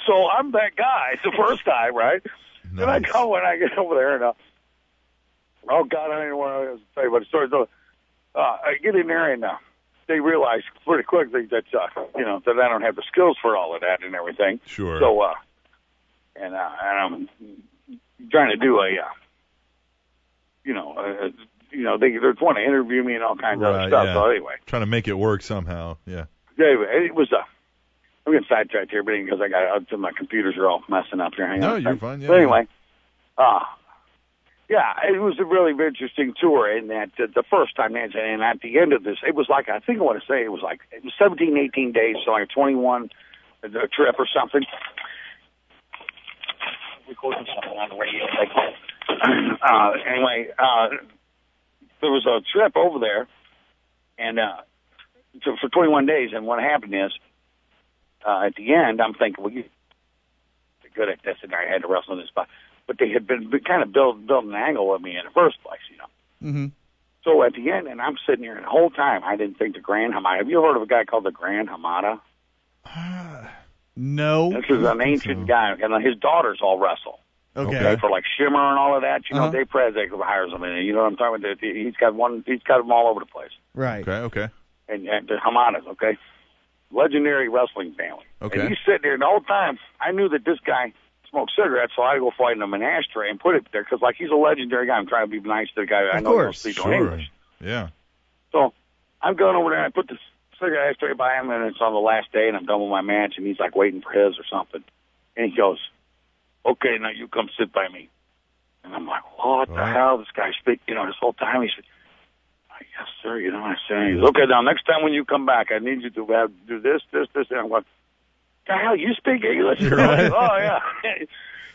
So I'm that guy the first time, right? Then I go and I get over there and uh, oh god, I didn't want to tell you about the story. So uh, I get in there and uh, they realize pretty quickly that uh, you know that I don't have the skills for all of that and everything.
Sure.
So uh, and uh, and I'm trying to do a uh, you know uh, you know they they're want to interview me and all kinds of
Right,
other stuff.
yeah.
So anyway,
Trying to make it work somehow. Yeah.
anyway, it was uh, I'm getting sidetracked here, but because I got up to my computers are all messing up here. Hang
No,
on. a
you're
sec.
fine, yeah,
But anyway, uh, yeah, it was a really interesting tour in that uh, the first time, and and at the end of this, it was like I think I want to say it was like it was 17, 18 days, so like a 21 uh, trip or something. Recording something on the radio. Like, uh, anyway, uh, there was a trip over there, and uh, so for 21 days. And what happened is, uh, at the end, I'm thinking, well, you good at this, and I had to wrestle in this spot. But they had been, been kind of build, building an angle with me in the first place, you know.
Mm-hmm.
So at the end, and I'm sitting here, and the whole time I didn't think the Grand Hamada. Have you heard of a guy called the Grand Hamada?
Uh, No.
This is an ancient guy, and his daughters all wrestle.
Okay.
For like Shimmer and all of that, you
Uh-huh.
know, Dave Prezek hires them, and you know what I'm talking about. He's got one, he's got them all over the place.
Right.
Okay. Okay.
and, and the Hamadas, okay? Legendary wrestling family.
Okay.
And he's sitting there, and the whole time I knew that this guy smoked cigarettes, so I go find him an ashtray and put it there because, like, he's a legendary guy. I'm trying to be nice to the guy. I
of
know
course.
he don't speak no
sure.
English.
Yeah.
So I'm going over there, and I put the cigarette ashtray by him, and it's on the last day, and I'm done with my match, and he's, like, waiting for his or something. And he goes, okay, now you come sit by me. And I'm like, what the hell? This guy's speak, you know, this whole time he's yes, sir, you know what I'm saying? He goes, okay, now next time when you come back, I need you to have do this, this, this, and I'm going, the hell, you speak English? He goes,
Right.
(laughs) Oh, yeah.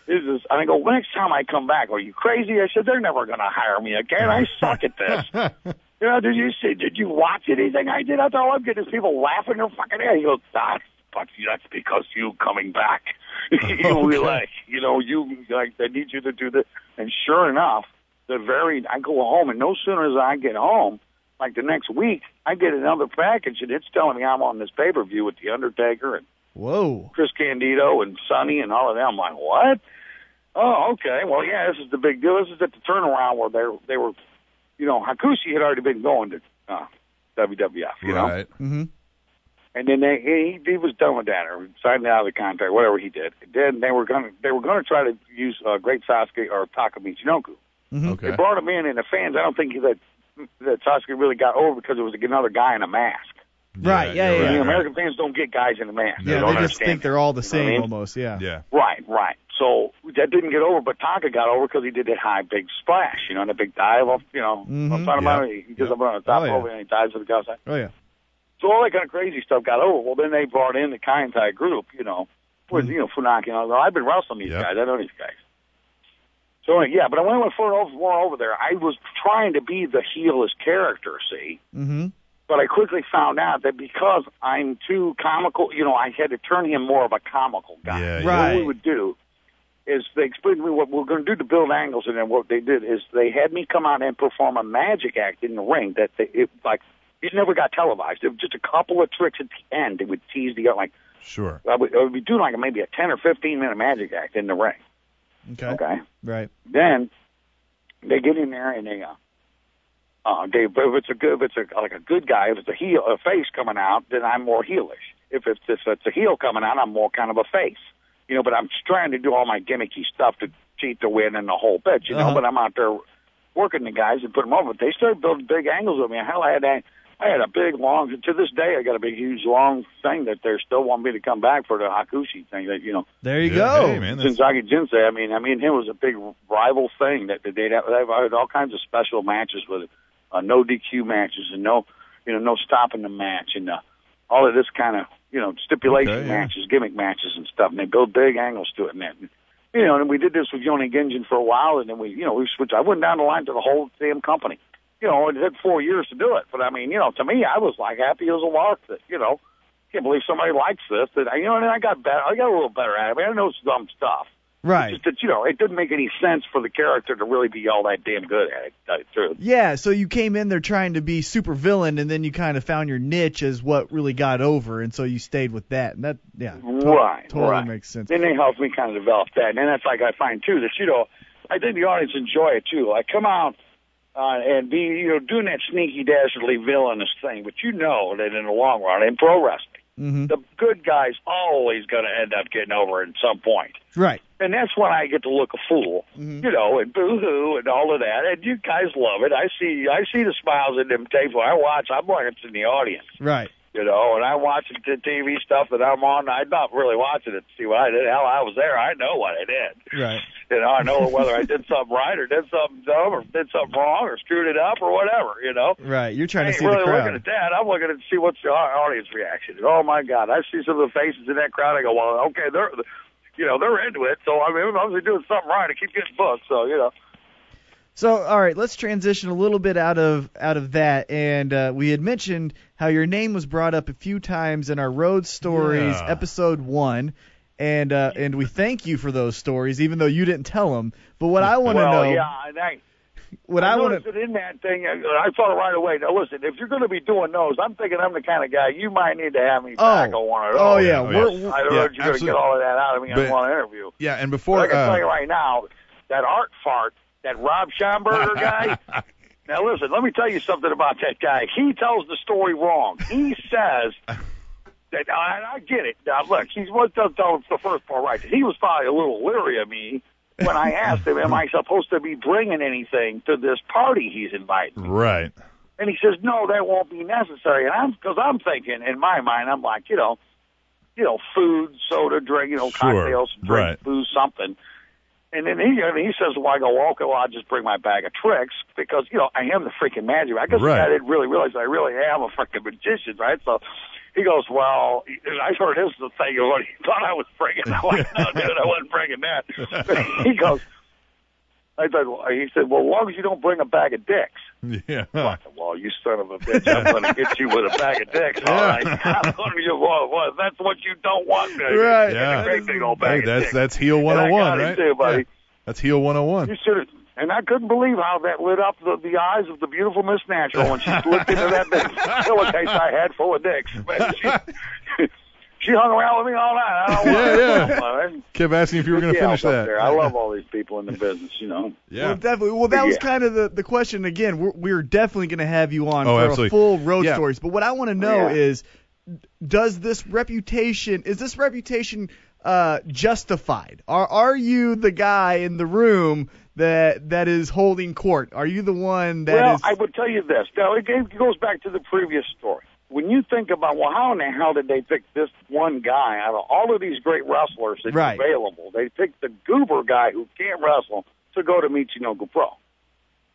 This is, and I go, next time I come back, are you crazy? I said, they're never going to hire me again. I suck at this. you know, did you see, did you watch anything I did out there? All I'm getting is people laughing their fucking head. He goes, that's, but that's because you coming back. (laughs) you
Okay.
like, you know, you like, I need you to do this. And sure enough, the very, I go home and no sooner as I get home, like the next week, I get another package and it's telling me I'm on this pay per view with The Undertaker and
Whoa.
Chris Candido and Sonny and all of them. I'm like, what? Oh, okay. Well, yeah, this is the big deal. This is at the turnaround where they they were, you know, Hakushi had already been going to uh, WWF, you know,
right.
Mm-hmm.
and then they he, he was done with that or signed out of the contract, whatever he did. Then they were gonna they were gonna try to use uh, Great Sasuke or Takamichinoku. They
Mm-hmm.
Okay.
brought him in, and the fans. I don't think that that Sasuke really got over because it was another guy in a mask.
Right, yeah, yeah,
I mean,
yeah.
American fans don't get guys in a man.
Yeah,
they don't
they just
understand.
think they're all the
You know what
same
I mean?
almost. Yeah.
Yeah.
Right, right. So that didn't get over, but Taka got over because he did that high, big splash, you know, and a big dive off, you know.
Mhm.
I'm talking about
Yeah.
he goes up on the top
Oh, yeah.
over and he dives to the outside.
Oh yeah.
So all that kind of crazy stuff got over. Well, then they brought in the Kaintai group, you know, with
Mm.
you know Funaki and all that. I've been wrestling these guys. I know these guys. So anyway, yeah, but when I went for over more over there, I was trying to be the heelish character, see.
Mm-hmm.
But I quickly found out that because I'm too comical, you know, I had to turn him more of a comical guy.
Yeah,
So What we would do is they explained to me what we're going to do to build angles, and then what they did is they had me come out and perform a magic act in the ring that they, it like it never got televised. It was just a couple of tricks at the end. It would tease the like
Sure.
I would, I would be doing like maybe a ten or fifteen minute magic act in the ring.
Okay.
Okay.
Right.
Then they get in there and they uh, uh they but if it's a good if it's a like a good guy, if it's a heel a face coming out, then I'm more heelish. If it's if it's a heel coming out, I'm more kind of a face. You know, but I'm trying to do all my gimmicky stuff to cheat the win and the whole bit, you
Uh-huh.
know, but I'm out there working the guys and put them over. But they started building big angles with me. Hell I had that I had a big long to this day I got a big huge long thing that they still want me to come back for the Hakushi thing that you know
There you go.
Shinzaki Jinsei, I mean, I mean, him was a big rival thing that that they'd have. I've had all kinds of special matches with him, uh, no DQ matches, and no, you know, no stopping the match, and uh, all of this kind of, you know, stipulation
Okay, yeah.
matches, gimmick matches, and stuff. And they build big angles to it, and that, you know, and we did this with Yoni Genjin for a while, and then we, you know, we switched. I went down the line to the whole damn company. You know, it took four years to do it, but I mean, you know, to me, I was like happy as a lark that, you know, can't believe somebody likes this. That I, you know, and I got better. I got a little better at it. I mean, I know it's dumb stuff.
Right.
Just that you know, it didn't make any sense for the character to really be all that damn good at it. Uh, to tell you the truth.
Yeah, so you came in there trying to be super villain, and then you kind of found your niche as what really got over, and so you stayed with that. And that, yeah, to-
right.
totally
right.
makes sense.
Then they helped me kind of develop that, and then that's like I find too that you know, I think the audience enjoy it too. I come out uh, and be you know doing that sneaky dastardly villainous thing, but you know that in the long run, in pro wrestling,
Mm-hmm.
the good guy's always going to end up getting over at some point.
Right.
And that's when I get to look a fool, you know, and boo-hoo and all of that. And you guys love it. I see, I see the smiles in them tapes. When I watch, I'm watching the audience,
Right.
you know, and I watch the TV stuff that I'm on. I'm not really watching it to see what I did. Hell, I was there. I know what I did.
Right.
You know, I know whether I did something right or did something dumb or did something wrong or screwed it up or whatever, you know.
Right. You're trying
I
to
ain't
see
really
the
looking
crowd.
at that. I'm looking at see what's the au- audience reaction. And, oh my God, I see some of the faces in that crowd. I go, well, okay, they're, you know, they're into it. So I mean, I'm obviously doing something right. I keep getting booked. So you know,
So, all right, let's transition a little bit out of out of that, and uh, we had mentioned how your name was brought up a few times in our road stories
Yeah.
episode one, and uh, and we thank you for those stories, even though you didn't tell them. But what I want to
well,
know,
yeah, and I,
what
I,
I want to
noticed it in that thing, I I thought right away. Now listen, if you're going to be doing those, I'm thinking I'm the kind of guy you might need to have me back on one of those.
oh, yeah, Oh, yeah. we're-
I don't
yeah,
know if you're going to
absolutely.
get all of that out of me
But-
on one interview.
Yeah, and
But
before
I can
uh,
tell you right now, that art fart, that Rob
(laughs)
Schomburger guy. now listen, let me tell you something about that guy. He tells the story wrong.
(laughs)
He says that I, I get it. Now look, he was telling the first part right. He was probably a little leery of me when I asked him, "Am I supposed to be bringing anything to this party he's inviting?"
right. (laughs)
And he says, "No, that won't be necessary." And I'm because I'm thinking in my mind, I'm like, you know, you know, food, soda, drink, you know,
Sure,
cocktails, drink,
right.
food, something. And then he and he says, "Well, I go, well, okay, well, I'll just bring my bag of tricks because you know I am the freaking magic." I guess
Right.
I didn't really realize I really am a freaking magician, right? So. He goes, well, and I heard his thing of what he thought I was bringing. I'm like, no, dude, I wasn't bringing that.
(laughs)
But he goes, I said, well, he said, well, as long as you don't bring a bag of dicks.
Yeah.
Well, you son of a bitch, I'm going
(laughs)
to get you with a bag of dicks. All right. (laughs) I'm gonna get- well, well, that's what you don't want. baby.
Right.
That's
Yeah.
a great big old
Hey,
bag of
that's
dicks.
that's heel
And I
101,
got it
right?
too, buddy.
Yeah. That's heel 101.
You should have. And I couldn't believe how that lit up the, the eyes of the beautiful Miss Natural when she looked into
(laughs)
that big pillowcase I had full of dicks. Man, she, (laughs) she hung around with me all night. I don't
Yeah,
want
yeah. Kept asking if you were going to
Yeah,
finish
up
that.
There. I love all these people in the business, you know.
Well, definitely. Well, that was
Yeah.
kind of the, the question. Again, we're, we're definitely going to have you on
Oh,
for
absolutely.
a full road
Yeah.
stories. But what I want to know
Yeah.
is, does this reputation is this reputation uh, justified? Are are you the guy in the room that that is holding court? Are you the one that is
well, I would tell you this. Now, it, it goes back to the previous story. when you think about, well, how in the hell did they pick this one guy out of all of these great wrestlers that's
Right.
available? They picked the goober guy who can't wrestle to go to Michinoku Pro.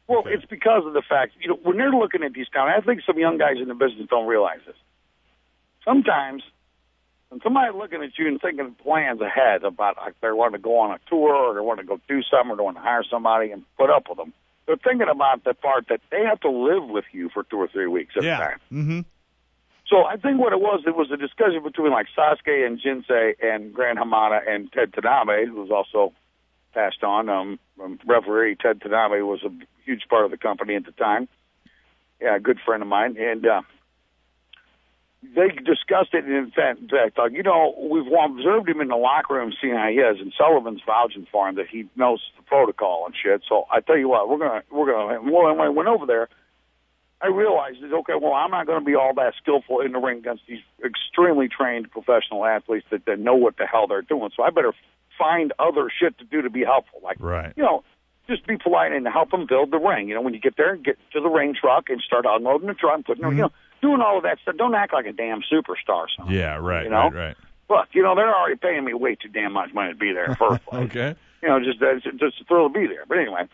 Well, it's because of the fact, you know, when they're looking at these guys, I think some young guys in the business don't realize this. Sometimes when somebody's looking at you and thinking plans ahead about like they want to go on a tour or they want to go do something or they want to hire somebody and put up with them, they're thinking about the part that they have to live with you for two or three weeks at a time.
Mm-hmm.
So I think what it was, it was a discussion between like Sasuke and Jinsei and Grand Hamada and Ted Tanabe, who's also passed on. Um, um, referee Ted Tanabe was a huge part of the company at the time. Yeah, a good friend of mine, and uh, they discussed it. And in fact, in fact, uh, you know, we've observed him in the locker room, seeing how he is, and Sullivan's vouching for him that he knows the protocol and shit. So I tell you what, we're gonna, we're gonna. Well, when I went over there, I realized that okay, well, I'm not going to be all that skillful in the ring against these extremely trained professional athletes that, that know what the hell they're doing. So I better find other shit to do to be helpful. Like,
Right.
you know, just be polite and help them build the ring. You know, when you get there, get to the ring truck and start unloading the truck and putting, you know, doing all of that stuff. Don't act like a damn superstar. Son.
Mm-hmm. Yeah, right,
You know?
right, right.
Look, you know, they're already paying me way too damn much money to be there in the first place.
(laughs) Okay.
You know, just uh, just a thrill to be there. But anyway,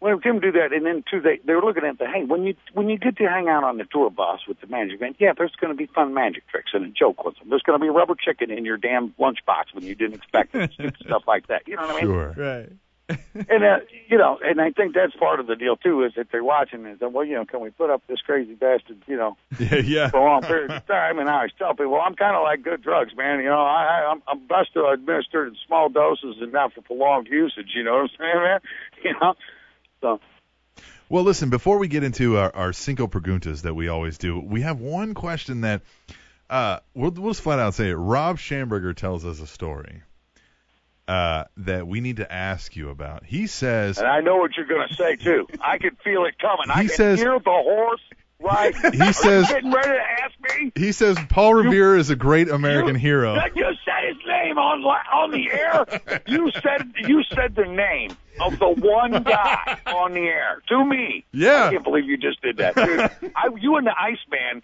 when we came to do that, and then too, they they were looking at the hey, when you when you get to hang out on the tour bus with the magic band, yeah, there's going to be fun magic tricks and a joke with them. There's going to be rubber chicken in your damn lunchbox when you didn't
(laughs)
expect it, stupid stuff like that. You know what I mean?
Right.
and uh, you know, and I think that's part of the deal too is that they're watching is that well, you know, can we put up this crazy bastard, you know,
Yeah, yeah.
for a long period of time? And I always tell people, well, I'm kind of like good drugs, man. You know, I, I I'm, I'm best to administer in small doses and not for prolonged usage. You know what I'm saying, man? (laughs) You know, so
Well, listen, before we get into our, our cinco preguntas that we always do, we have one question that uh, we'll, we'll just flat out say it. Rob Schamberger tells us a story uh, that we need to ask you about. He says
and I know what you're gonna say too. I can feel it coming. I
He
can
says-
hear the horse. Right?
He
Are you
says-
getting ready to ask me.
he says Paul Revere is a great American hero.
That you said his name on on
(laughs)
the air. You said you said the name of the one guy on the air to me.
Yeah.
I can't believe you just did that. Dude, I, you and the Iceman.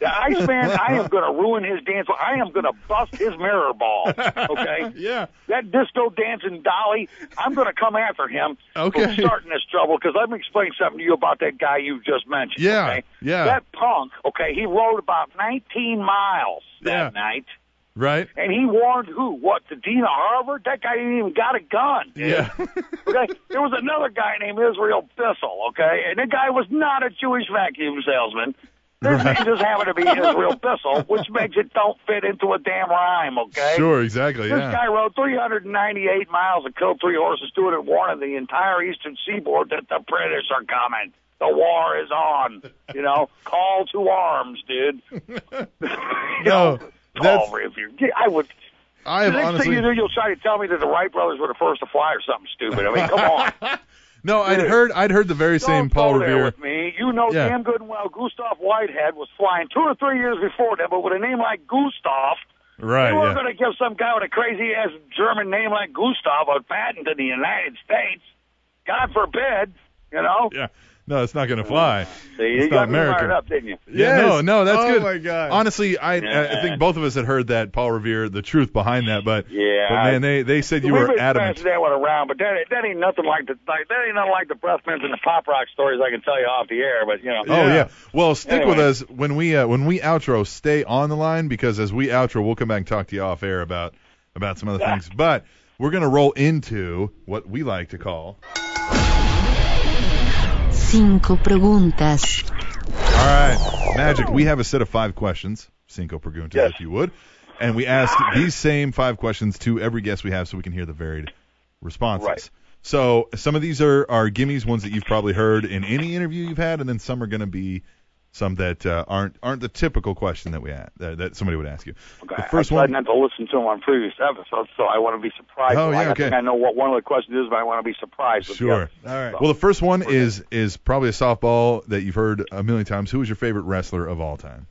The Iceman, I am going to ruin his dance. I am going to bust his mirror ball. Okay?
(laughs) (laughs) Yeah.
That disco dancing dolly, I'm going to come after him
Okay.
for starting this trouble because let me explain something to you about that guy you just mentioned.
Yeah,
Okay?
yeah.
That punk, okay, he rode about 19 miles that night.
Right?
And he warned who? What? The dean of Harvard? That guy didn't even got a gun.
Yeah.
(laughs) Okay. there was another guy named Israel Bissell. Okay, and the guy was not a Jewish vacuum salesman. Their
Right.
name just happened to be Israel Bissell, which makes it don't fit into a damn rhyme. Okay.
(laughs) Sure, exactly.
This
yeah.
guy rode 398 miles and killed three horses, doing it, warning the entire eastern seaboard that the British are coming. The war is on. You know, call to arms, dude.
no, that's,
Call if you. I would.
I have
the next
honestly.
thing you do, you'll try to tell me that the Wright brothers were the first to fly or something stupid. I
(laughs)
mean, come on.
no, I'd heard I'd heard the very same Paul
Go there
Revere.
with me. You know
Yeah.
damn good and well Gustav Whitehead was flying two or three years before them, but with a name like Gustav,
Right.
you weren't
Oh, yeah.
going to give some guy with a crazy ass German name like Gustav a patent in the United States. God forbid, you know.
Yeah. No, it's not going to fly.
See,
it's
you
not
got me
American.
fired up, didn't you?
Yeah, no, no, that's
Oh
good.
my God.
Honestly, I I- I
Yeah.
think both of us had heard that Paul Revere, the truth behind that, but
Yeah.
but man, they they said you
We've
were
been
adamant.
passing that one around, but that that ain't nothing like the like, that ain't nothing like the breath mints and the pop rock stories I can tell you off the air. But you know,
Oh yeah. Well, stick with
Anyway.
us when we uh, when we outro. Stay on the line because as we outro, we'll come back and talk to you off air about about some other things. But we're gonna roll into what we like to call.
Cinco preguntas.
All right, Magic. We have a set of five questions, cinco preguntas, if you would, and we ask these same five questions to every guest we have, so we can hear the varied responses.
Right.
So some of these are are gimmies, ones that you've probably heard in any interview you've had, and then some are going to be some that uh, aren't aren't the typical question that we a that, that somebody would ask you. The first
I
one.
tried not to listen to them on previous episodes, so I want to be surprised.
Oh,
Like,
yeah,
I think
okay.
I know what one of the questions is, but I want to be surprised. With
Sure.
The All right.
Well, the first one is is probably a softball that you've heard a million times. Who is your favorite wrestler of all time?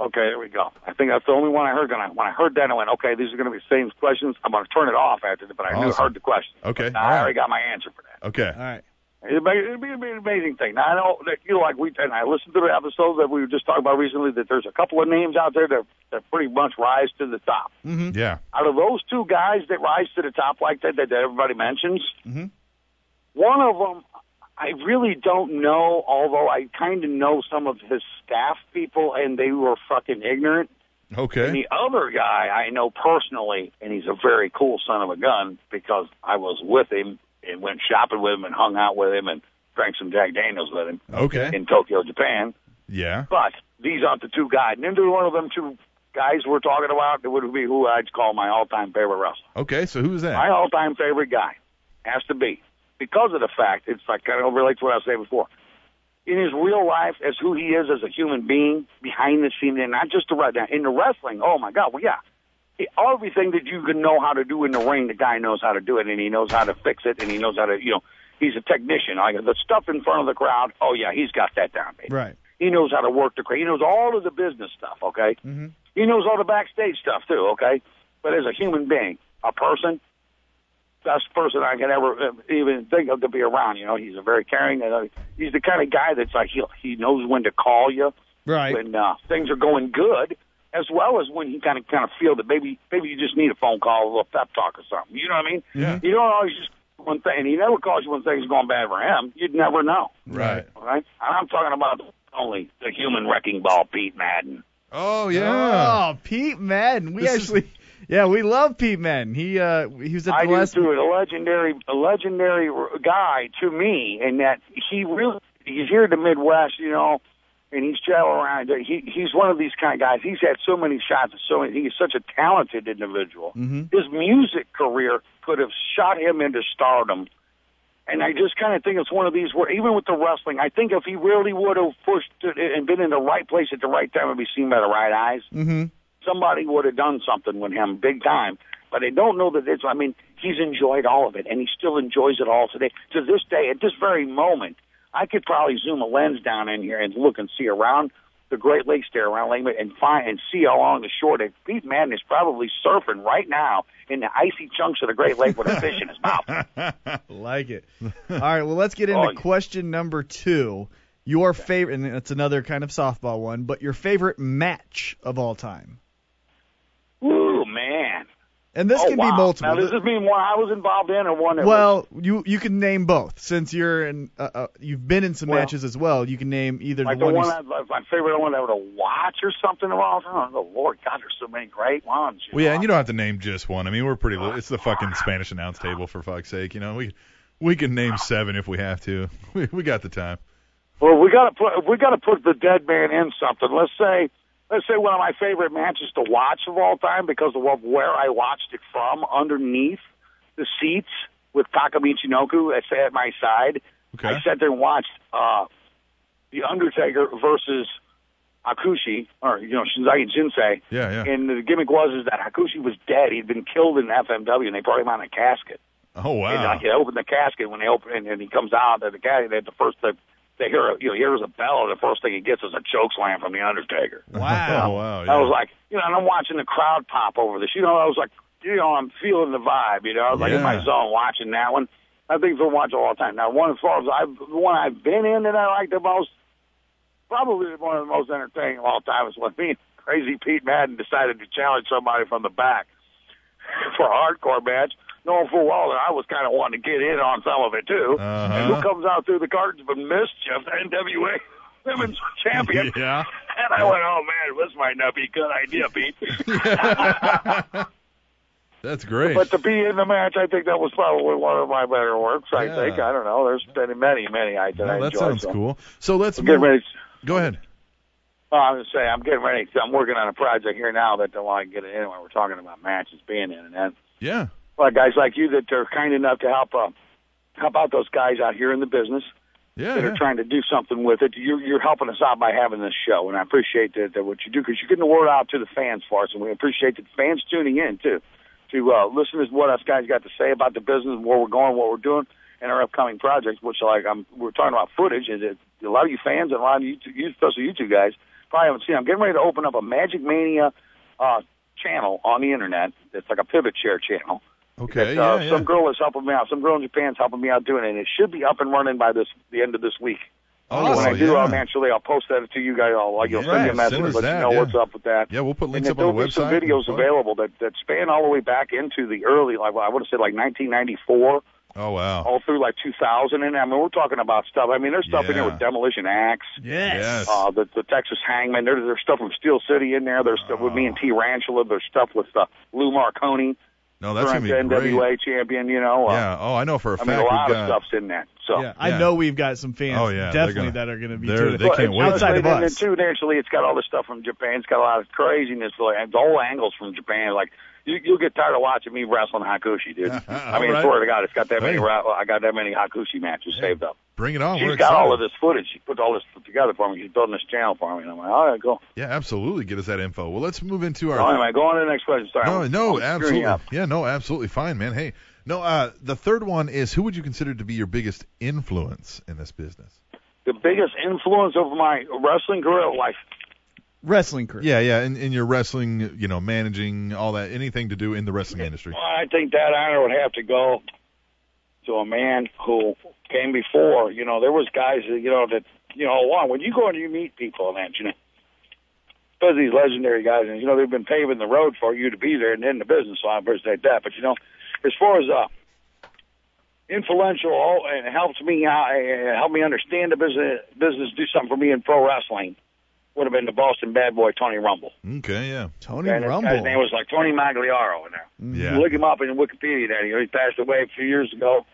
okay, there we go. I think that's the only one I heard. And I, when I heard that, I went, okay, these are going to be the same questions. I'm going to turn it off after this, but I knew
Awesome.
heard the question.
Okay.
I already got my answer for that.
Okay. All
right.
It'd be, it'd be, it'd be an amazing thing. Now I know that you know, like we and I listened to the episode that we were just talking about recently. That there's a couple of names out there that that pretty much rise to the top.
Mm-hmm. Yeah.
Out of those two guys that rise to the top like that that, that everybody mentions,
Mm-hmm.
one of them I really don't know. Although I kind of know some of his staff people, and they were fucking ignorant. And
Okay.
the other guy I know personally, and he's a very cool son of a gun because I was with him and went shopping with him and hung out with him and drank some Jack Daniels with him
Okay.
in Tokyo, Japan.
Yeah.
But these aren't the two guys. Neither one of them two guys we're talking about would be who I'd call my all-time favorite wrestler.
Okay. So who's that?
My all-time favorite guy has to be because of the fact it's like kind of relates to what I was saying before. In his real life, as who he is as a human being behind the scenes, and not just the right now in the wrestling. Oh my God! Well, yeah, He- everything that you can know how to do in the ring, the guy knows how to do it, and he knows how to fix it, and he knows how to you know he's a technician. Like the stuff in front of the crowd. Oh yeah, he's got that down. baby.
Right.
He knows how to work the crowd. He knows all of the business stuff. Okay.
Mm-hmm.
He knows all the backstage stuff too, okay? But as a human being, a person, best person I can ever uh, even think of to be around. You know, he's a very caring. And, uh, he's the kind of guy that's like he he knows when to call you
Right.
when uh, things are going good, as well as when he kind of kind of feel that maybe maybe you just need a phone call, a little pep talk or something. You know what I mean?
Yeah.
You don't always just one thing. And he never calls you when things are going bad for him. You'd never know.
Right.
All right. And I'm talking about only the human wrecking ball, Pete Madden.
Oh yeah.
Oh, Pete Madden. We actually, yeah, we love Pete Madden. He uh, he was at the
I
last.
do too. A legendary, a legendary r- guy to me, and that he really he's here in the Midwest, you know, and he's traveling around. He he's one of these kind of guys. He's had so many shots, and so many. He's such a talented individual.
Mm-hmm.
His music career could have shot him into stardom. And I just kind of think it's one of these where, even with the wrestling, I think if he really would have pushed it and been in the right place at the right time and be seen by the right eyes,
Mm-hmm.
somebody would have done something with him big time. But they don't know that it's, I mean, he's enjoyed all of it and he still enjoys it all today. To this day, at this very moment, I could probably zoom a lens down in here and look and see around the Great Lakes there around Lake Mary and find and see along the shore that Pete Madden is probably surfing right now in the icy chunks of the Great Lake with a fish in his
(laughs)
mouth.
like it. All right, well, let's get into
(laughs) Oh, yeah.
question number two. Your favorite, and it's another kind of softball one, but your favorite match of all time.
Ooh, man.
And this
Oh,
can
wow.
be multiple.
Now, does this mean one I was involved in or one that was-
well, you you can name both since you're in uh, uh, you've been in some
Well,
matches as well. You can name either
like
the one.
the
you
one
s-
I, like my favorite one I would have watch or something of all time. Oh, Lord God, there's so many great ones. you
Well, yeah,
know.
and you don't have to name just one. I mean, we're pretty. Li- it's the fucking Spanish announce table for fuck's sake. You know, we we can name seven if we have to. (laughs) We, we got the time.
Well, we got to put we got to put the dead man in something. Let's say let's say one of my favorite matches to watch of all time because of where I watched it from, underneath the seats with Takamichinoku at, at my side.
Okay.
I sat there and watched uh, the Undertaker versus Akushi, or you know Shinzaki Jinsei.
(laughs) Yeah, yeah.
And the gimmick was is that Hakushi was dead. He'd been killed in FMW, and they brought him out in a casket.
Oh
And
wow.
like, they open the casket when they open, and, and he comes out. And the guy, they, the first they, they hear, a, you know, hears a bell, and the first thing he gets is a choke slam from the Undertaker.
Wow. Oh, wow. Yeah.
I was like, you know, and I'm watching the crowd pop over this. You know, I was like, you know, I'm feeling the vibe. You know, I was like in my
Yeah.
zone watching that one. I think for watch all the time. Now, one as far as I've, the one I've been in that I like the most, probably one of the most entertaining of all time is when me and Crazy Pete Madden decided to challenge somebody from the back (laughs) for a hardcore match. Knowing full well that I was kind of wanting to get in on some of it too.
Uh-huh.
And who comes out through the curtains but mischief, NWA (laughs) Women's Champion.
(laughs) yeah.
And I went, oh man, this might not be a good idea,
(laughs)
Pete.
That's great.
but to be in the match, I think that was probably one of my better works. I
Yeah.
think I don't know. There's been many, many I that
Well,
I
that
enjoyed.
sounds
so.
cool. So let's
I'm getting
move-
ready.
Go ahead.
Well, I'm just saying, I'm getting ready. I'm working on a project here now that I want to get it in when we're talking about matches being in and that.
Yeah.
Well, guys like you that are kind enough to help uh, help out those guys out here in the business
Yeah.
that
yeah.
are trying to do something with it. You're, you're helping us out by having this show, and I appreciate that, that what you do because you're getting the word out to the fans for us, and we appreciate the fans tuning in too to uh, listen to what us guys got to say about the business, where we're going, what we're doing, and our upcoming projects. Which like I'm, we're talking about footage. Is it a lot of you fans and a lot of you, you especially you two guys, probably haven't seen. I'm getting ready to open up a Magic Mania uh, channel on the internet. It's like a pivot share channel
Okay,
that, uh,
yeah,
some
yeah.
girl is helping me out. Some girl in Japan's helping me out doing it. And it should be up and running by this the end of this week.
Oh,
so when I do,
yeah.
I'll naturally I'll post that to you guys. I'll like you'll send you
Yeah,
a message,
send us
let
that,
you know
yeah.
what's up with that.
Yeah, we'll put links
and
up
then
on the
there'll be
website.
some videos available that that span all the way back into the early, like I would have said, like 1994,
Oh wow.
all through like 2000. And I mean, we're talking about stuff. I mean, there's stuff in there with demolition axe.
Yes.
Uh, the, the Texas Hangman. There, there's stuff from Steel City in there. There's stuff with me and
Oh.
Tarantula. There's stuff with uh, Lou Marconi,
No, Oh, that's
current
gonna be great.
NWA champion. You know. Uh,
yeah. Oh, I know for a
I
fact
mean, a lot
we've
of
got.
stuff's in that. So
Yeah,
I know we've got some fans
Oh, yeah, they're
definitely
gonna-
that are going to be
they're-
doing it.
they can't wait.
outside of
and then
us.
too, naturally, it's got all this stuff from Japan. It's got a lot of craziness. Like and all angles from Japan. Like you, you'll get tired of watching me wrestling Hakushi, dude. I mean,
(laughs) All right.
swear to God, it's got that many.
Hey.
ra- I got that many Hakushi matches saved up.
Bring it on.
She's
We're
got
excited.
all of this footage. She put all this together for me. She's building this channel for me, and I'm like, all right, go.
Yeah, absolutely. Get us that info. Well, let's move into
All
our.
right, man, go on to the next question. Sorry.
No,
I'm-
no,
I'm screwing
absolutely.
you up.
Yeah, no, absolutely fine, man. Hey, no, uh, the third one is who would you consider to be your biggest influence in this business?
The biggest influence over my wrestling career, like
Wrestling career.
Yeah, yeah, in, in your wrestling, you know, managing all that, anything to do in the wrestling industry.
Well, I think that honor would have to go to a man who came before. You know, there was guys that you know that you know along when you go and you meet people and that you know, especially these legendary guys, and you know they've been paving the road for you to be there and in the business. So I appreciate that. But you know, as far as uh, influential all- and helps me out, uh, help me understand the business, business, do something for me in pro wrestling. Would have been the Boston Bad Boy Tony Rumble.
Okay, yeah.
Tony
And this guy's name was like Tony Magliaro in there.
Yeah.
Look him up in Wikipedia. That he passed away a few years ago.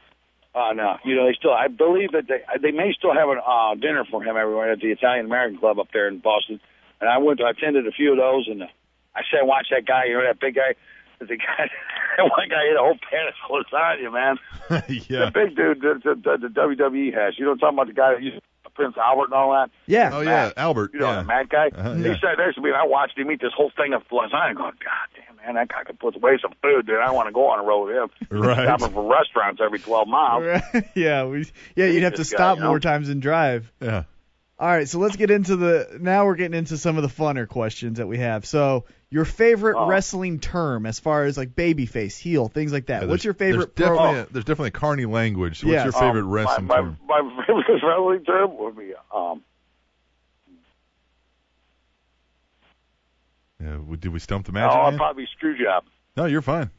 Uh, no, you know they still. I believe that they they may still have a uh, dinner for him everywhere at the Italian American Club up there in Boston. And I went. to I attended a few of those, and uh, I said, watch that guy. You know that big guy. The (laughs) guy, that one guy ate a whole pan of (laughs) lasagna, man.
(laughs) (laughs) yeah.
(laughs) The big dude that the, the, the WWE has. You know, what I'm talking about the guy that used to Prince Albert and all that.
(laughs) Yeah.
Oh yeah,
Matt.
Albert.
You know
yeah.
the mad guy.
Uh-huh,
he
yeah.
said there's to me. and I watched him eat this whole thing of lasagna. Going, God damn man, that guy could put away some food, dude. I want to go on a road with him.
Right.
Stopping for restaurants every 12 miles.
yeah, we yeah, you'd have to
Jesus,
stop
guy, you
more
know?
times and drive.
Yeah.
All right, so let's get into the now we're getting into some of the funner questions that we have. So, your favorite
Oh.
wrestling term as far as like babyface, heel, things like that.
Yeah,
What's
there's-
your favorite
There's
pro?
definitely, a, there's definitely a carny language. So What's
Yes.
your favorite
Um,
wrestling
my,
term?
my, My (laughs) favorite wrestling term would be um.
Yeah, w- did we stump the
Oh,
match?
I'd
man?
probably be screw job.
No, you're fine.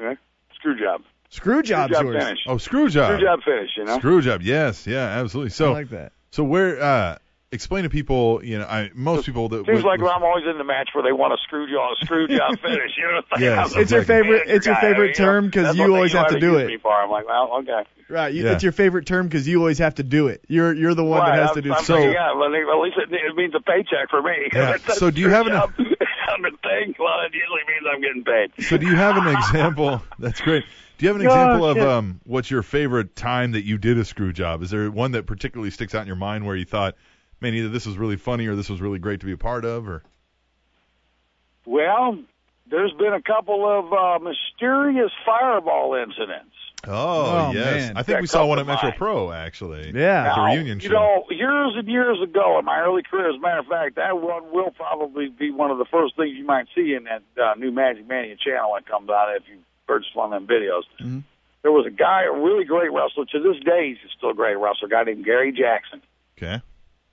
Okay? Screw job.
Screw
job's Screw job yours. finish.
Oh, screw job.
Screw job finish. You know.
Screw job, Yes. Yeah. Absolutely. So.
I like that.
So where? Uh, explain to people. You know, I most people that
Seems
would-
like
would-
I'm always in the match where they want to screw you on
(laughs)
a screw job finish. You know (laughs) what I'm saying?
Yes,
I'm
It's your
like, man,
favorite- it's your
guy, I mean,
favorite
you know,
term 'cause
that's
you
one thing
always have to
ever
do
use
it.
me for. I'm like, well, okay.
Right, you,
Yeah.
it's your favorite term because you always have to do it. You're you're the one
Right,
that has
I'm-
to do
I'm
it.
thinking, yeah, well, at least it, it means a paycheck for me. (laughs)
Yeah,
That's
so do you have an-
job. (laughs) I'm a thing. Well, it usually means I'm getting paid.
So do you have an example? That's great. Do you have an
No,
example of
shit.
um what's your favorite time that you did a screw job? Is there one that particularly sticks out in your mind where you thought, man, either this was really funny or this was really great to be a part of? Or
Well, there's been a couple of uh, mysterious fireball incidents.
oh,
Oh,
yes,
man.
I think
That
we saw one at
comes to
Metro
mind.
Pro actually.
Yeah.
It's a
Now,
reunion
you
show.
know, years and years ago in my early career, as a matter of fact, that one will probably be one of the first things you might see in that uh, new Magic Mania channel that comes out if you purchase one of them videos.
Mhm.
There was a guy, a really great wrestler. To this day, he's still a great wrestler, a guy named Gary Jackson.
Okay.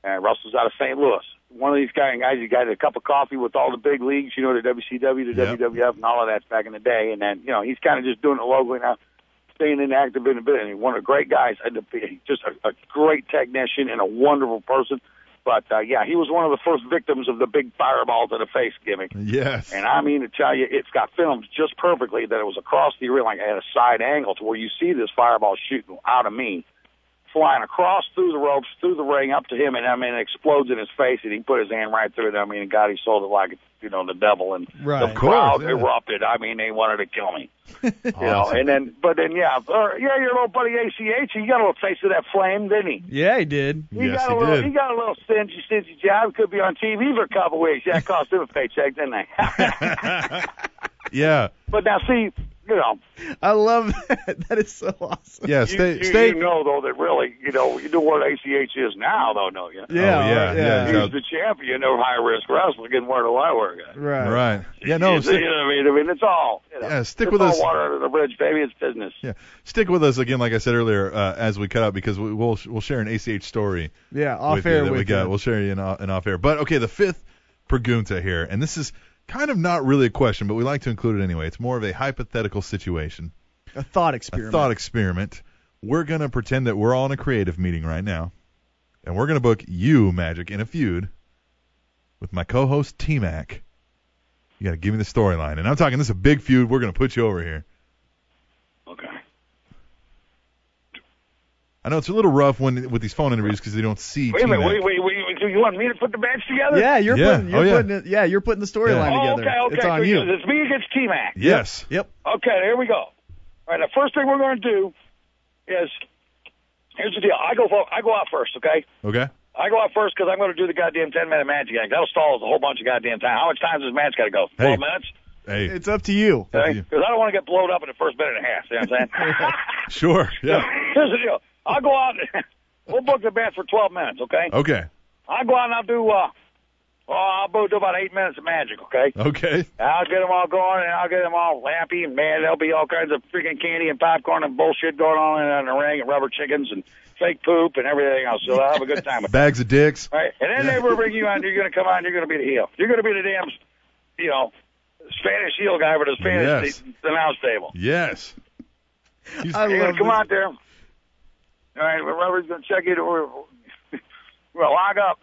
and Russell's out of St. Louis. One of these guy- guys, he got a cup of coffee with all the big leagues, you know, the WCW, the
Yep.
WWF, and all of that back in the day. And then, you know, he's kind of just doing it locally now, staying in active in the business. One of the great guys, and a- just a, a great technician and a wonderful person. But uh, yeah, he was one of the first victims of the big fireball to the face gimmick.
Yes.
And I mean to tell you, it's got filmed just perfectly that it was across the arena, like at a side angle, to where you see this fireball shooting out of me, flying across through the ropes, through the ring, up to him, and I mean, it explodes in his face, and he put his hand right through it. I mean, God, he sold it like it's, you know the devil, and
Right.
the
Of
course,
crowd
yeah.
erupted. I mean, they wanted to kill
(laughs)
me. You know, and then, but then, yeah, or, yeah, your little buddy ACH, he got a little taste of that flame, didn't he?
Yeah, he did.
He
yes,
got a
he
little,
did.
He got a little stingy, stingy job. Could be on TV for a (laughs) couple of weeks. That cost him a paycheck, didn't they? (laughs)
yeah.
But now, see, you know.
I love that. (laughs) That is so awesome.
Yeah,
you-
stay-
you,
stay-
You know though that really, you know, you know what ACH is now, though, don't you?
Yeah, Oh, yeah, yeah.
He's
yeah.
the champion of high risk wrestling, and where do I work at?
(laughs)
Right.
Right. Yeah, no.
you, see,
Stick,
you know what I mean? I mean, it's all. You know,
Yeah, stick
it's
with
all
us.
water under the bridge, baby. It's business.
yeah. Stick with us again, like I said earlier, uh, as we cut out because we, we'll we'll share an ACH story.
Yeah, off
with you
air
that we
with
got.
you.
We'll share you in, off- in off air. But okay, the fifth pregunta here, and this is kind of not really a question, but we like to include it anyway. It's more of a hypothetical situation,
A thought
a
experiment.
thought experiment. We're gonna pretend that we're all in a creative meeting right now, and we're gonna book you, Magic, in a feud with my co-host T Mac. You gotta give me the storyline, and I'm talking. This is a big feud. We're gonna put you over here.
Okay.
I know it's a little rough when with these phone interviews because they don't see.
Wait a minute.
T-Mac.
Wait, wait, wait, wait. So you want me to put the match together?
Yeah, you're
Yeah.
putting you're
Oh, yeah.
putting it, yeah, you're putting the storyline
oh,
together.
Okay, okay.
It's on
so
you.
It's me against T Mac.
Yes.
Yep.
Okay, here we go. All right, the first thing we're going to do is here's the deal. I go for, I go out first, okay?
Okay.
I go out first because I'm going to do the goddamn 10 minute match again. That'll stall us a whole bunch of goddamn time. How much time does this match got to go? 12
Hey.
minutes?
Hey.
It's up to you.
Because I don't want to get blown up in the first minute and a half. You know what I'm saying? (laughs)
Sure. Yeah.
(laughs)
here's the deal. I'll go out. (laughs) we'll book the match for 12 minutes, okay?
Okay.
I'll go out and I'll do, uh, oh, I'll do about eight minutes of magic, okay?
Okay.
And I'll get them all going, and I'll get them all happy, and man, there'll be all kinds of freaking candy and popcorn and bullshit going on in the ring, and rubber chickens and fake poop and everything else. So I'll have a good
(laughs)
time with it.
Bags of dicks.
Right? And then they will bring you on. You're going to come on. You're going to be the heel. You're going to be the damn, you know, Spanish heel guy with the Spanish
Yes.
the announce table.
Yes.
I love come out there. All right, well, Robert's going to check it. We're, (laughs) we're log up.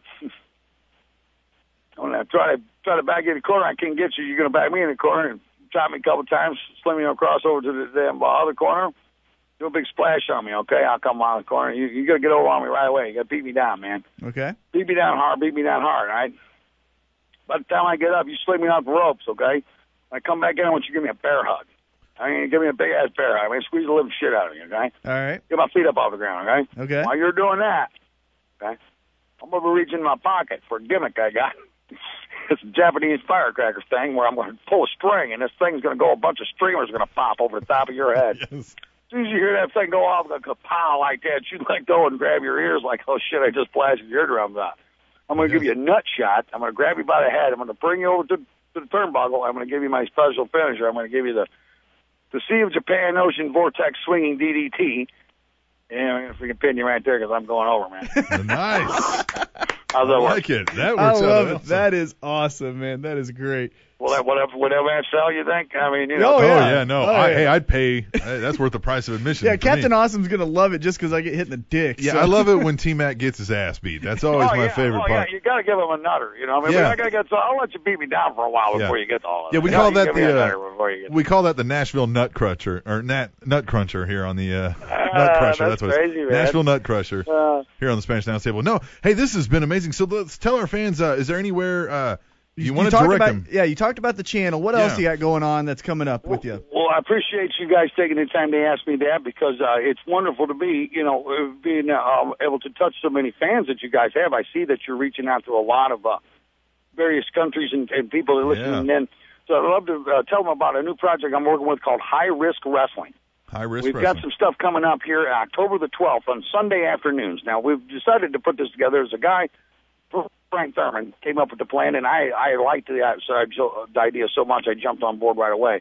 I'm gonna try to try to back you in the corner. I can't get you. You're going to back me in the corner and chop me a couple times, slam me across over to the damn uh, other corner. Do a big splash on me, okay? I'll come around the corner. You, you got to get over on me right away. You got to beat me down, man.
Okay.
Beat me down hard. Beat me down hard, all right? By the time I get up, you sling me off the ropes, okay? When I come back in, I want you to give me a bear hug. I mean, give me a big ass bear hug. I mean, squeeze the living shit out of me, okay?
All right.
Get my feet up off the ground, okay?
Okay.
While you're doing that, okay, I'm gonna reach in my pocket for a gimmick I got. (laughs) it's a Japanese firecracker thing where I'm gonna pull a string and this thing's gonna go. A bunch of streamers are gonna pop over the top of your head.
yes.
As soon as you hear that thing go off like a pow like that, you let go and grab your ears like, oh shit, I just blasted your eardrums out. I'm gonna give you a nut shot. I'm gonna grab you by the head. I'm gonna bring you over to, to the turnbuckle. I'm gonna give you my special finisher. I'm gonna give you the the Sea of Japan Ocean Vortex Swinging DDT. And I'm gonna freaking pin you right there because I'm going over,
(laughs)
man. (laughs)
nice.
How's that
I
work?
like it. That
I
works out.
love it.
awesome.
That is awesome, man. That is great.
Well, that would that, would that match sell? You think? I mean, you know.
Oh,
Oh,
yeah.
yeah.
no.
Oh,
I,
yeah.
Hey, I'd pay. hey, That's worth the price of admission.
(laughs) Yeah,
for
Captain
Me.
Awesome's gonna love it just 'cause I get hit in the dick.
Yeah,
so-
I love it when T Mac gets his ass beat. That's always
oh,
my
yeah.
favorite
oh,
part.
yeah, you gotta give him a nutter. You know, what I mean,
Yeah.
we're not gonna get. So I'll let you beat me down for a while
Yeah.
before you get to all of
Yeah,
it.
we
You
call
know,
that
you give me
the,
a
uh,
nutter before you get
We call that the Nashville Nut Cruncher or Nat Nut Cruncher here on the uh, Nut
Ah,
Crusher.
that's
That's, what it's
crazy, man.
Nashville Nut Crusher
Uh,
here on the Spanish Announce Table. No, hey, this has been amazing. So let's tell our fans: uh, is there anywhere uh, you, want to
talked
direct
about,
them?
Yeah, you talked about the channel. What else
Yeah.
you got going on that's coming up with you?
Well, I appreciate you guys taking the time to ask me that because uh, it's wonderful to be, you know, uh, being uh, um, able to touch so many fans that you guys have. I see that you're reaching out to a lot of uh, various countries and, and people that listen.
Yeah.
And then, so I'd love to uh, tell them about a new project I'm working with called High Risk Wrestling.
High risk.
We've
wrestling.
got some stuff coming up here uh, October the 12th on Sunday afternoons. Now, we've decided to put this together as a guy, Frank Thurman, came up with the plan, and I, I liked the, uh, so- so- the idea so much I jumped on board right away.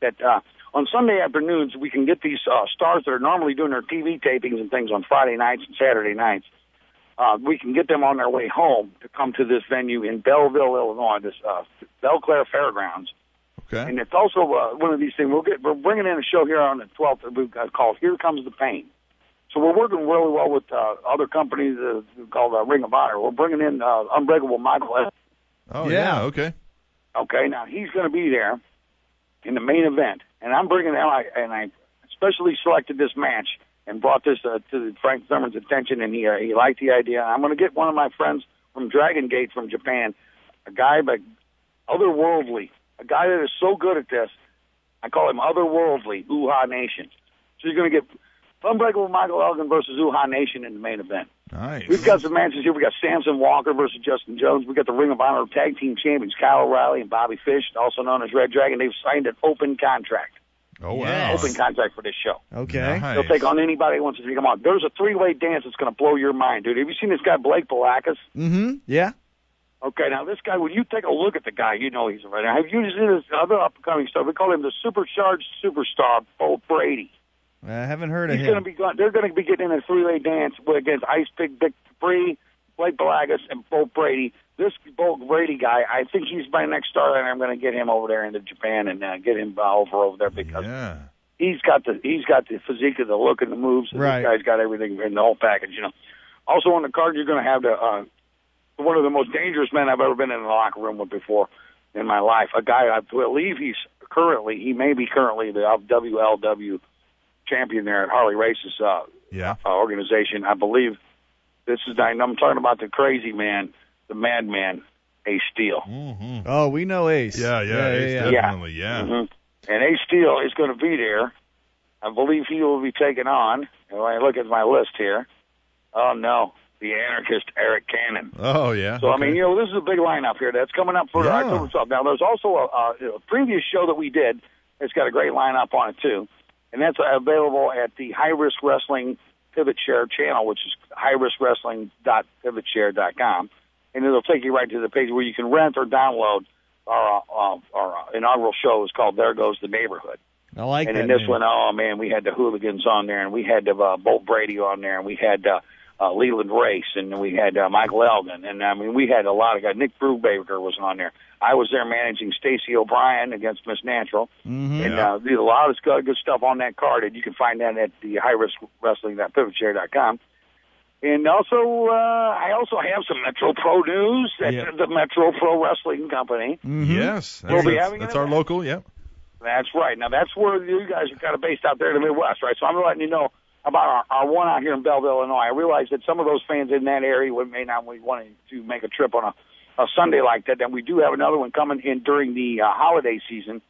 That uh, on Sunday afternoons, we can get these uh, stars that are normally doing their TV tapings and things on Friday nights and Saturday nights. Uh, we can get them on their way home to come to this venue in Belleville, Illinois, this uh, Belclair Fairgrounds.
Okay.
And it's also uh, one of these things. We'll get, we're bringing in a show here on the 12th that we've got called Here Comes the Pain. So we're working really well with uh, other companies uh, called uh, Ring of Honor. We're bringing in uh, Unbreakable Michael Evans.
Oh
Yeah.
yeah. Okay.
Okay, now he's going to be there in the main event, and I'm bringing him. I, and I especially selected this match and brought this uh, to Frank Thurman's attention, and he uh, he liked the idea. I'm going to get one of my friends from Dragon Gate from Japan, a guy but otherworldly, a guy that is so good at this. I call him otherworldly, Uha Nation. So you're going to get Unbreakable Michael Elgin versus Uha Nation in the main event.
Nice.
We've got some matches here. We got Samson Walker versus Justin Jones. We got the Ring of Honor Tag Team Champions Kyle O'Reilly and Bobby Fish, also known as Red Dragon. They've signed an open contract.
Oh
wow! Open contract for this show.
Okay.
He'll take on anybody who wants to take him on. There's a three-way dance that's going to blow your mind, dude. Have you seen this guy Blake Balakas?
Mm-hmm. Yeah.
Okay, now this guy, when you take a look at the guy, you know he's a writer. Have you seen this other up-and-coming star? We call him the supercharged superstar, Bo Brady.
I haven't heard of
He's
him.
going to be going. They're going to be getting in a three-way dance with- against Ice Pig Dick Dupree, Blake Balagas, and Bo Brady. This Bo Brady guy, I think he's my next star, and I'm going to get him over there into Japan and uh, get him uh, over over there because he's got the he's got the physique and the look and the moves. And
Right.
This guy's got everything in the whole package, you know. Also on the card, you're going to have the uh, one of the most dangerous men I've ever been in the locker room with before in my life. A guy I believe he's currently he may be currently the WLW champion there at Harley Races uh,
Yeah.
uh, organization. I believe this is and I'm talking about the crazy man, the madman, Ace Steel.
Oh, we know Ace.
Mm-hmm. Yeah, yeah, Ace, definitely, yeah.
Mhm. And Ace Steel is going to be there. I believe he will be taken on. And when I look at my list here, oh no, the anarchist Eric Cannon.
Oh yeah.
So I mean, you know, this is a big lineup here that's coming up for
Yeah.
October 12th. Now, there's also a, a, a previous show that we did. It's got a great lineup on it too, and that's available at the High Risk Wrestling Pivot Share channel, which is highriskwrestling.pivotshare.com, and it'll take you right to the page where you can rent or download our uh, our uh, inaugural show. Is called There Goes the Neighborhood.
I like
and
that.
in this
name.
one, oh man, we had the hooligans on there, and we had uh, Bolt Brady on there, and we had uh, uh, Leland Race, and we had uh, Michael Elgin, and I mean, we had a lot of guys. Nick Brubaker was on there. I was there managing Stacy O'Brien against Miss Natural,
Mm-hmm.
and uh, there's a lot of good, good stuff on that card, and you can find that at the high risk wrestling com. And also, uh, I also have some Metro Pro news at
Yeah.
the Metro Pro Wrestling Company.
Yes.
We'll
That's,
be
that's,
having
that's
an
our local. Yep.
That's right. Now that's where you guys are kind of based out there in the Midwest, right? So I'm letting you know about our, our one out here in Belleville, Illinois. I realize that some of those fans in that area would may not be wanting to make a trip on a, a Sunday like that. Then we do have another one coming in during the uh, holiday season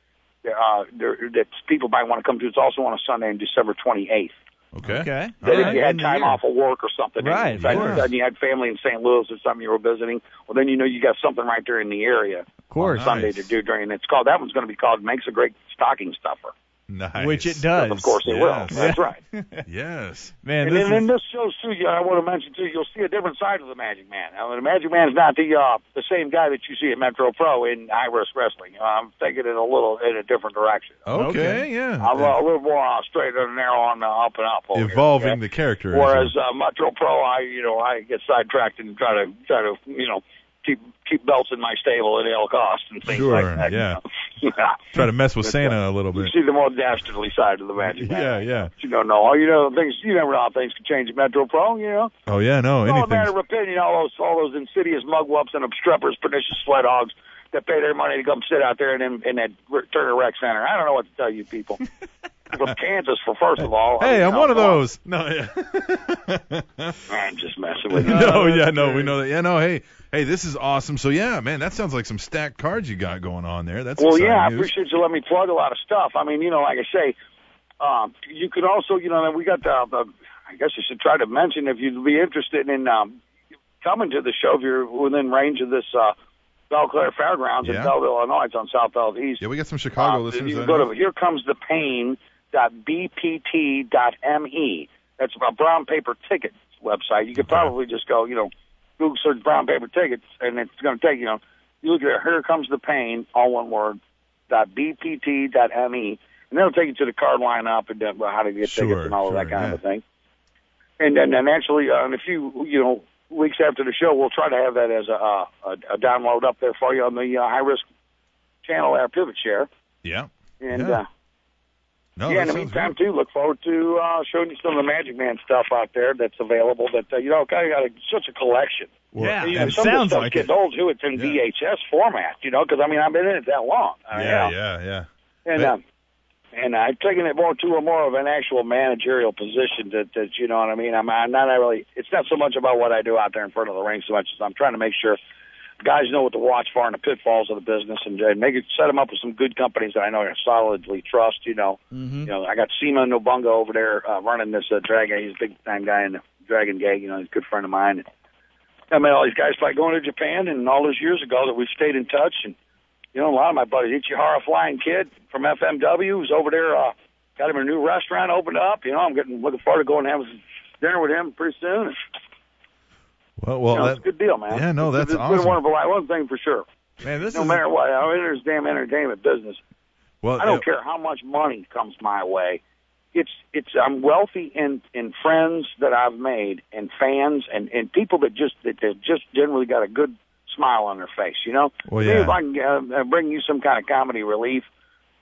uh, there, that people might want to come to. It's also on a Sunday on December 28th. uh,
Okay.
Okay.
Then if you had time off of work or something,
Right, of
and you, decided-
course.
decided you had family in St. Louis or something you were visiting, well, then you know you got something right there in the area. Of
course.
Sunday
Nice.
to do during. It's called that one's going to be called makes a great stocking stuffer.
Nice.
Which it does.
Of course it will. That's right.
Yes.
Man,
and
this
then
is
in this show too, you- I want to mention too, you'll see a different side of the Magic Man. Now, the Magic Man's not the uh, the same guy that you see at Metro Pro in high risk wrestling. You know, I'm taking it a little in a different direction.
Okay. Yeah.
I'm uh, a little more uh, straight and narrow on the uh, up and up. Over here,
Evolving
okay?
the character. as
Whereas uh, Metro Pro, I you know I get sidetracked and try to try to you know keep keep belts in my stable at all costs and
you-
things
Sure.
like that.
yeah.
you know? (laughs)
Try to mess with
That's
Santa a little
You
bit.
see the more dastardly side of the Magic Man.
Yeah. Yeah.
You don't know. You know things. You never know how things can change at Metro Pro. You know,
Oh yeah. No.
it's all a
Anything.
matter of opinion. All those all those insidious mugwumps and obstreperous, pernicious sweat hogs that pay their money to come sit out there in in that Turner Rec Center. I don't know what to tell
(laughs)
you people. From Kansas, for first of all. I
Hey,
mean,
I'm
how
one of
long-
those. No. Yeah.
I'm just messing with
(laughs)
you.
no, yeah, no, we know that. Yeah, no, hey, hey, this is awesome. So yeah, man, that sounds like some stacked cards you got going on there. That's
well,
exciting
yeah, I
news.
appreciate you letting me plug a lot of stuff. I mean, you know, like I say, um, you can also, you know, we got the, the. I guess I should try to mention if you'd be interested in um, coming to the show if you're within range of this uh, Belclair Fairgrounds
Yeah.
in Belleville, Illinois. It's on South Belleville East.
Yeah, we got some Chicago
Uh,
listeners. I
You can go
know.
to here comes the pain dot bpt dot me. That's a brown paper ticket website. You could probably just go, you know, Google search brown paper tickets, and it's going to take you know, you look at here comes the pain, all one word dot bpt dot me, and that'll take you to the card lineup and then how to get tickets and all of that kind of thing. And then and actually, uh, in a few you know weeks after the show, we'll try to have that as a uh, a, a download up there for you on the uh, high risk channel, our pivot share.
Yeah.
And
Yeah.
uh,
No,
yeah,
that
in the
sounds
meantime too, look forward to uh, showing you some of the Magic Man stuff out there that's available. That uh, you know, kind of got a, such a collection.
Well,
And, you
and
know,
it
some of
sounds
the stuff
like
gets
it.
old too. It's in VHS format, you know, because I mean I've been in it that long. I mean,
yeah,
you know.
yeah, yeah.
And um, and I've taken it more to a more of an actual managerial position. That that you know what I mean. I'm, I'm not really. It's not so much about what I do out there in front of the ring so much as I'm trying to make sure guys know what to watch for and the pitfalls of the business and, and make it set them up with some good companies that I know I solidly trust. You know,
Mm-hmm.
Mm-hmm.
you know, I got Sema Nobunga over there uh, running this uh, dragon. He's a big time guy in the Dragon Gang. You know, he's a good friend of mine. I met all these guys by going to Japan, and all those years ago that we've stayed in touch. And you know, a lot of my buddies, Ichihara Flying Kid from FMW, who's over there, uh, got him a new restaurant opened up. You know, I'm getting looking forward to going and having dinner with him pretty soon.
Well, well,
you know,
that-
it's a good deal, man.
yeah, no,
It's-
that's
it's been
awesome.
a wonderful life. One thing for sure.
Man, this
no
is-
matter what, I'm in this damn entertainment business.
well,
I don't care how much money comes my way. It's it's I'm wealthy in in friends that I've made and fans and and people that just that, that just generally got a good smile on their face. You know,
Well,
See
yeah.
if I can uh, uh, bring you some kind of comedy relief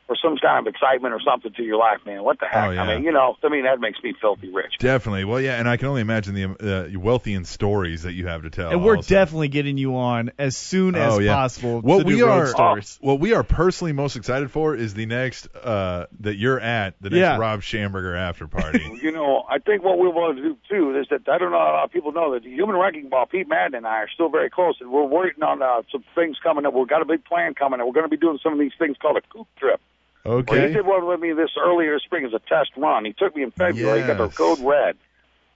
or some kind of excitement or something to your life, man. What the heck?
Oh, yeah.
I mean, you know, I mean that makes me filthy rich.
Definitely. Well, yeah, and I can only imagine the uh, wealthy in stories that you have to tell.
And we're
also.
definitely getting you on as soon as
oh, yeah.
possible.
What
to
we
do road
are, Oh.
stories.
what we are personally most excited for is the next uh, that you're at, the next
Yeah.
Rob Schamberger after party.
you know, I think what we want to do too is that I don't know how a lot of people know that the human wrecking ball, Pete Madden and I are still very close, and we're working on uh, some things coming up. We've got a big plan coming up. We're going to be doing some of these things called a coop trip.
Okay.
(laughs) Well, he did one with me this earlier this spring as a test run. He took me in February. He got the
Yes.
code red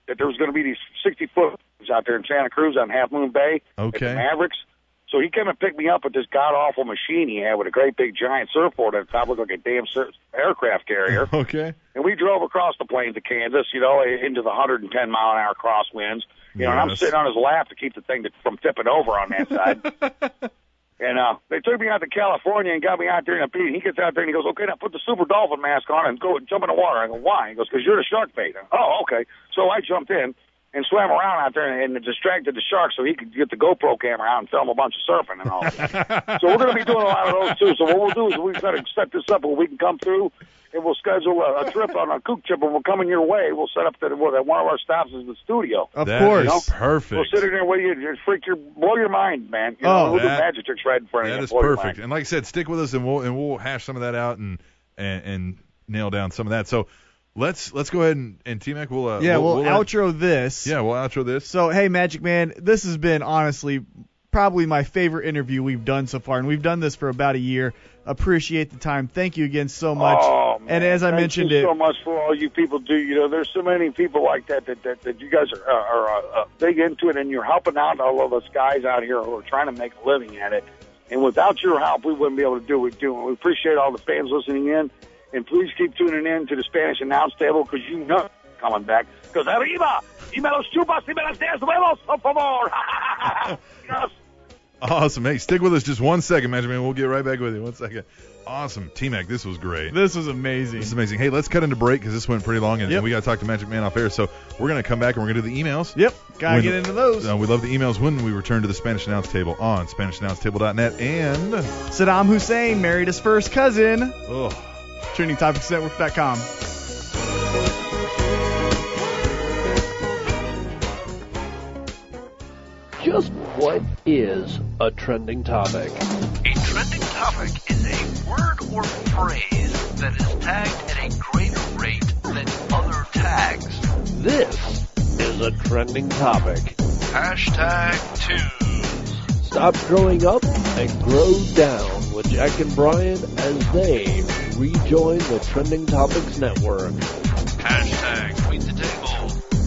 that there was going to be these 60 foot out there in Santa Cruz on Half Moon Bay.
Okay.
The Mavericks. So he came and picked me up with this god awful machine he had with a great big giant surfboard on top, looked like a damn sur- aircraft carrier.
okay.
And we drove across the plains of Kansas, you know, into the 110 mile an hour crosswinds. You know, and I'm
Yes.
sitting on his lap to keep the thing to, from tipping over on that side. and uh, they took me out to California and got me out there in a beat. He gets out there and he goes, okay, now put the super dolphin mask on and go jump in the water. I go, why? He goes, because you're the shark bait. I go, oh, okay. So I jumped in and swam around out there and, and distracted the shark so he could get the GoPro camera out and film a bunch of surfing and all. so we're going to be doing a lot of those too. So what we'll do is we've got to set this up where we can come through and we'll schedule a, a trip on a cook trip and we'll come in your way. We'll set up that well, that one of our stops is the studio.
Of
You know?
course. Perfect.
We'll sit in there with you and freak your blow your mind, man. You
Oh,
know, we'll
that-
do magic tricks right in front of you.
That is
Blow your
perfect.
mind.
And like I said, stick with us, and we'll and we'll hash some of that out and and, and nail down some of that. So let's let's go ahead and, and T Mac will uh,
yeah,
we'll,
we'll,
we'll let-
outro this.
yeah we'll outro this.
So hey, Magic Man, this has been honestly probably my favorite interview we've done so far, and we've done this for about a year. Appreciate the time. Thank you again so much.
Oh, man.
and as I
Thank
mentioned
you
it,
so much for all you people do. You know, there's so many people like that that that, that you guys are, are, are uh, big into it, and you're helping out all of us guys out here who are trying to make a living at it. And without your help, we wouldn't be able to do what we're doing. We appreciate all the fans listening in, and please keep tuning in to the Spanish announce table because you know it's coming back. Because arriba, y me los chupas y me las deshuevos, por favor. (laughs) yes.
Awesome. Hey, stick with us just one second, Magic Man. We'll get right back with you. One second. Awesome. T Mac, this was great.
This was amazing.
This is amazing. Hey, let's cut into break because this went pretty long, and, and we got to talk to Magic Man off air. So we're going to come back and we're going to do the emails.
Yep. Gotta
When-
get into those.
Uh, we love the emails when we return to the Spanish Announce Table on SpanishAnnounceTable.net. And.
Saddam Hussein married his first cousin.
Ugh.
TrendingTopicsNetwork.com.
Just what is a trending topic?
A trending topic is a word or phrase that is tagged at a greater rate than other tags.
This is a trending topic.
Hashtag two.
Stop growing up and grow down with Jack and Brian as they rejoin the Trending Topics Network.
Hashtag tweet the table.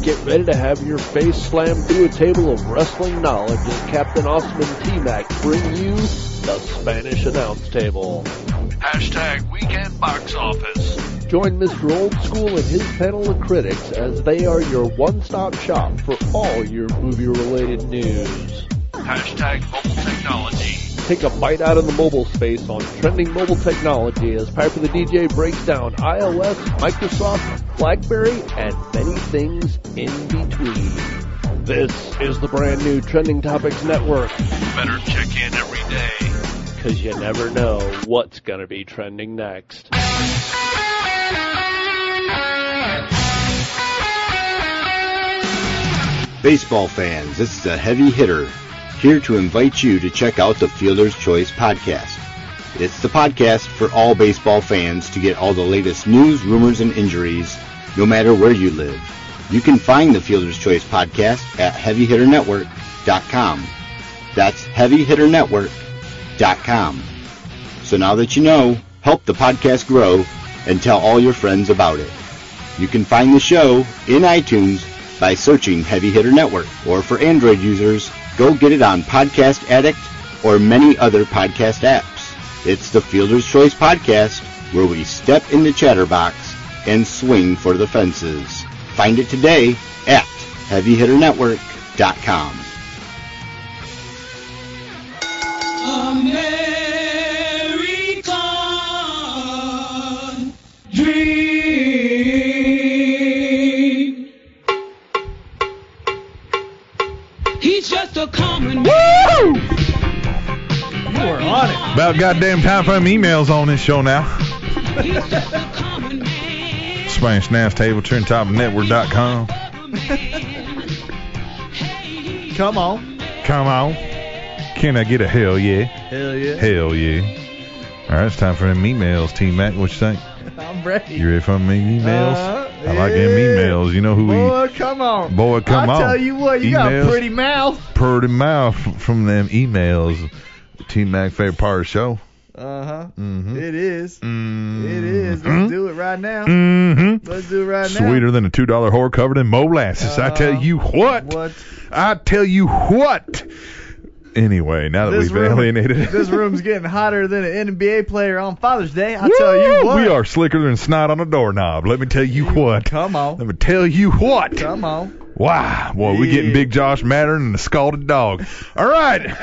Get ready to have your face slammed through a table of wrestling knowledge as Captain Osman T Mac bring you the Spanish Announce Table.
Hashtag weekend box office.
Join Mr. Old School and his panel of critics as they are your one-stop shop for all your movie-related news.
Hashtag mobile technology.
Take a bite out of the mobile space on trending mobile technology as Piper the DJ breaks down iOS, Microsoft, BlackBerry, and many things in between. This is the brand new Trending Topics Network,
Better check in every day.
because you never know what's going to be trending next.
Baseball fans, this is a heavy hitter here to invite you to check out the Fielder's Choice podcast. It's the podcast for all baseball fans to get all the latest news, rumors, and injuries, no matter where you live. You can find the Fielder's Choice podcast at heavyhitternetwork.com. That's heavyhitternetwork.com. So now that you know, help the podcast grow and tell all your friends about it. You can find the show in iTunes by searching Heavy Hitter Network, or for Android users, go get it on Podcast Addict or many other podcast apps. It's the Fielder's Choice Podcast, where we step in the chatterbox and swing for the fences. Find it today at HeavyHitterNetwork.com.
American dream. He's just a common Woo!
We're on it.
About goddamn time for them emails on this show now. Spanish Nav's
(laughs)
Table, TurnTopNetwork.com.
Come on.
Come on. Can I get a hell yeah?
Hell yeah.
Hell yeah. All right, it's time for them emails, T Mac. What you think?
I'm ready.
You ready for them e- emails?
Uh,
I like them emails. You know who
Boy, come on.
we. Boy, come
I'll
on.
tell you what, you got a
Emails.
pretty mouth.
Pretty mouth from them emails. T Mac, favorite part of the show.
Uh huh.
Mhm.
It is.
Mm-hmm.
It is. Let's do it right now.
Mhm.
Let's do it right
Sweeter than a two dollar whore covered in molasses. I tell you what.
Uh, What?
I tell you what. Anyway, now that
This
we've
room-
alienated,
now.
(laughs)
this room's getting hotter than an NBA player on Father's Day. I tell you
Woo!
what.
we are slicker than snot on a doorknob. Let me tell you what.
Come on.
Let me tell you what.
Come on.
Wow, boy, we getting Big Josh madder than a scalded dog. All
(laughs)
right.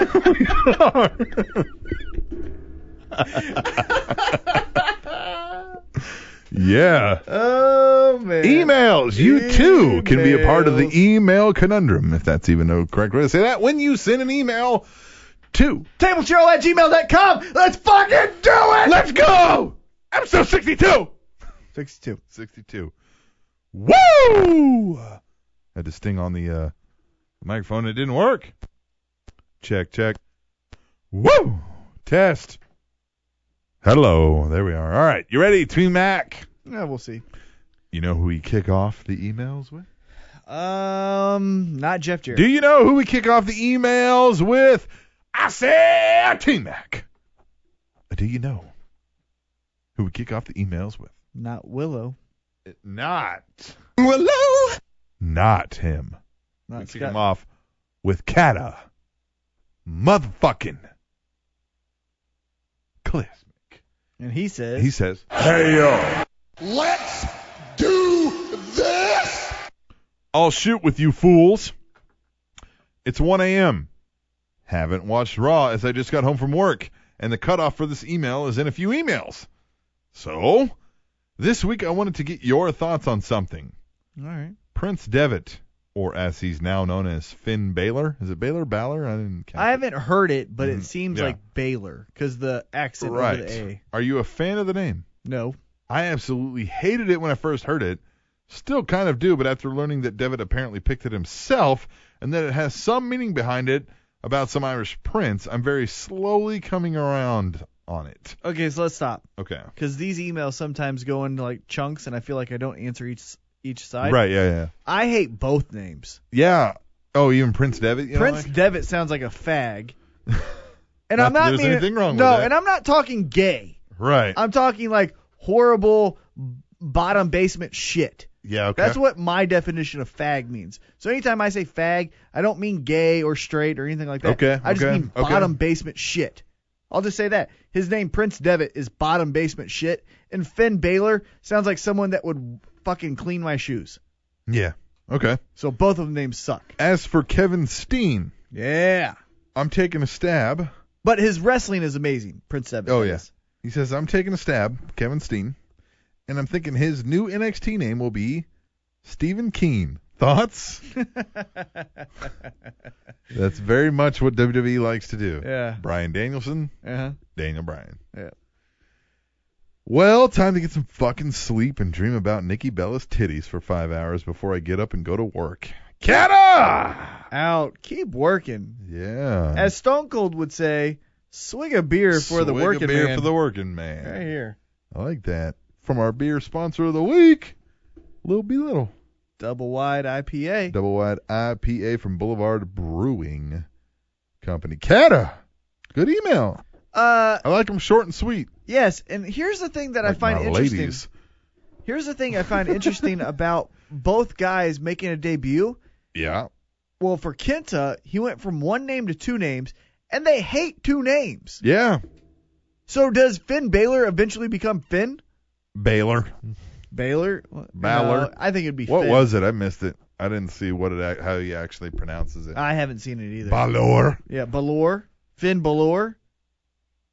yeah.
Oh man.
Emails. You too can be a part of the
Emails.
email conundrum, if that's even a correct way to say that. When you send an email to
Tablechurl at gmail.com. Let's fucking do it.
Let's go! Episode 62!
62.
62. Woo! Had to sting on the uh, microphone. It didn't work. Check, check. Woo! Test. Hello. There we are. All right. You ready, T Mac?
Yeah, we'll see.
You know who we kick off the emails with?
Um, not Jeff Jarrett.
Do you know who we kick off the emails with? I said T Mac. Do you know who we kick off the emails with?
Not Willow.
Not.
Willow.
Not him.
Not
we kick
Scott-
him off with Kata. Motherfucking. Cliff.
And he says.
He says, Hey yo,
Let's do this.
I'll shoot with you fools. It's 1 a.m. Haven't watched Raw as I just got home from work, and the cutoff for this email is in a few emails. So, this week I wanted to get your thoughts on something.
All right.
Prince Devitt, or as he's now known as Finn Baylor. Is it Baylor? Balor? I didn't count.
I haven't heard it, but it
Mhm.
seems
Yeah.
like Baylor because the accent
right.
over the A.
Are you a fan of the name?
No.
I absolutely hated it when I first heard it. Still kind of do, but after learning that Devitt apparently picked it himself and that it has some meaning behind it about some Irish prince, I'm very slowly coming around on it.
Okay, so let's stop
Okay.
because these emails sometimes go into like chunks, and I feel like I don't answer each each side.
right, yeah, yeah.
I hate both names.
Yeah. Oh, even Prince Devitt? You don't
Prince
like?
Devitt sounds like
(laughs)
a fag. And
Not that
I'm not
there's
meaning,
anything wrong with
no,
that.
and I'm not talking gay.
Right.
I'm talking like horrible bottom basement shit.
Yeah, okay.
That's what my definition of fag means. So anytime I say fag, I don't mean gay or straight or anything like that.
Okay,
I just
okay,
mean
okay.
bottom basement shit. I'll just say that. His name Prince Devitt is bottom basement shit, and Finn Baylor sounds like someone that would fucking clean my shoes.
Yeah. Okay.
So both of them names suck.
As for Kevin Steen,
Yeah.
I'm taking a stab.
But his wrestling is amazing, Prince Devitt.
Oh,
yes.
He says, I'm taking a stab, Kevin Steen, and I'm thinking his new NXT name will be Stephen Keen. Thoughts? That's very much what WWE likes to do.
Yeah.
Brian Danielson,
(laughs) Uh-huh.
Daniel Bryan.
Yeah.
Well, time to get some fucking sleep and dream about Nikki Bella's titties for five hours before I get up and go to work. Kata!
Out. Keep working.
Yeah.
As Stone Cold would say, swig a beer for the
Swig a
working
beer
man.
for the working man.
right here.
I like that. From our beer sponsor of the week, Little B Little.
Double wide IPA.
Double wide IPA from Boulevard Brewing Company. Kata! Good email.
Uh,
I like them short and sweet.
yes, and here's the thing that I
Like
find
my
interesting.
ladies.
Here's the thing
(laughs)
I find interesting about both guys making a debut.
Yeah.
Well, for Kenta, he went from one name to two names, and they hate two names.
Yeah.
So does Finn Baylor eventually become Finn?
Baylor.
Baylor?
Ballard.
No, I think it'd be
What
Finn.
was it? I missed it. I didn't see what it ac- how he actually pronounces it.
I haven't seen it either.
Balor.
Yeah, Balor. Finn Balor.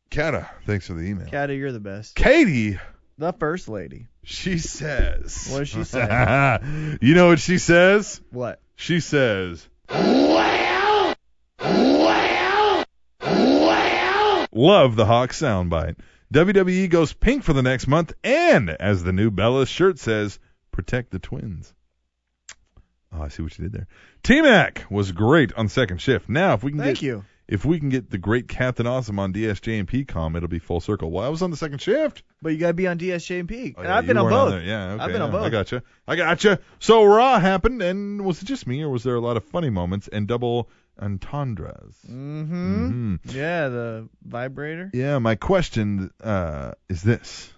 Kata, thanks for the email.
Caddy, you're the best.
Katie,
The first lady.
she says.
What does she say?
(laughs) you know what she says?
What?
She says, Love the Hawk soundbite. WWE goes pink for the next month, and as the new Bella shirt says, protect the twins. Oh, I see what you did there. T Mac was great on second shift. Now, if we can
Thank
get
you.
if we can get the great Captain Awesome on DSJ and PCOM, it'll be full circle. Well, I was on the second shift.
But you gotta be on DSJP.
Oh,
and
yeah,
I've been
you
on
weren't
both.
there. Yeah, okay,
I've been on
yeah,
both.
I gotcha. I gotcha. So Raw happened, and was it just me, or was there a lot of funny moments and double entendres?
Mm-hmm.
Mhm.
Yeah, the vibrator.
Yeah, my question uh, is this.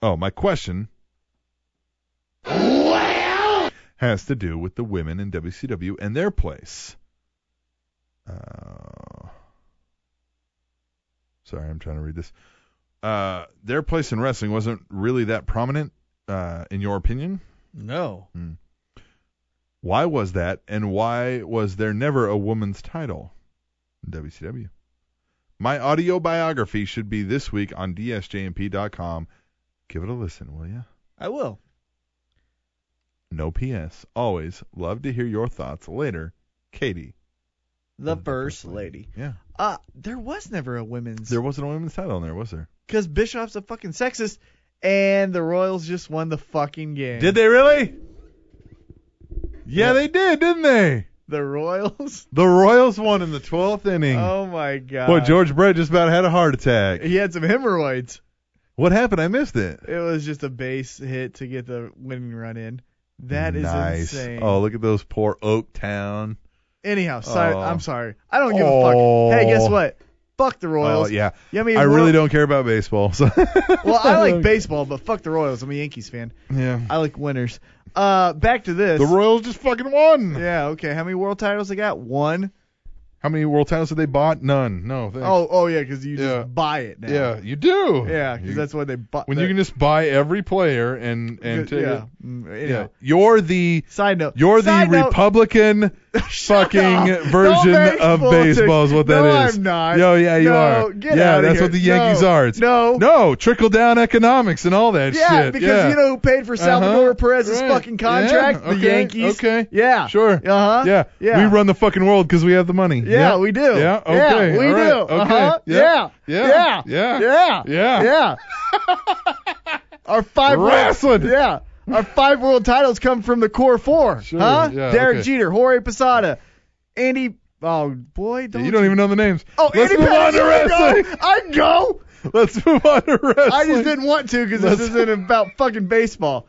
Oh, my question has to do with the women in WCW and their place. Uh, sorry, I'm trying to read this. Uh, their place in wrestling wasn't really that prominent, uh, in your opinion.
No.
Why was that, and why was there never a woman's title in WCW? My audio biography should be this week on dsjmp.com. Give it a listen, will ya?
I will.
No PS. Always love to hear your thoughts later. Katie. Oh,
The first lady.
Yeah.
Uh, there was never a women's
There wasn't a women's title in there, was there?
because Bishop's a fucking sexist, and the Royals just won the fucking game.
Did they really? Yeah, they did, didn't they?
The
(laughs)
Royals?
The Royals won in the 12th inning.
Oh my god.
Boy, George Brett just about had a heart attack.
He had some hemorrhoids.
What happened? I missed it.
It was just a base hit to get the winning run in. That is
nice.
insane.
Oh, look at those poor Oaktown.
Anyhow, sorry,
Oh.
I'm sorry. I don't give a fuck. Hey, guess what? Fuck the Royals.
Oh yeah.
You know what I mean,
I
We're-
really don't care about baseball. So
(laughs) Well, I like baseball, but fuck the Royals. I'm a Yankees fan.
yeah.
I like winners. Uh, back to this.
The Royals just fucking won.
Yeah. Okay. How many world titles they got? One.
How many world titles did they bought? None. No. Thanks.
Oh, oh yeah, because you
Yeah.
just buy it now.
yeah. You do.
Yeah, because
You-
that's why they bought.
when you can just buy every player and and take
yeah.
it.
Mm,
Yeah.
anyhow.
You're the
Side note.
you're the
Side note. (laughs)
Republican fucking
up.
version
Don't make
of
politics.
baseball is what that
No,
is.
I'm not.
Yo, yeah, you
No,
are.
get
yeah,
outta
that's
here.
what the Yankees
No.
are. It's,
No.
No, trickle down economics and all that
Yeah,
shit.
because
yeah.
you know who paid for Salvador
Uh-huh.
Perez's
Right.
fucking contract?
Yeah,
The
okay,
Yankees.
Okay.
Yeah.
Sure.
Uh huh.
Yeah.
Yeah.
We run the fucking world because we have the money.
Yeah, we do.
Yeah. Okay.
Yeah, we
All right.
do.
Okay.
Uh-huh.
Yeah.
Yeah.
Yeah.
Yeah.
Yeah.
Yeah.
(laughs)
Our five world-
Wrestling.
yeah. Our five world titles come from the core
(laughs)
four.
Sure,
huh?
yeah,
Derek
okay.
Jeter, Jorge Posada, Andy. Oh boy, don't.
You don't even know the names.
Oh,
Let's
Andy
move on to
Pettitte,
wrestling.
bro. I go.
(laughs) Let's move on to wrestling.
I just didn't want to because this
Let's-
isn't about fucking
(laughs)
baseball.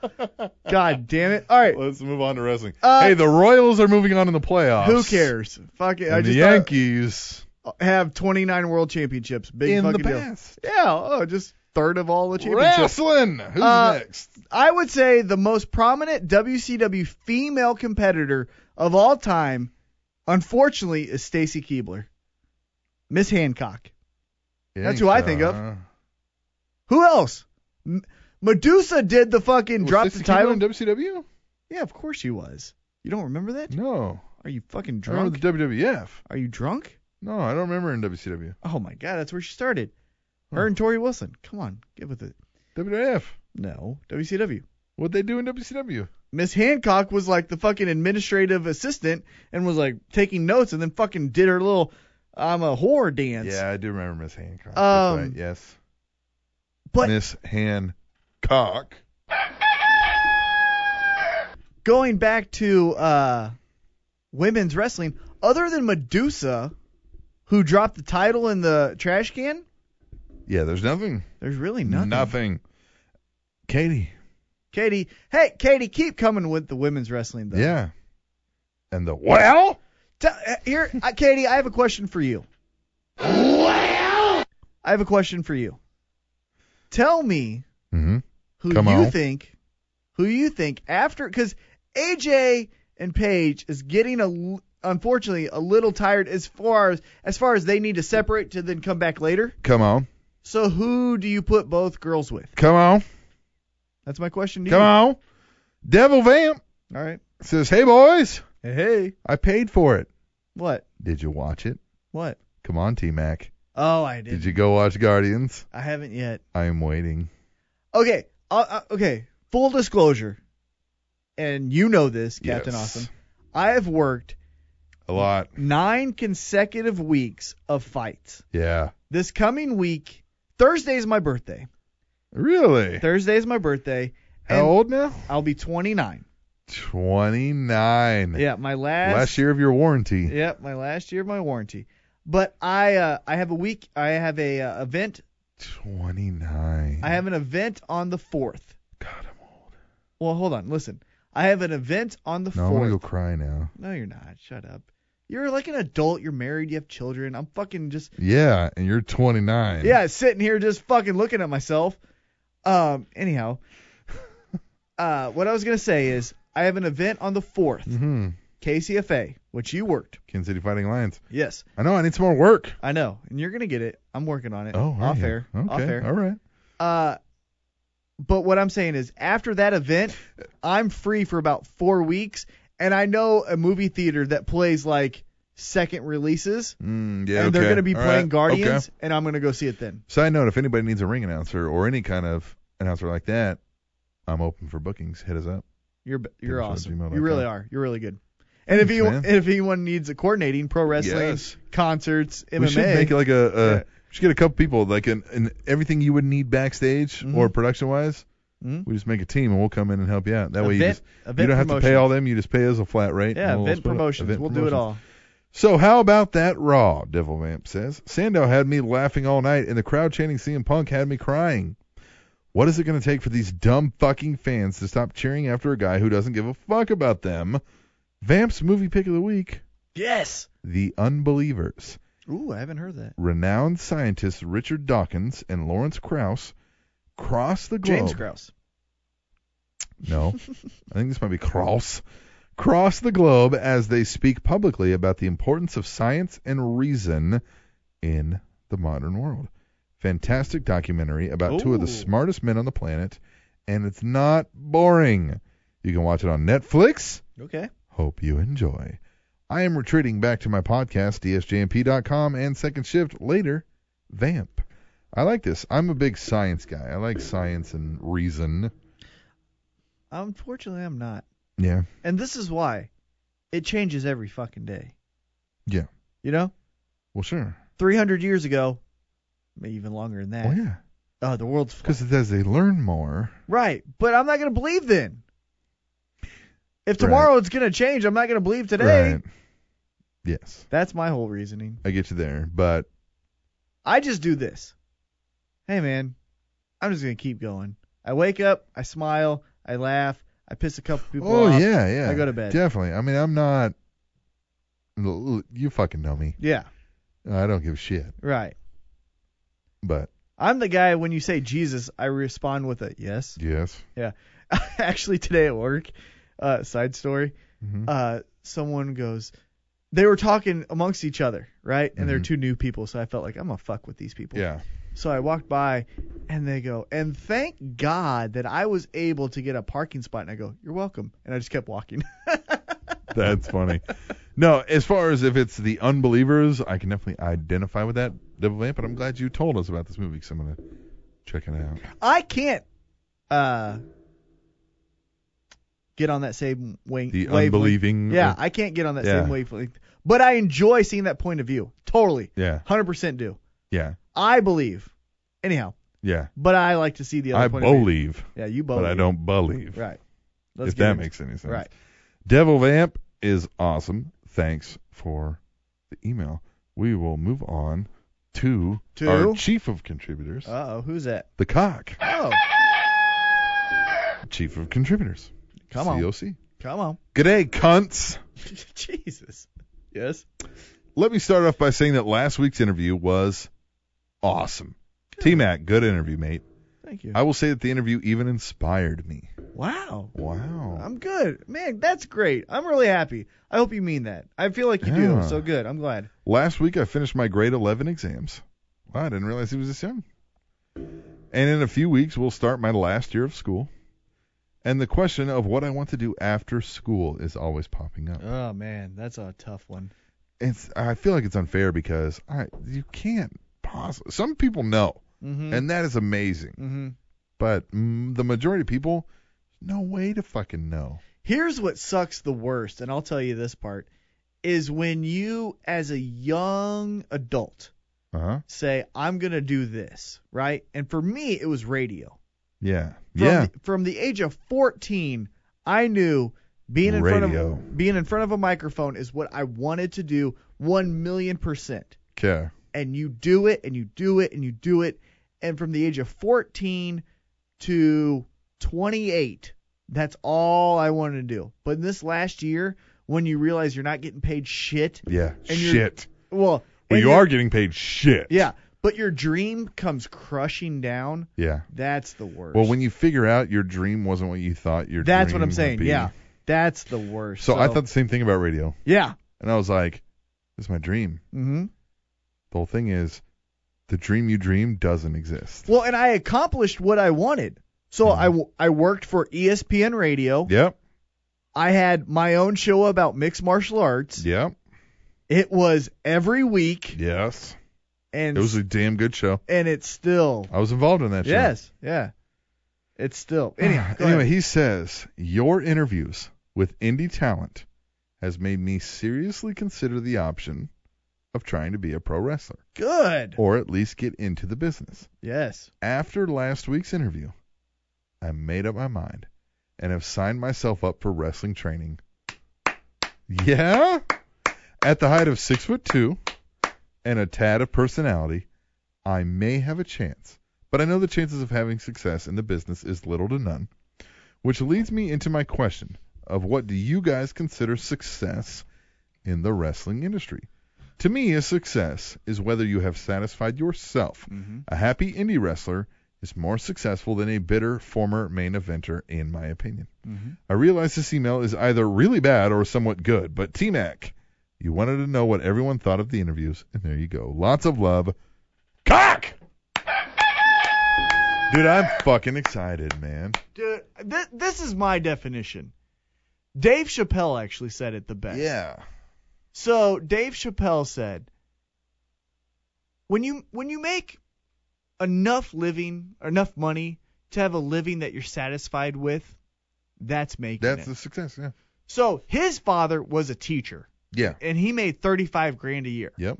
God damn it! All right,
Let's move on to wrestling.
Uh,
hey, the Royals are moving on in the playoffs.
who cares? Fuck it. I
And the
just thought-
Yankees
have 29 world championships. Big
in the
fucking deal.
past.
Yeah, oh, just third of all the championships.
Wrestling. Who's
Uh,
next?
I would say the most prominent WCW female competitor of all time, unfortunately, is Stacy Keebler. Miss Hancock. that's who I think of.
Yankees,
Who else? M- Medusa did the fucking
Was
drop the
Stacy
title.
Keebler in WCW?
yeah, of course she was. You don't remember that?
No.
Are you fucking
I remember
drunk?
the WWF.
Are you drunk?
No, I don't remember in WCW.
Oh my god, that's where she started. Her
Huh.
and Tori Wilson. Come on, get with it.
WWF.
No, WCW.
What they do in WCW?
Miss Hancock was like the fucking administrative assistant and was like taking notes and then fucking did her little I'm a whore dance.
Yeah, I do remember Miss Hancock.
Um,
That's right. Yes.
But
Miss Hancock.
going back to uh women's wrestling, other than Medusa, who dropped the title in the trash can,
Yeah, there's nothing.
there's really nothing.
Nothing. Katie.
Katie, hey Katie, keep coming with the women's wrestling though.
Yeah. And the well.
Tell, uh, here, uh, Katie, I have a question for you. I have a question for you. Tell me
Mm-hmm.
who
Come
you
on.
think, who you think after, because AJ and Paige is getting a l- unfortunately a little tired as far as as far as they need to separate to then come back later.
Come on.
So who do you put both girls with?
Come on.
That's my question to
Come
you.
on. Devil Vamp
All right.
says, Hey, boys.
Hey, hey.
I paid for it.
What?
Did you watch it?
What?
Come on, T Mac.
Oh, I did.
Did you go watch Guardians?
I haven't yet.
I am waiting.
Okay. Uh, uh, okay. Full disclosure, and you know this, Captain
Yes.
Awesome. I have worked
A lot.
nine consecutive weeks of fights.
Yeah.
This coming week, Thursday is my birthday.
Really?
Thursday is my birthday.
How
and
old now?
I'll be 29.
29.
Yeah, my last.
Last year of your warranty.
Yep, my last year of my warranty. But I uh, I have a week. I have a uh, event.
29.
I have an event on the fourth. God, I'm old. Well, hold on. Listen, I have an event on the
No, I'm
fourth.
going to go cry now.
No, you're not. Shut up. You're like an adult. You're married. You have children. I'm fucking just
Yeah, and you're 29.
yeah, sitting here just fucking looking at myself. Um. Anyhow, (laughs) uh, what I was gonna say is I have an event on the 4th
Mm-hmm.
KCFA, which you worked.
Kansas City Fighting Lions.
Yes,
I know. I need some more work.
I know, and you're gonna get it. I'm working on it.
Oh, are
off
you?
air.
Okay.
Off air.
All right.
Uh, but what I'm saying is, after that event, I'm free for about four weeks, and I know a movie theater that plays like second releases,
Mm, yeah.
and they're
okay.
going to be
All
playing
right.
Guardians,
Okay.
and I'm going to go see it then.
Side note: If anybody needs a ring announcer or any kind of announcer like that, I'm open for bookings. Hit us up.
You're b- you're
Pitbull at
awesome.
gmail dot
You really
com.
are. You're really good. And if
Thanks,
you
man.
if anyone needs a coordinating, pro wrestling,
Yes.
concerts, MMA,
We should make it like a. a
Yeah.
We should get a couple people like an, an everything you would need backstage
Mm-hmm.
or production wise.
Mhm.
We just make a team and we'll come in and help you out. That way you
Event-
just you
event
don't have to pay
promotions.
all them. You just pay us a flat rate.
yeah,
and we'll
event
split it up.
promotions.
Event
we'll do it
promotions.
all.
So how about that Raw? Devil Vamp says. Sandow had me laughing all night, and the crowd chanting CM Punk had me crying. What is it going to take for these dumb fucking fans to stop cheering after a guy who doesn't give a fuck about them? Vamp's movie pick of the week:
Yes.
The Unbelievers.
Ooh, I haven't heard that.
Renowned scientists Richard Dawkins and Lawrence Krauss cross the globe.
James Krause.
No. I think this might be cross. Cross the globe as they speak publicly about the importance of science and reason in the modern world. Fantastic documentary about two of the
Ooh.
smartest men on the planet, and it's not boring. You can watch it on Netflix.
Okay.
Hope you enjoy. I am retreating back to my podcast, dsjmp.com, and Second Shift later, Vamp. I like this. I'm a big science guy. I like science and reason.
Unfortunately, I'm not.
Yeah.
And this is why it changes every fucking day.
Yeah.
You know,
Well, sure.
300 years ago, maybe even longer than that.
Well, yeah.
Oh, the world's flat.
Because as they learn more,
Right, but I'm not gonna believe then. If
Right.
tomorrow it's gonna change, I'm not gonna believe today.
right? Yes,
That's my whole reasoning.
I get you there, but
I just do this. Hey man, I'm just gonna keep going. I wake up, I smile, I laugh, I piss a couple people
oh
off.
yeah, yeah,
I go to bed.
Definitely. I mean, I'm not. l- l- You fucking know me.
Yeah,
I don't give a shit.
right.
But
I'm the guy when you say Jesus, I respond with a yes.
yes,
Yeah. (laughs) Actually, today at work, uh, side story,
Mm-hmm.
uh, someone goes, they were talking amongst each other, right? And they're two new people, so I felt like I'm gonna fuck with these people.
Mm-hmm. yeah,
So I walked by, and they go, and thank God that I was able to get a parking spot. And I go, you're welcome. And I just kept walking.
(laughs)
(laughs)
that's funny. No, as far as if it's the unbelievers, I can definitely identify with that Devil Vamp. But I'm glad you told us about this movie, because I'm gonna check it out.
I can't uh, get on that same wing.
The
wavelength.
unbelieving.
Yeah, I can't get on that
Yeah.
same wavelength. But I enjoy seeing that point of view. Totally.
Yeah,
100% do.
yeah,
I believe. Anyhow,
yeah.
but I like to see the other
I
point of view.
believe,
Yeah, you believe.
but I don't believe.
Right.
if that
get it.
makes any sense.
Right.
Devil Vamp is awesome. Thanks for the email. We will move on to,
To?
our chief of contributors,
Uh oh, who's that?
the cock,
Oh,
chief of contributors.
Come on.
COC.
come on.
G'day, cunts.
(laughs) Jesus. Yes.
Let me start off by saying that last week's interview was awesome. T Mac, good interview, mate.
Thank you.
I will say that the interview even inspired me.
Wow.
Wow.
I'm good. Man, that's great. I'm really happy. I hope you mean that. I feel like you
Yeah.
do. So good. I'm glad.
Last week I finished my grade 11 exams. Wow, I didn't realize he was this young. And in a few weeks we'll start my last year of school. And the question of what I want to do after school is always popping up.
Oh man, that's a tough one.
It's I feel like it's unfair because I you can't possibly some people know
Mm-hmm.
and that is amazing.
mm-hmm.
But mm, the majority of people no way to fucking know.
Here's what sucks the worst, and I'll tell you this part is when you as a young adult
Uh-huh.
say I'm going to do this, right? And for me it was radio.
Yeah.
From
yeah.
the, from the age of 14, I knew being in
Radio.
front of being in front of a microphone is what I wanted to do 1 million percent.
Okay.
and you do it and you do it and you do it and from the age of 14 to 28 that's all i wanted to do but in this last year when you realize you're not getting paid shit
Yeah.
And you're-
shit.
well
Well,
and
you
you're-
are getting paid shit.
yeah but your dream comes crushing down
Yeah.
that's the worst
Well, when you figure out your dream wasn't what you thought your
that's
dream
what i'm
would
saying
be.
yeah that's the worst
So, I thought the same thing about radio,
yeah
and I was like, "This is my dream."
mhm
The whole thing is, the dream you dream doesn't exist.
well and i accomplished what i wanted so
Mm-hmm.
I w I I worked for E espn radio
Yep,
I had my own show about mixed martial arts.
yep,
It was every week,
yes.
and
it was a damn good show.
and it's still
I was involved in that show.
yes, yeah,
(sighs)
it's still anyhow. go
anyway,
ahead.
he says your interviews with indie talent has made me seriously consider the option of trying to be a pro wrestler,
good.
or at least get into the business.
Yes,
After last week's interview, I made up my mind and have signed myself up for wrestling training. Yeah? At the height of six foot two and a tad of personality, I may have a chance, but I know the chances of having success in the business is little to none, which leads me into my question of what do you guys consider success in the wrestling industry? To me, a success is whether you have satisfied yourself. A happy indie wrestler is more successful than a bitter former main eventer, in my opinion. I realize this email is either really bad or somewhat good, but T Mac, you wanted to know what everyone thought of the interviews, and there you go. Lots of love. Cock! Dude, I'm fucking excited, man.
dude, th- this is my definition. Dave Chappelle actually said it the best.
Yeah.
So Dave Chappelle said, when you when you make enough living, enough money to have a living that you're satisfied with, that's making
That's
it.
a success, yeah.
So his father was a teacher,
Yeah.
and he made 35 grand a year.
Yep.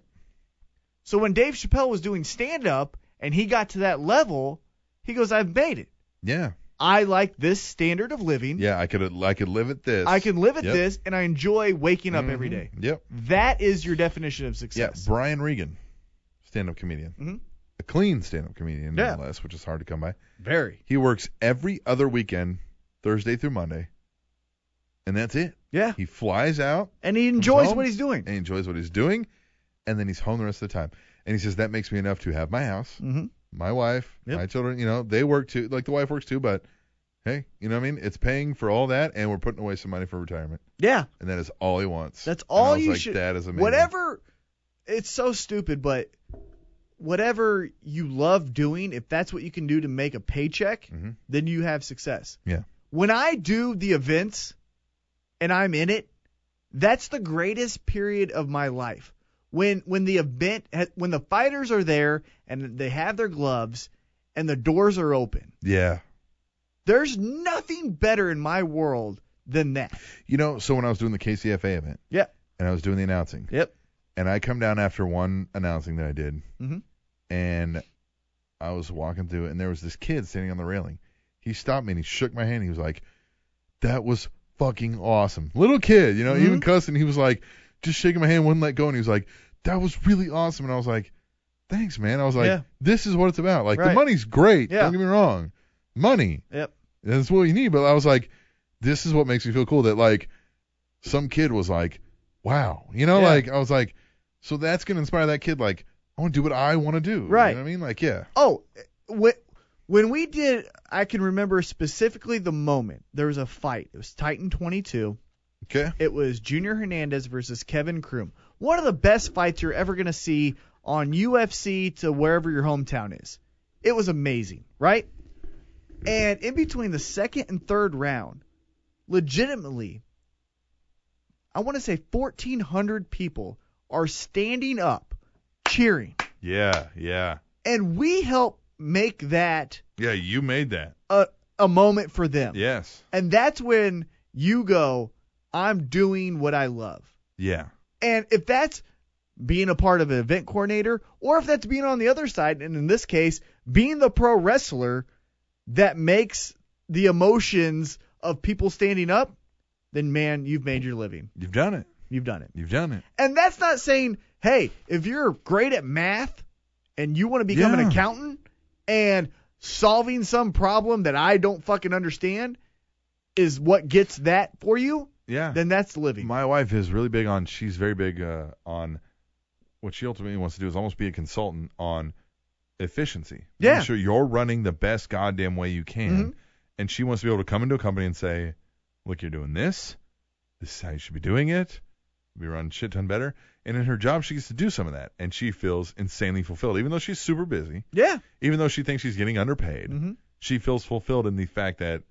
So when Dave Chappelle was doing stand up and he got to that level, he goes, "I've made it.
Yeah.
I like this standard of living.
Yeah, I could I could live at this.
I can live at
Yep.
this, and I enjoy waking up every
Mhm.
day."
Yep.
That is your definition of
Yeah,
success.
Brian Regan, stand-up comedian.
Mhm.
A clean stand-up comedian,
Yeah.
nonetheless, which is hard to come by.
Very.
He works every other weekend, Thursday through Monday, and that's it.
Yeah.
He flies out
And he enjoys
home.
what he's doing.
and enjoys what he's doing, and then he's home the rest of the time. And he says that makes me enough to have my house,
Mhm.
my wife,
Yep.
my children. You know, they work too. Like the wife works too, but hey, you know what I mean? It's paying for all that, and we're putting away some money for retirement,
Yeah.
and that is all he wants.
That's
And I
all
was
you
like,
should.
That is amazing.
Whatever. It's so stupid, but whatever you love doing, if that's what you can do to make a paycheck,
Mhm.
then you have success.
Yeah.
When I do the events and I'm in it, that's the greatest period of my life. When when the event ha- when the fighters are there and they have their gloves and the doors are open.
Yeah.
There's nothing better in my world than that.
You know, so when I was doing the KCFA event,
Yeah.
and I was doing the announcing,
Yep.
and I come down after one announcing that I did,
Mhm.
and I was walking through, it, and there was this kid standing on the railing. He stopped me and he shook my hand. And he was like, "That was fucking awesome." Little kid, you know,
Mm-hmm.
even cussing, he was like, just shaking my hand, wouldn't let go, and he was like, "That was really awesome," and I was like, "Thanks, man." I was like,
Yeah.
"This is what it's about. Like, the
Right.
money's great.
Yeah.
Don't get me wrong, money."
Yep.
That's what you need. But I was like, this is what makes me feel cool that like some kid was like, wow, you know,
Yeah.
like I was like, so that's gonna inspire that kid like I want to do what I want to do.
Right.
You know what I mean? Like yeah.
Oh, when, When we did, I can remember specifically the moment. There was a fight. It was Titan 22.
Okay.
It was Junior Hernandez versus Kevin Kroom. One of the best fights you're ever going to see on UFC to wherever your hometown is. It was amazing, right? And in between the second and third round, legitimately, I want to say 1,400 people are standing up cheering.
Yeah, yeah.
And we help make that
Yeah, you made that.
a, a moment for them.
Yes.
And that's when you go, I'm doing what I love.
Yeah.
And if that's being a part of an event coordinator, or if that's being on the other side, and in this case, being the pro wrestler that makes the emotions of people standing up, then man, you've made your living.
You've done it.
You've done it.
You've done it.
And that's not saying, hey, if you're great at math and you want to become an
Yeah.
accountant and solving some problem that I don't fucking understand is what gets that for you,
Yeah.
then that's living.
My wife is really big on. She's very big uh, on. What she ultimately wants to do is almost be a consultant on efficiency.
Yeah. Mm-hmm.
Make sure you're running the best goddamn way you can, and she wants to be able to come into a company and say, "Look, you're doing this. This is how you should be doing it. Be run shit ton better." And in her job, she gets to do some of that, and she feels insanely fulfilled, even though she's super busy.
Yeah.
Even though she thinks she's getting underpaid,
Mhm.
she feels fulfilled in the fact that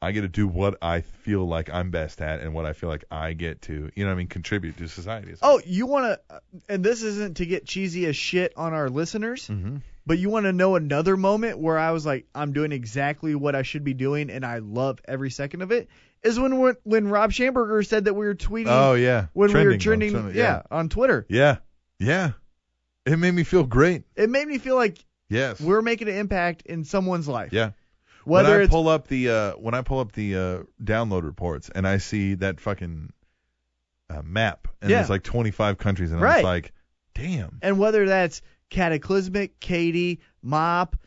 I get to do what I feel like I'm best at and what I feel like I get to, you know what I mean, contribute to society.
Oh, you want to, and this isn't to get cheesy as shit on our listeners,
Mhm.
but you want to know another moment where I was like, I'm doing exactly what I should be doing, and I love every second of it. Is when when- when Rob Schamberger said that we were tweeting.
Oh, yeah.
when we were
Trending
trending,
on Twitter,
yeah.
yeah.
on Twitter.
Yeah. Yeah. It made me feel great.
It made me feel like
Yes.
we're making an impact in someone's life.
Yeah.
Whether
when I
it's
pull up the uh, when I pull up the uh, download reports and I see that fucking uh, map and
Yeah.
there's like 25 countries and I'm
Right.
just like, damn.
and whether that's Cataclysmic, Katie, Mop,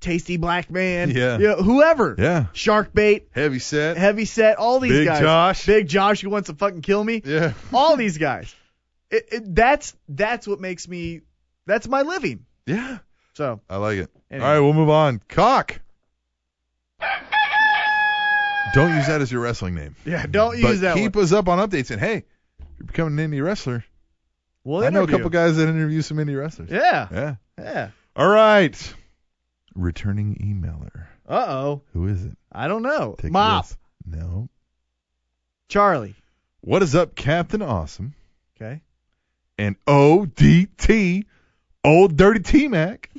Tasty Black Man,
Yeah.
you know, whoever,
Yeah.
Shark Bait,
Heavy set.
Heavy Set, all these
Big
guys,
Josh.
Big Josh who wants to fucking kill me,
Yeah.
all these guys. It, it, that's that's what makes me. That's my living.
Yeah.
So
I like it.
Anyway.
All right, we'll move on. Cock. Don't use that as your wrestling name.
yeah, (laughs) don't
but
use that
keep us up on updates. And hey, if you're becoming an indie wrestler.
one. We'll
I know a
interview.
couple guys that interview some indie wrestlers.
Yeah,
Yeah.
yeah.
All right. Returning emailer.
Uh oh.
Who is it?
I don't know.
Take a
Mop,
guess. No.
Charlie.
What is up, Captain Awesome?
Okay.
And ODT, Old Dirty T Mac.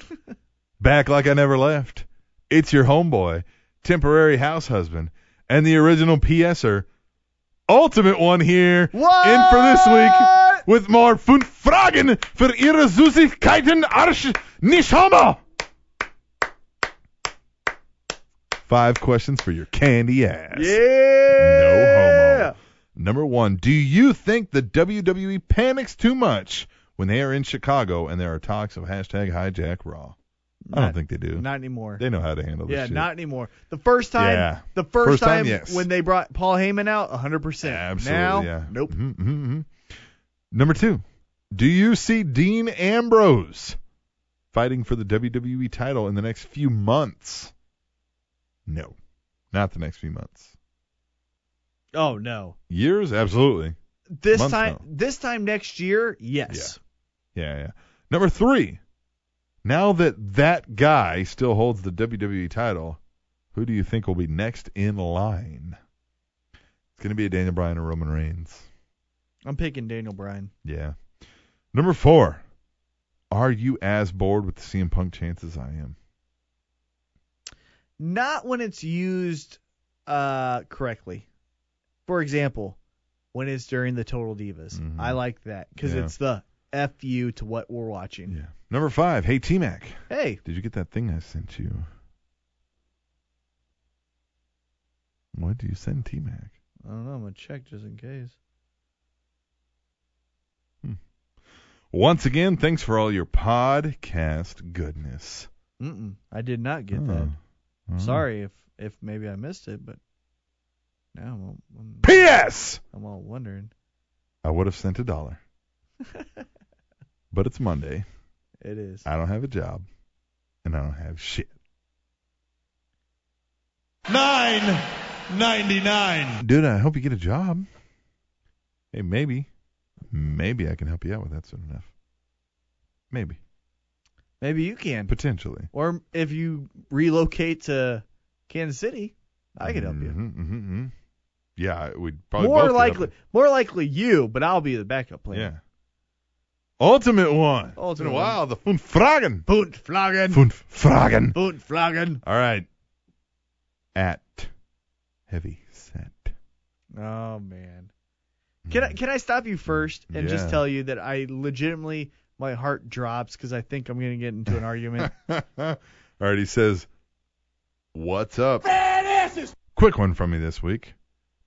Back like I never left. It's your homeboy, temporary house husband, and the original PSer, ultimate one here.
What?
In for this week with more fun Fragen für Ihre Süßigkeiten Arsch nicht Homo. Five questions for your candy ass.
Yeah.
No homo. Number one, do you think the WWE panics too much when they are in Chicago and there are talks of hashtag hijack Raw? I don't
Not-
think they do.
Not anymore.
They know how to handle this
yeah,
shit.
not anymore. The first time,
Yeah.
the first,
First time,
time,
yes.
when they brought Paul Heyman out, 100%.
Absolutely,
now,
yeah.
nope.
Mhm, mhm, mhm. Number two, do you see Dean Ambrose fighting for the WWE title in the next few months? No, not the next few months.
Oh no.
Years, absolutely. Mm-hmm.
This
Months,
time,
no.
this time next year, yes.
Yeah, yeah. Number three, now that that guy still holds the WWE title, who do you think will be next in line? It's going to be a Daniel Bryan or Roman Reigns.
I'm picking Daniel Bryan.
Yeah. Number four. Are you as bored with the CM Punk chants as I am?
Not when it's used uh, correctly. For example, when it's during the Total Divas,
Mhm.
I like that because
Yeah.
it's the f you to what we're watching.
Yeah. Number five. Hey T Mac,
Hey,
did you get that thing I sent you? What do you send T Mac?
I don't know. I'm gonna check just in case.
Once again, thanks for all your podcast goodness.
Mm-mm, I did not get
Oh.
that.
Oh.
Sorry if if maybe I missed it, but now I'm all, I'm,
P.S.
I'm all wondering. (laughs)
I would have sent a dollar, but it's Monday.
It is.
Uh, I don't have a job, and I don't have shit.
nine ninety nine.
Dude, I hope you get a job. Hey, maybe, maybe I can help you out with that soon enough. Maybe.
Maybe you can.
Potentially.
Or if you relocate to Kansas City, I can help you.
Mm-hmm, mm-hmm. Yeah, we'd probably both
more
could help
likely, more likely you, but I'll be the backup plan.
Yeah. Ultimate one.
Ultimate
it's been a
one.
while. The Fundfragen.
Bootflagen.
Fundfragen.
Bootflagen.
All right. At heavy set.
Oh man. Can I can I stop you first and just
Mm-hmm. Yeah.
tell you that I legitimately my heart drops because I think I'm gonna get into
(laughs)
an argument.
All right. He says, "What's up?"
Fat asses.
Quick one from me this week,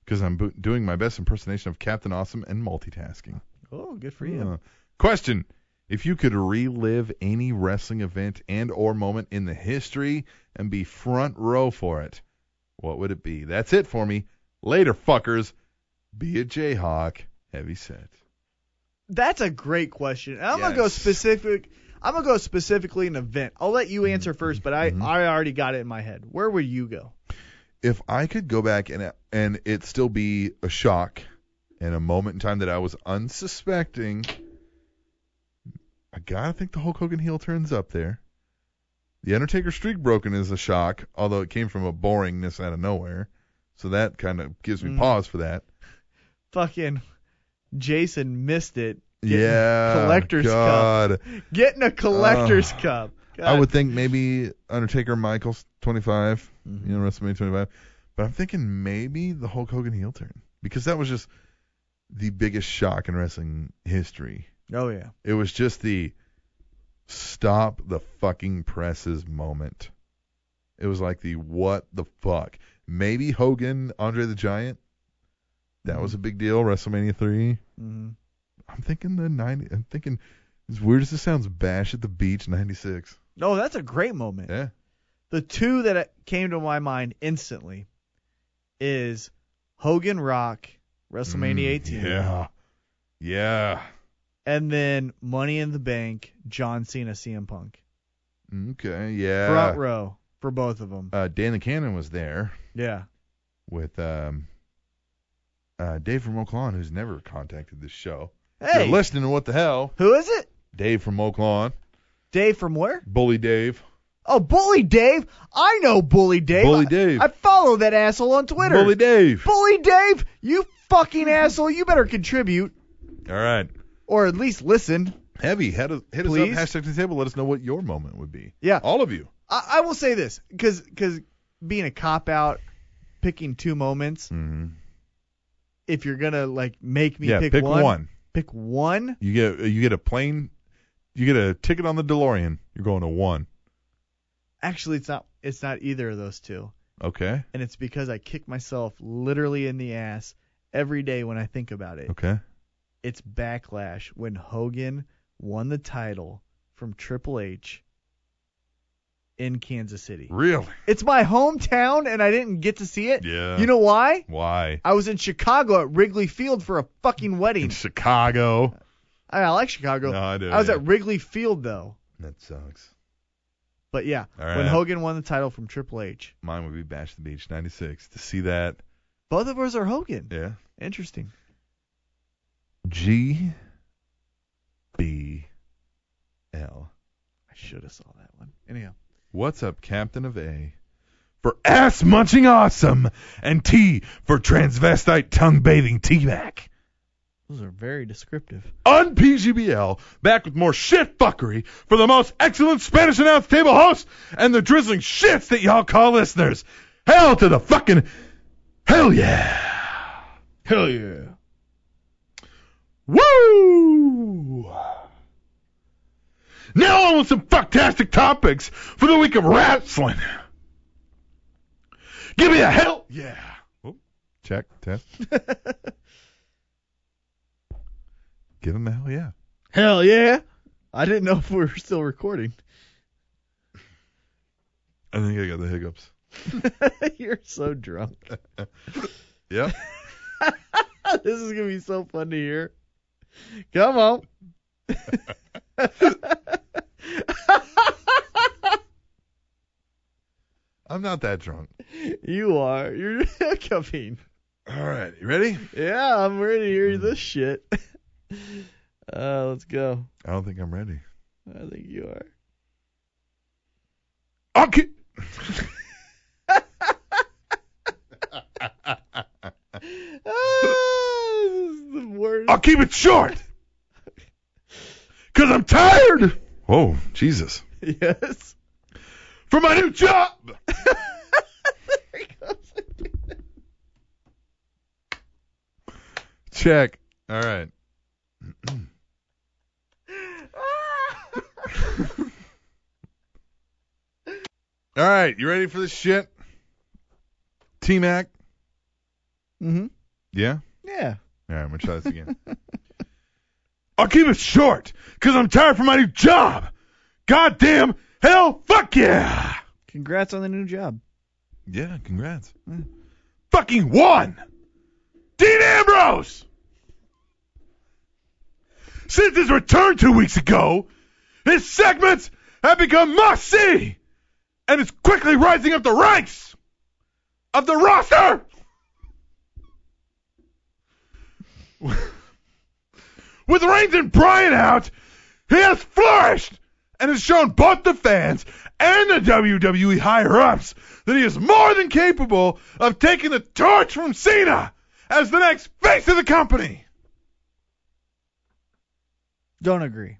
because I'm bo- doing my best impersonation of Captain Awesome and multitasking.
oh, good for
Uh,
you.
question: If you could relive any wrestling event and/or moment in the history and be front row for it, what would it be? That's it for me. Later, fuckers. Be a Jayhawk. Heavy set.
That's a great question. And I'm gonna go
Yes.
specific. I'm gonna go specifically an event. I'll let you answer
Mm-hmm.
first, but I I already got it in my head. Where would you go?
If I could go back and and it still be a shock and a moment in time that I was unsuspecting, I gotta think the Hulk Hogan heel turns up there. The Undertaker streak broken is a shock, although it came from a boringness out of nowhere. So that kind of gives me
Mm.
pause for that.
Fucking Jason missed it. Getting
yeah.
collector's
God.
cup. Getting a collector's
Ugh.
cup.
I
God.
would think maybe Undertaker Michaels 25, you know, WrestleMania 25. But I'm thinking maybe the Hulk Hogan heel turn because that was just the biggest shock in wrestling history.
Oh yeah.
It was just the stop the fucking presses moment. It was like the what the fuck. Maybe Hogan, Andre the Giant. That was a big deal. WrestleMania 3.
Mm-hmm.
I'm thinking the 90. I'm thinking, as weird as this sounds, Bash at the Beach 96.
No, that's a great moment.
Yeah.
The two that came to my mind instantly is Hogan Rock, WrestleMania 18,
Mm, Yeah. Yeah.
and then Money in the Bank, John Cena, CM Punk.
Okay. Yeah.
Front row for both of them.
Uh, Dan the Cannon was there
Yeah.
with um, uh, Dave from Oaklawn, who's never contacted this show.
Hey.
You're listening to what the hell?
Who is it?
Dave from Oaklawn.
Dave from where?
Bully Dave.
Oh, Bully Dave. I know Bully Dave.
Bully
I-
Dave.
I follow that asshole on Twitter.
Bully Dave.
Bully Dave, you fucking asshole. You better contribute
All right.
or at least listen.
Heavy. Hit us, hit us up.
Please?
Hashtag to the table. Let us know what your moment would be.
Yeah.
All of you.
I, I will say this because being a cop out, picking two moments. If you're gonna like make me
Mm-hmm. yeah.
Mm-hmm. pick,
Pick
one,
one.
pick one.
You get uh, you get a plane. You get a ticket on the DeLorean. You're going to one.
Actually, it's not. It's not either of those two,
Okay.
and it's because I kick myself literally in the ass every day when I think about it.
Okay.
It's backlash when Hogan won the title from Triple H in Kansas City.
Really?
It's my hometown, and I didn't get to see it.
Yeah.
You know why?
Why?
I was in Chicago at Wrigley Field for a
(laughs)
fucking
In
wedding.
Chicago.
I, I like Chicago.
No, I do,
was
yeah.
at Wrigley Field though.
That sucks.
But yeah,
All right.
when Hogan won the title from Triple H,
Mine would be Bash the Beach 96. To see that.
both of us are Hogan.
Yeah.
Interesting.
G B L.
I should have saw that one. Anyhow,
What's up, Captain of A? For ass munching awesome and T for transvestite tongue bathing teabag.
those are very descriptive.
On PGBL, back with more shit fuckery for the most excellent Spanish announce table host and the drizzling shits that y'all call listeners. Hell to the fucking hell yeah.
Hell yeah.
Woo! Now on with some fucktastic topics for the week of wrestling. Give me a hell yeah. Oh, Check, test. Give him a hell yeah.
Hell yeah. I didn't know if we were still recording. (laughs)
I think I got the hiccups.
You're so drunk. (laughs)
Yep.
this is gonna be so fun to hear. Come on.
I'm not that drunk.
You are. You're (laughs) hiccuping.
All right. You ready?
Yeah, I'm ready to hear this shit. (laughs) uh, let's go.
I don't think I'm ready.
I think you are. (laughs)
Okay.
Ah, this is the worst.
I'll keep it short. Cause I'm tired. Oh, Jesus.
(laughs) Yes. (laughs)
For my new job.
(laughs)
Check. All right.
Ah.
All right, you ready for this shit? T Mac.
Mm-hmm.
Yeah.
Yeah.
All right, I'm gonna try this again. (laughs) I'll keep it short, cause I'm tired from my new job. Goddamn hell, fuck yeah.
Congrats on the new job.
Yeah, congrats. Fucking won! Dean Ambrose! Since his return two weeks ago, his segments have become must see and is quickly rising up the ranks of the roster! (laughs) With Reigns and Bryan out, he has flourished and has shown both the fans and the WWE higher ups that he is more than capable of taking the torch from Cena as the next face of the company.
Don't agree.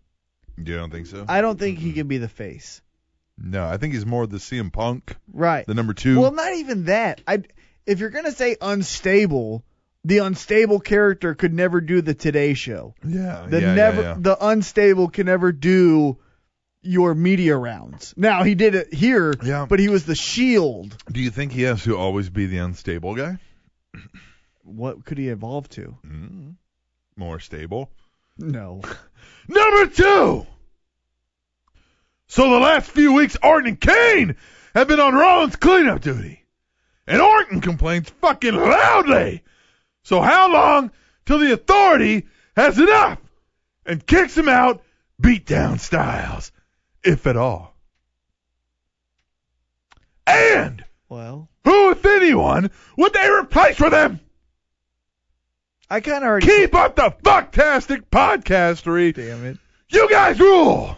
You don't think so?
I don't think
Mm-hmm.
he can be the face.
no, I think he's more the CM Punk,
Right.
the number two.
Well, not even that. I if you're gonna say unstable, the unstable character could never do the Today Show.
yeah,
The
yeah,
never
yeah, yeah.
the unstable can never do your media rounds. Now he did it here,
Yeah.
but he was the Shield.
Do you think he has to always be the unstable guy?
What could he evolve to?
Mm, more stable.
No.
Number two. So the last few weeks, Orton and Kane have been on Rollins cleanup duty, and Orton complains fucking loudly. So how long till the authority has enough and kicks him out, beatdown styles, if at all? And
Well,
who, if anyone, would they replace with him?
I kind of already
Keep up the fucktastic podcastery.
damn it.
You guys rule!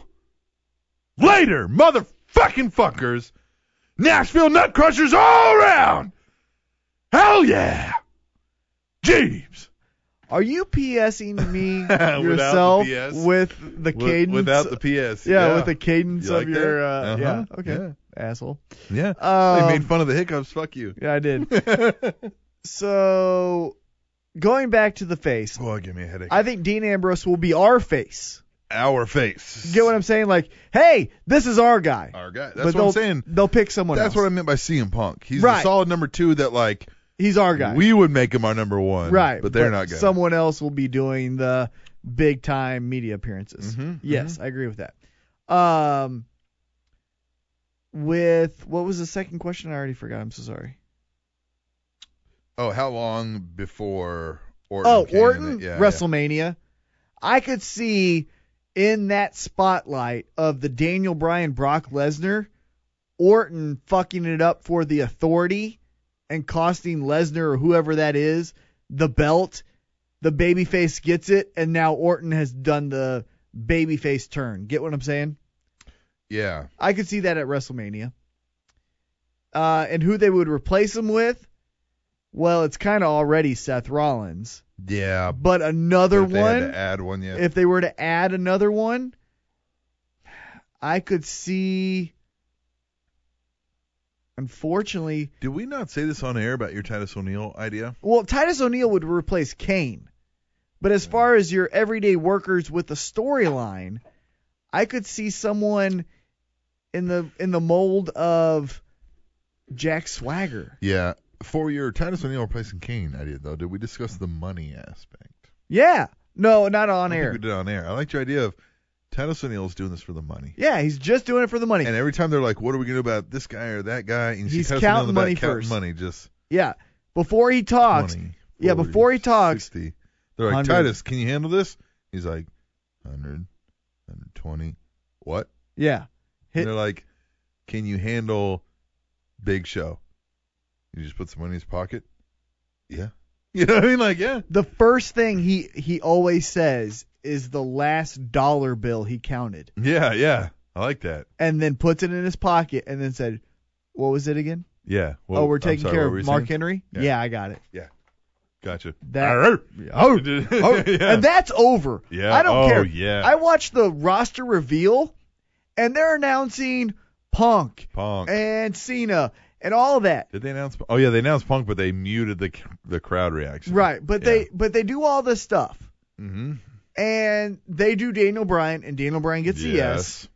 Later, motherfucking fuckers! Nashville nut crushers all around! Hell yeah! Jeeves!
Are you PSing
(laughs)
me
Without the
yourself
PS.
with the cadence?
Without the PS.
yeah, with the cadence
You
of
like
your
that?
uh,
Uh-huh.
yeah. Okay, asshole.
Yeah.
Um,
they made fun of the hiccups. Fuck you.
Yeah, I did.
(laughs)
so, going back to the face,
Oh, give me a headache.
I think Dean Ambrose will be our face.
Our face.
Get what I'm saying? Like, hey, this is our guy.
Our guy.
But
That's what
they'll-
I'm saying.
They'll pick someone
That's
else.
what I meant by CM Punk. He's
Right.
the solid number two that, like,
He's our guy.
we would make him our number one.
right.
But they're not going to.
Someone else will be doing the big time media appearances.
Mm-hmm,
Yes, I agree with that. Um, with what was the second question? I already forgot. I'm so sorry.
Oh, how long before Orton?
Oh,
came in
Orton,
it? Yeah, yeah.
WrestleMania. I could see in that spotlight of the Daniel Bryan Brock Lesnar, Orton fucking it up for the authority and costing Lesnar or whoever that is the belt. The babyface gets it, and now Orton has done the babyface turn. Get what I'm saying?
Yeah.
I could see that at WrestleMania. Uh, and who they would replace him with? Well, it's kind of already Seth Rollins.
Yeah.
But another
if they had
one,
to add one, yeah.
if they were to add another one, I could see. Unfortunately,
Did we not say this on air about your Titus O'Neil idea?
well, Titus O'Neil would replace Kane. But as far as your everyday workers with a storyline, I could see someone in the in the mold of Jack Swagger.
Yeah. For your Titus O'Neil replacing Kane idea, though, did we discuss the money aspect?
Yeah. No, not on
I think
air.
we did on air. I liked your idea of Titus O'Neil's doing this for the money.
Yeah, he's just doing it for the money.
And every time they're like, what are we going to do about this guy or that guy? And you
He's
see Titus O'Neil in
counting
the back
money
counting
first.
money, just
yeah. Before he talks,
20,
yeah,
40,
before he talks,
60. They're like,
100.
Titus, can you handle this? He's like, 100, 120. What?
yeah. Hit-
and they're like, "Can you handle Big Show?" You just put some money in his pocket. Yeah.
(laughs) You
know what I mean? Like, yeah.
The first thing he he always says is the last dollar bill he counted,
Yeah, yeah. I like that.
and then puts it in his pocket, and then said, "What was it again?
Yeah.
oh,
Well,
we're
I'm
taking
sorry,
care
what
of
were you
Mark
saying?
Henry. Yeah. I got
(laughs)
it.
Yeah. Gotcha.
That-
Arr!
(laughs) Oh, oh,
(laughs) Yeah.
and that's over.
Yeah.
I don't
Oh,
care.
yeah.
I watched the roster reveal, and they're announcing Punk
Punk.
and Cena and all that.
Did they announce? Oh yeah, they announced Punk, but they muted the the crowd reaction.
Right, but they but they do all this stuff,
Mm-hmm.
and they do Daniel Bryan, and Daniel Bryan gets a yes.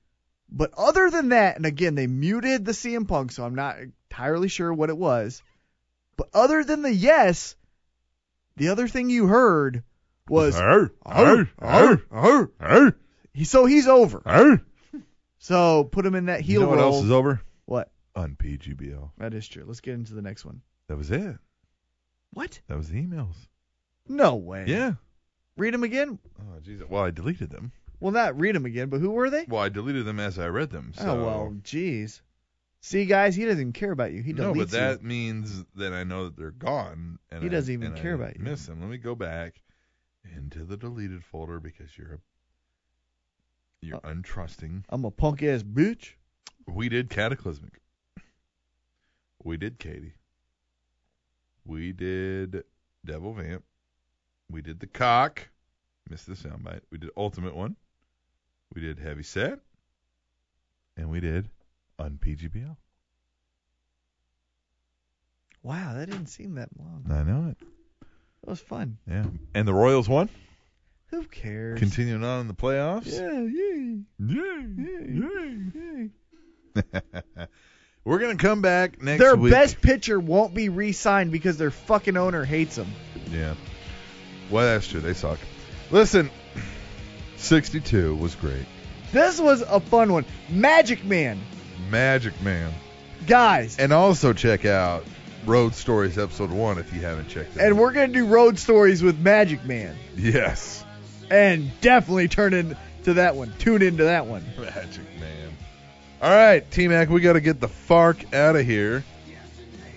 But other than that, and again they muted the CM Punk, so I'm not entirely sure what it was. But other than the yes, the other thing you heard was
Arr,
"Arr, arr, arr."
Arr.
He- so he's over.
Arr.
So put him in that heel
you know what
role.
else is over?
What?
On PGBL.
That is true. Let's get into the next one.
That was it.
What?
That was the emails.
No way.
Yeah.
Read them again.
Oh jeez. Well, I deleted them.
Well, not read them again, but who were they?
Well, I deleted them as I read them. So.
Oh well, jeez. See, guys, he doesn't care about you. He deletes
no, but
you.
that means that I know that they're gone. And
He
I-
doesn't even
and
care
I
about you.
Miss them. Let me go back into the deleted folder because you're a you're
Uh,
untrusting.
I'm a punk ass bitch.
We did Cataclysmic. We did Katie. We did Devil Vamp. We did the cock. Missed the soundbite. We did Ultimate One. We did Heavy Set. And we did Unpgbl.
Wow, that didn't seem that long.
I know it.
That was fun.
Yeah. And the Royals won.
Who cares?
Continuing on in the playoffs.
yeah, yay,
yay,
yay, yay.
(laughs) We're gonna come back next
Their
week.
best pitcher won't be re-signed because their fucking owner hates him.
Yeah. Well, that's true. They suck. Listen, 62 was great.
This was a fun one. Magic Man,
Magic Man.
guys,
And also check out Road Stories Episode 1 if you haven't checked it.
and we're gonna do road stories with Magic Man,
Yes.
and definitely turn in to that one. Tune into that one.
Magic Man. All right, T Mac, we got to get the FARC out of here.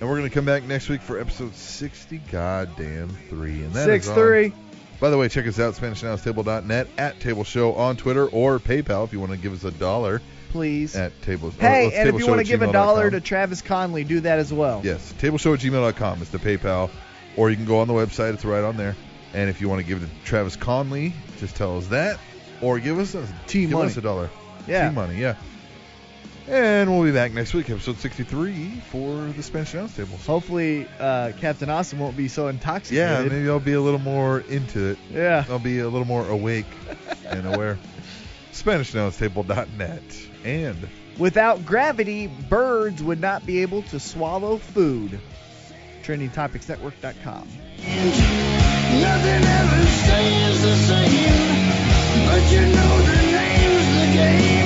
And we're going to come back next week for episode 60, goddamn three. And that is
Six
on-
three.
By the way, check us out, SpanishAnnounceTable.net, at Table Show on Twitter or PayPal if you want to give us a dollar.
Please.
At uh, Table
Hey,
or,
and if you want to give a dollar
to
to Travis Conley, do that as well.
Yes, tableshow at gmail.com is the PayPal, or you can go on the website. It's right on there. And if you want to give it to Travis Conley, just tell us that, or give us a
T
give
money.
us a dollar.
Yeah.
T money, yeah. And we'll be back next week, episode 63 for the Spanish Announce Table.
Hopefully, uh, Captain Awesome won't be so intoxicated.
Yeah, maybe Oh. I'll be a little more into it.
Yeah.
I'll be a little more awake and
(laughs)
aware. SpanishAnnounceTable.net and
Without gravity, birds would not be able to swallow food. TrendingTopicsNetwork.com.
Nothing ever stays the same, but you know the name's the game.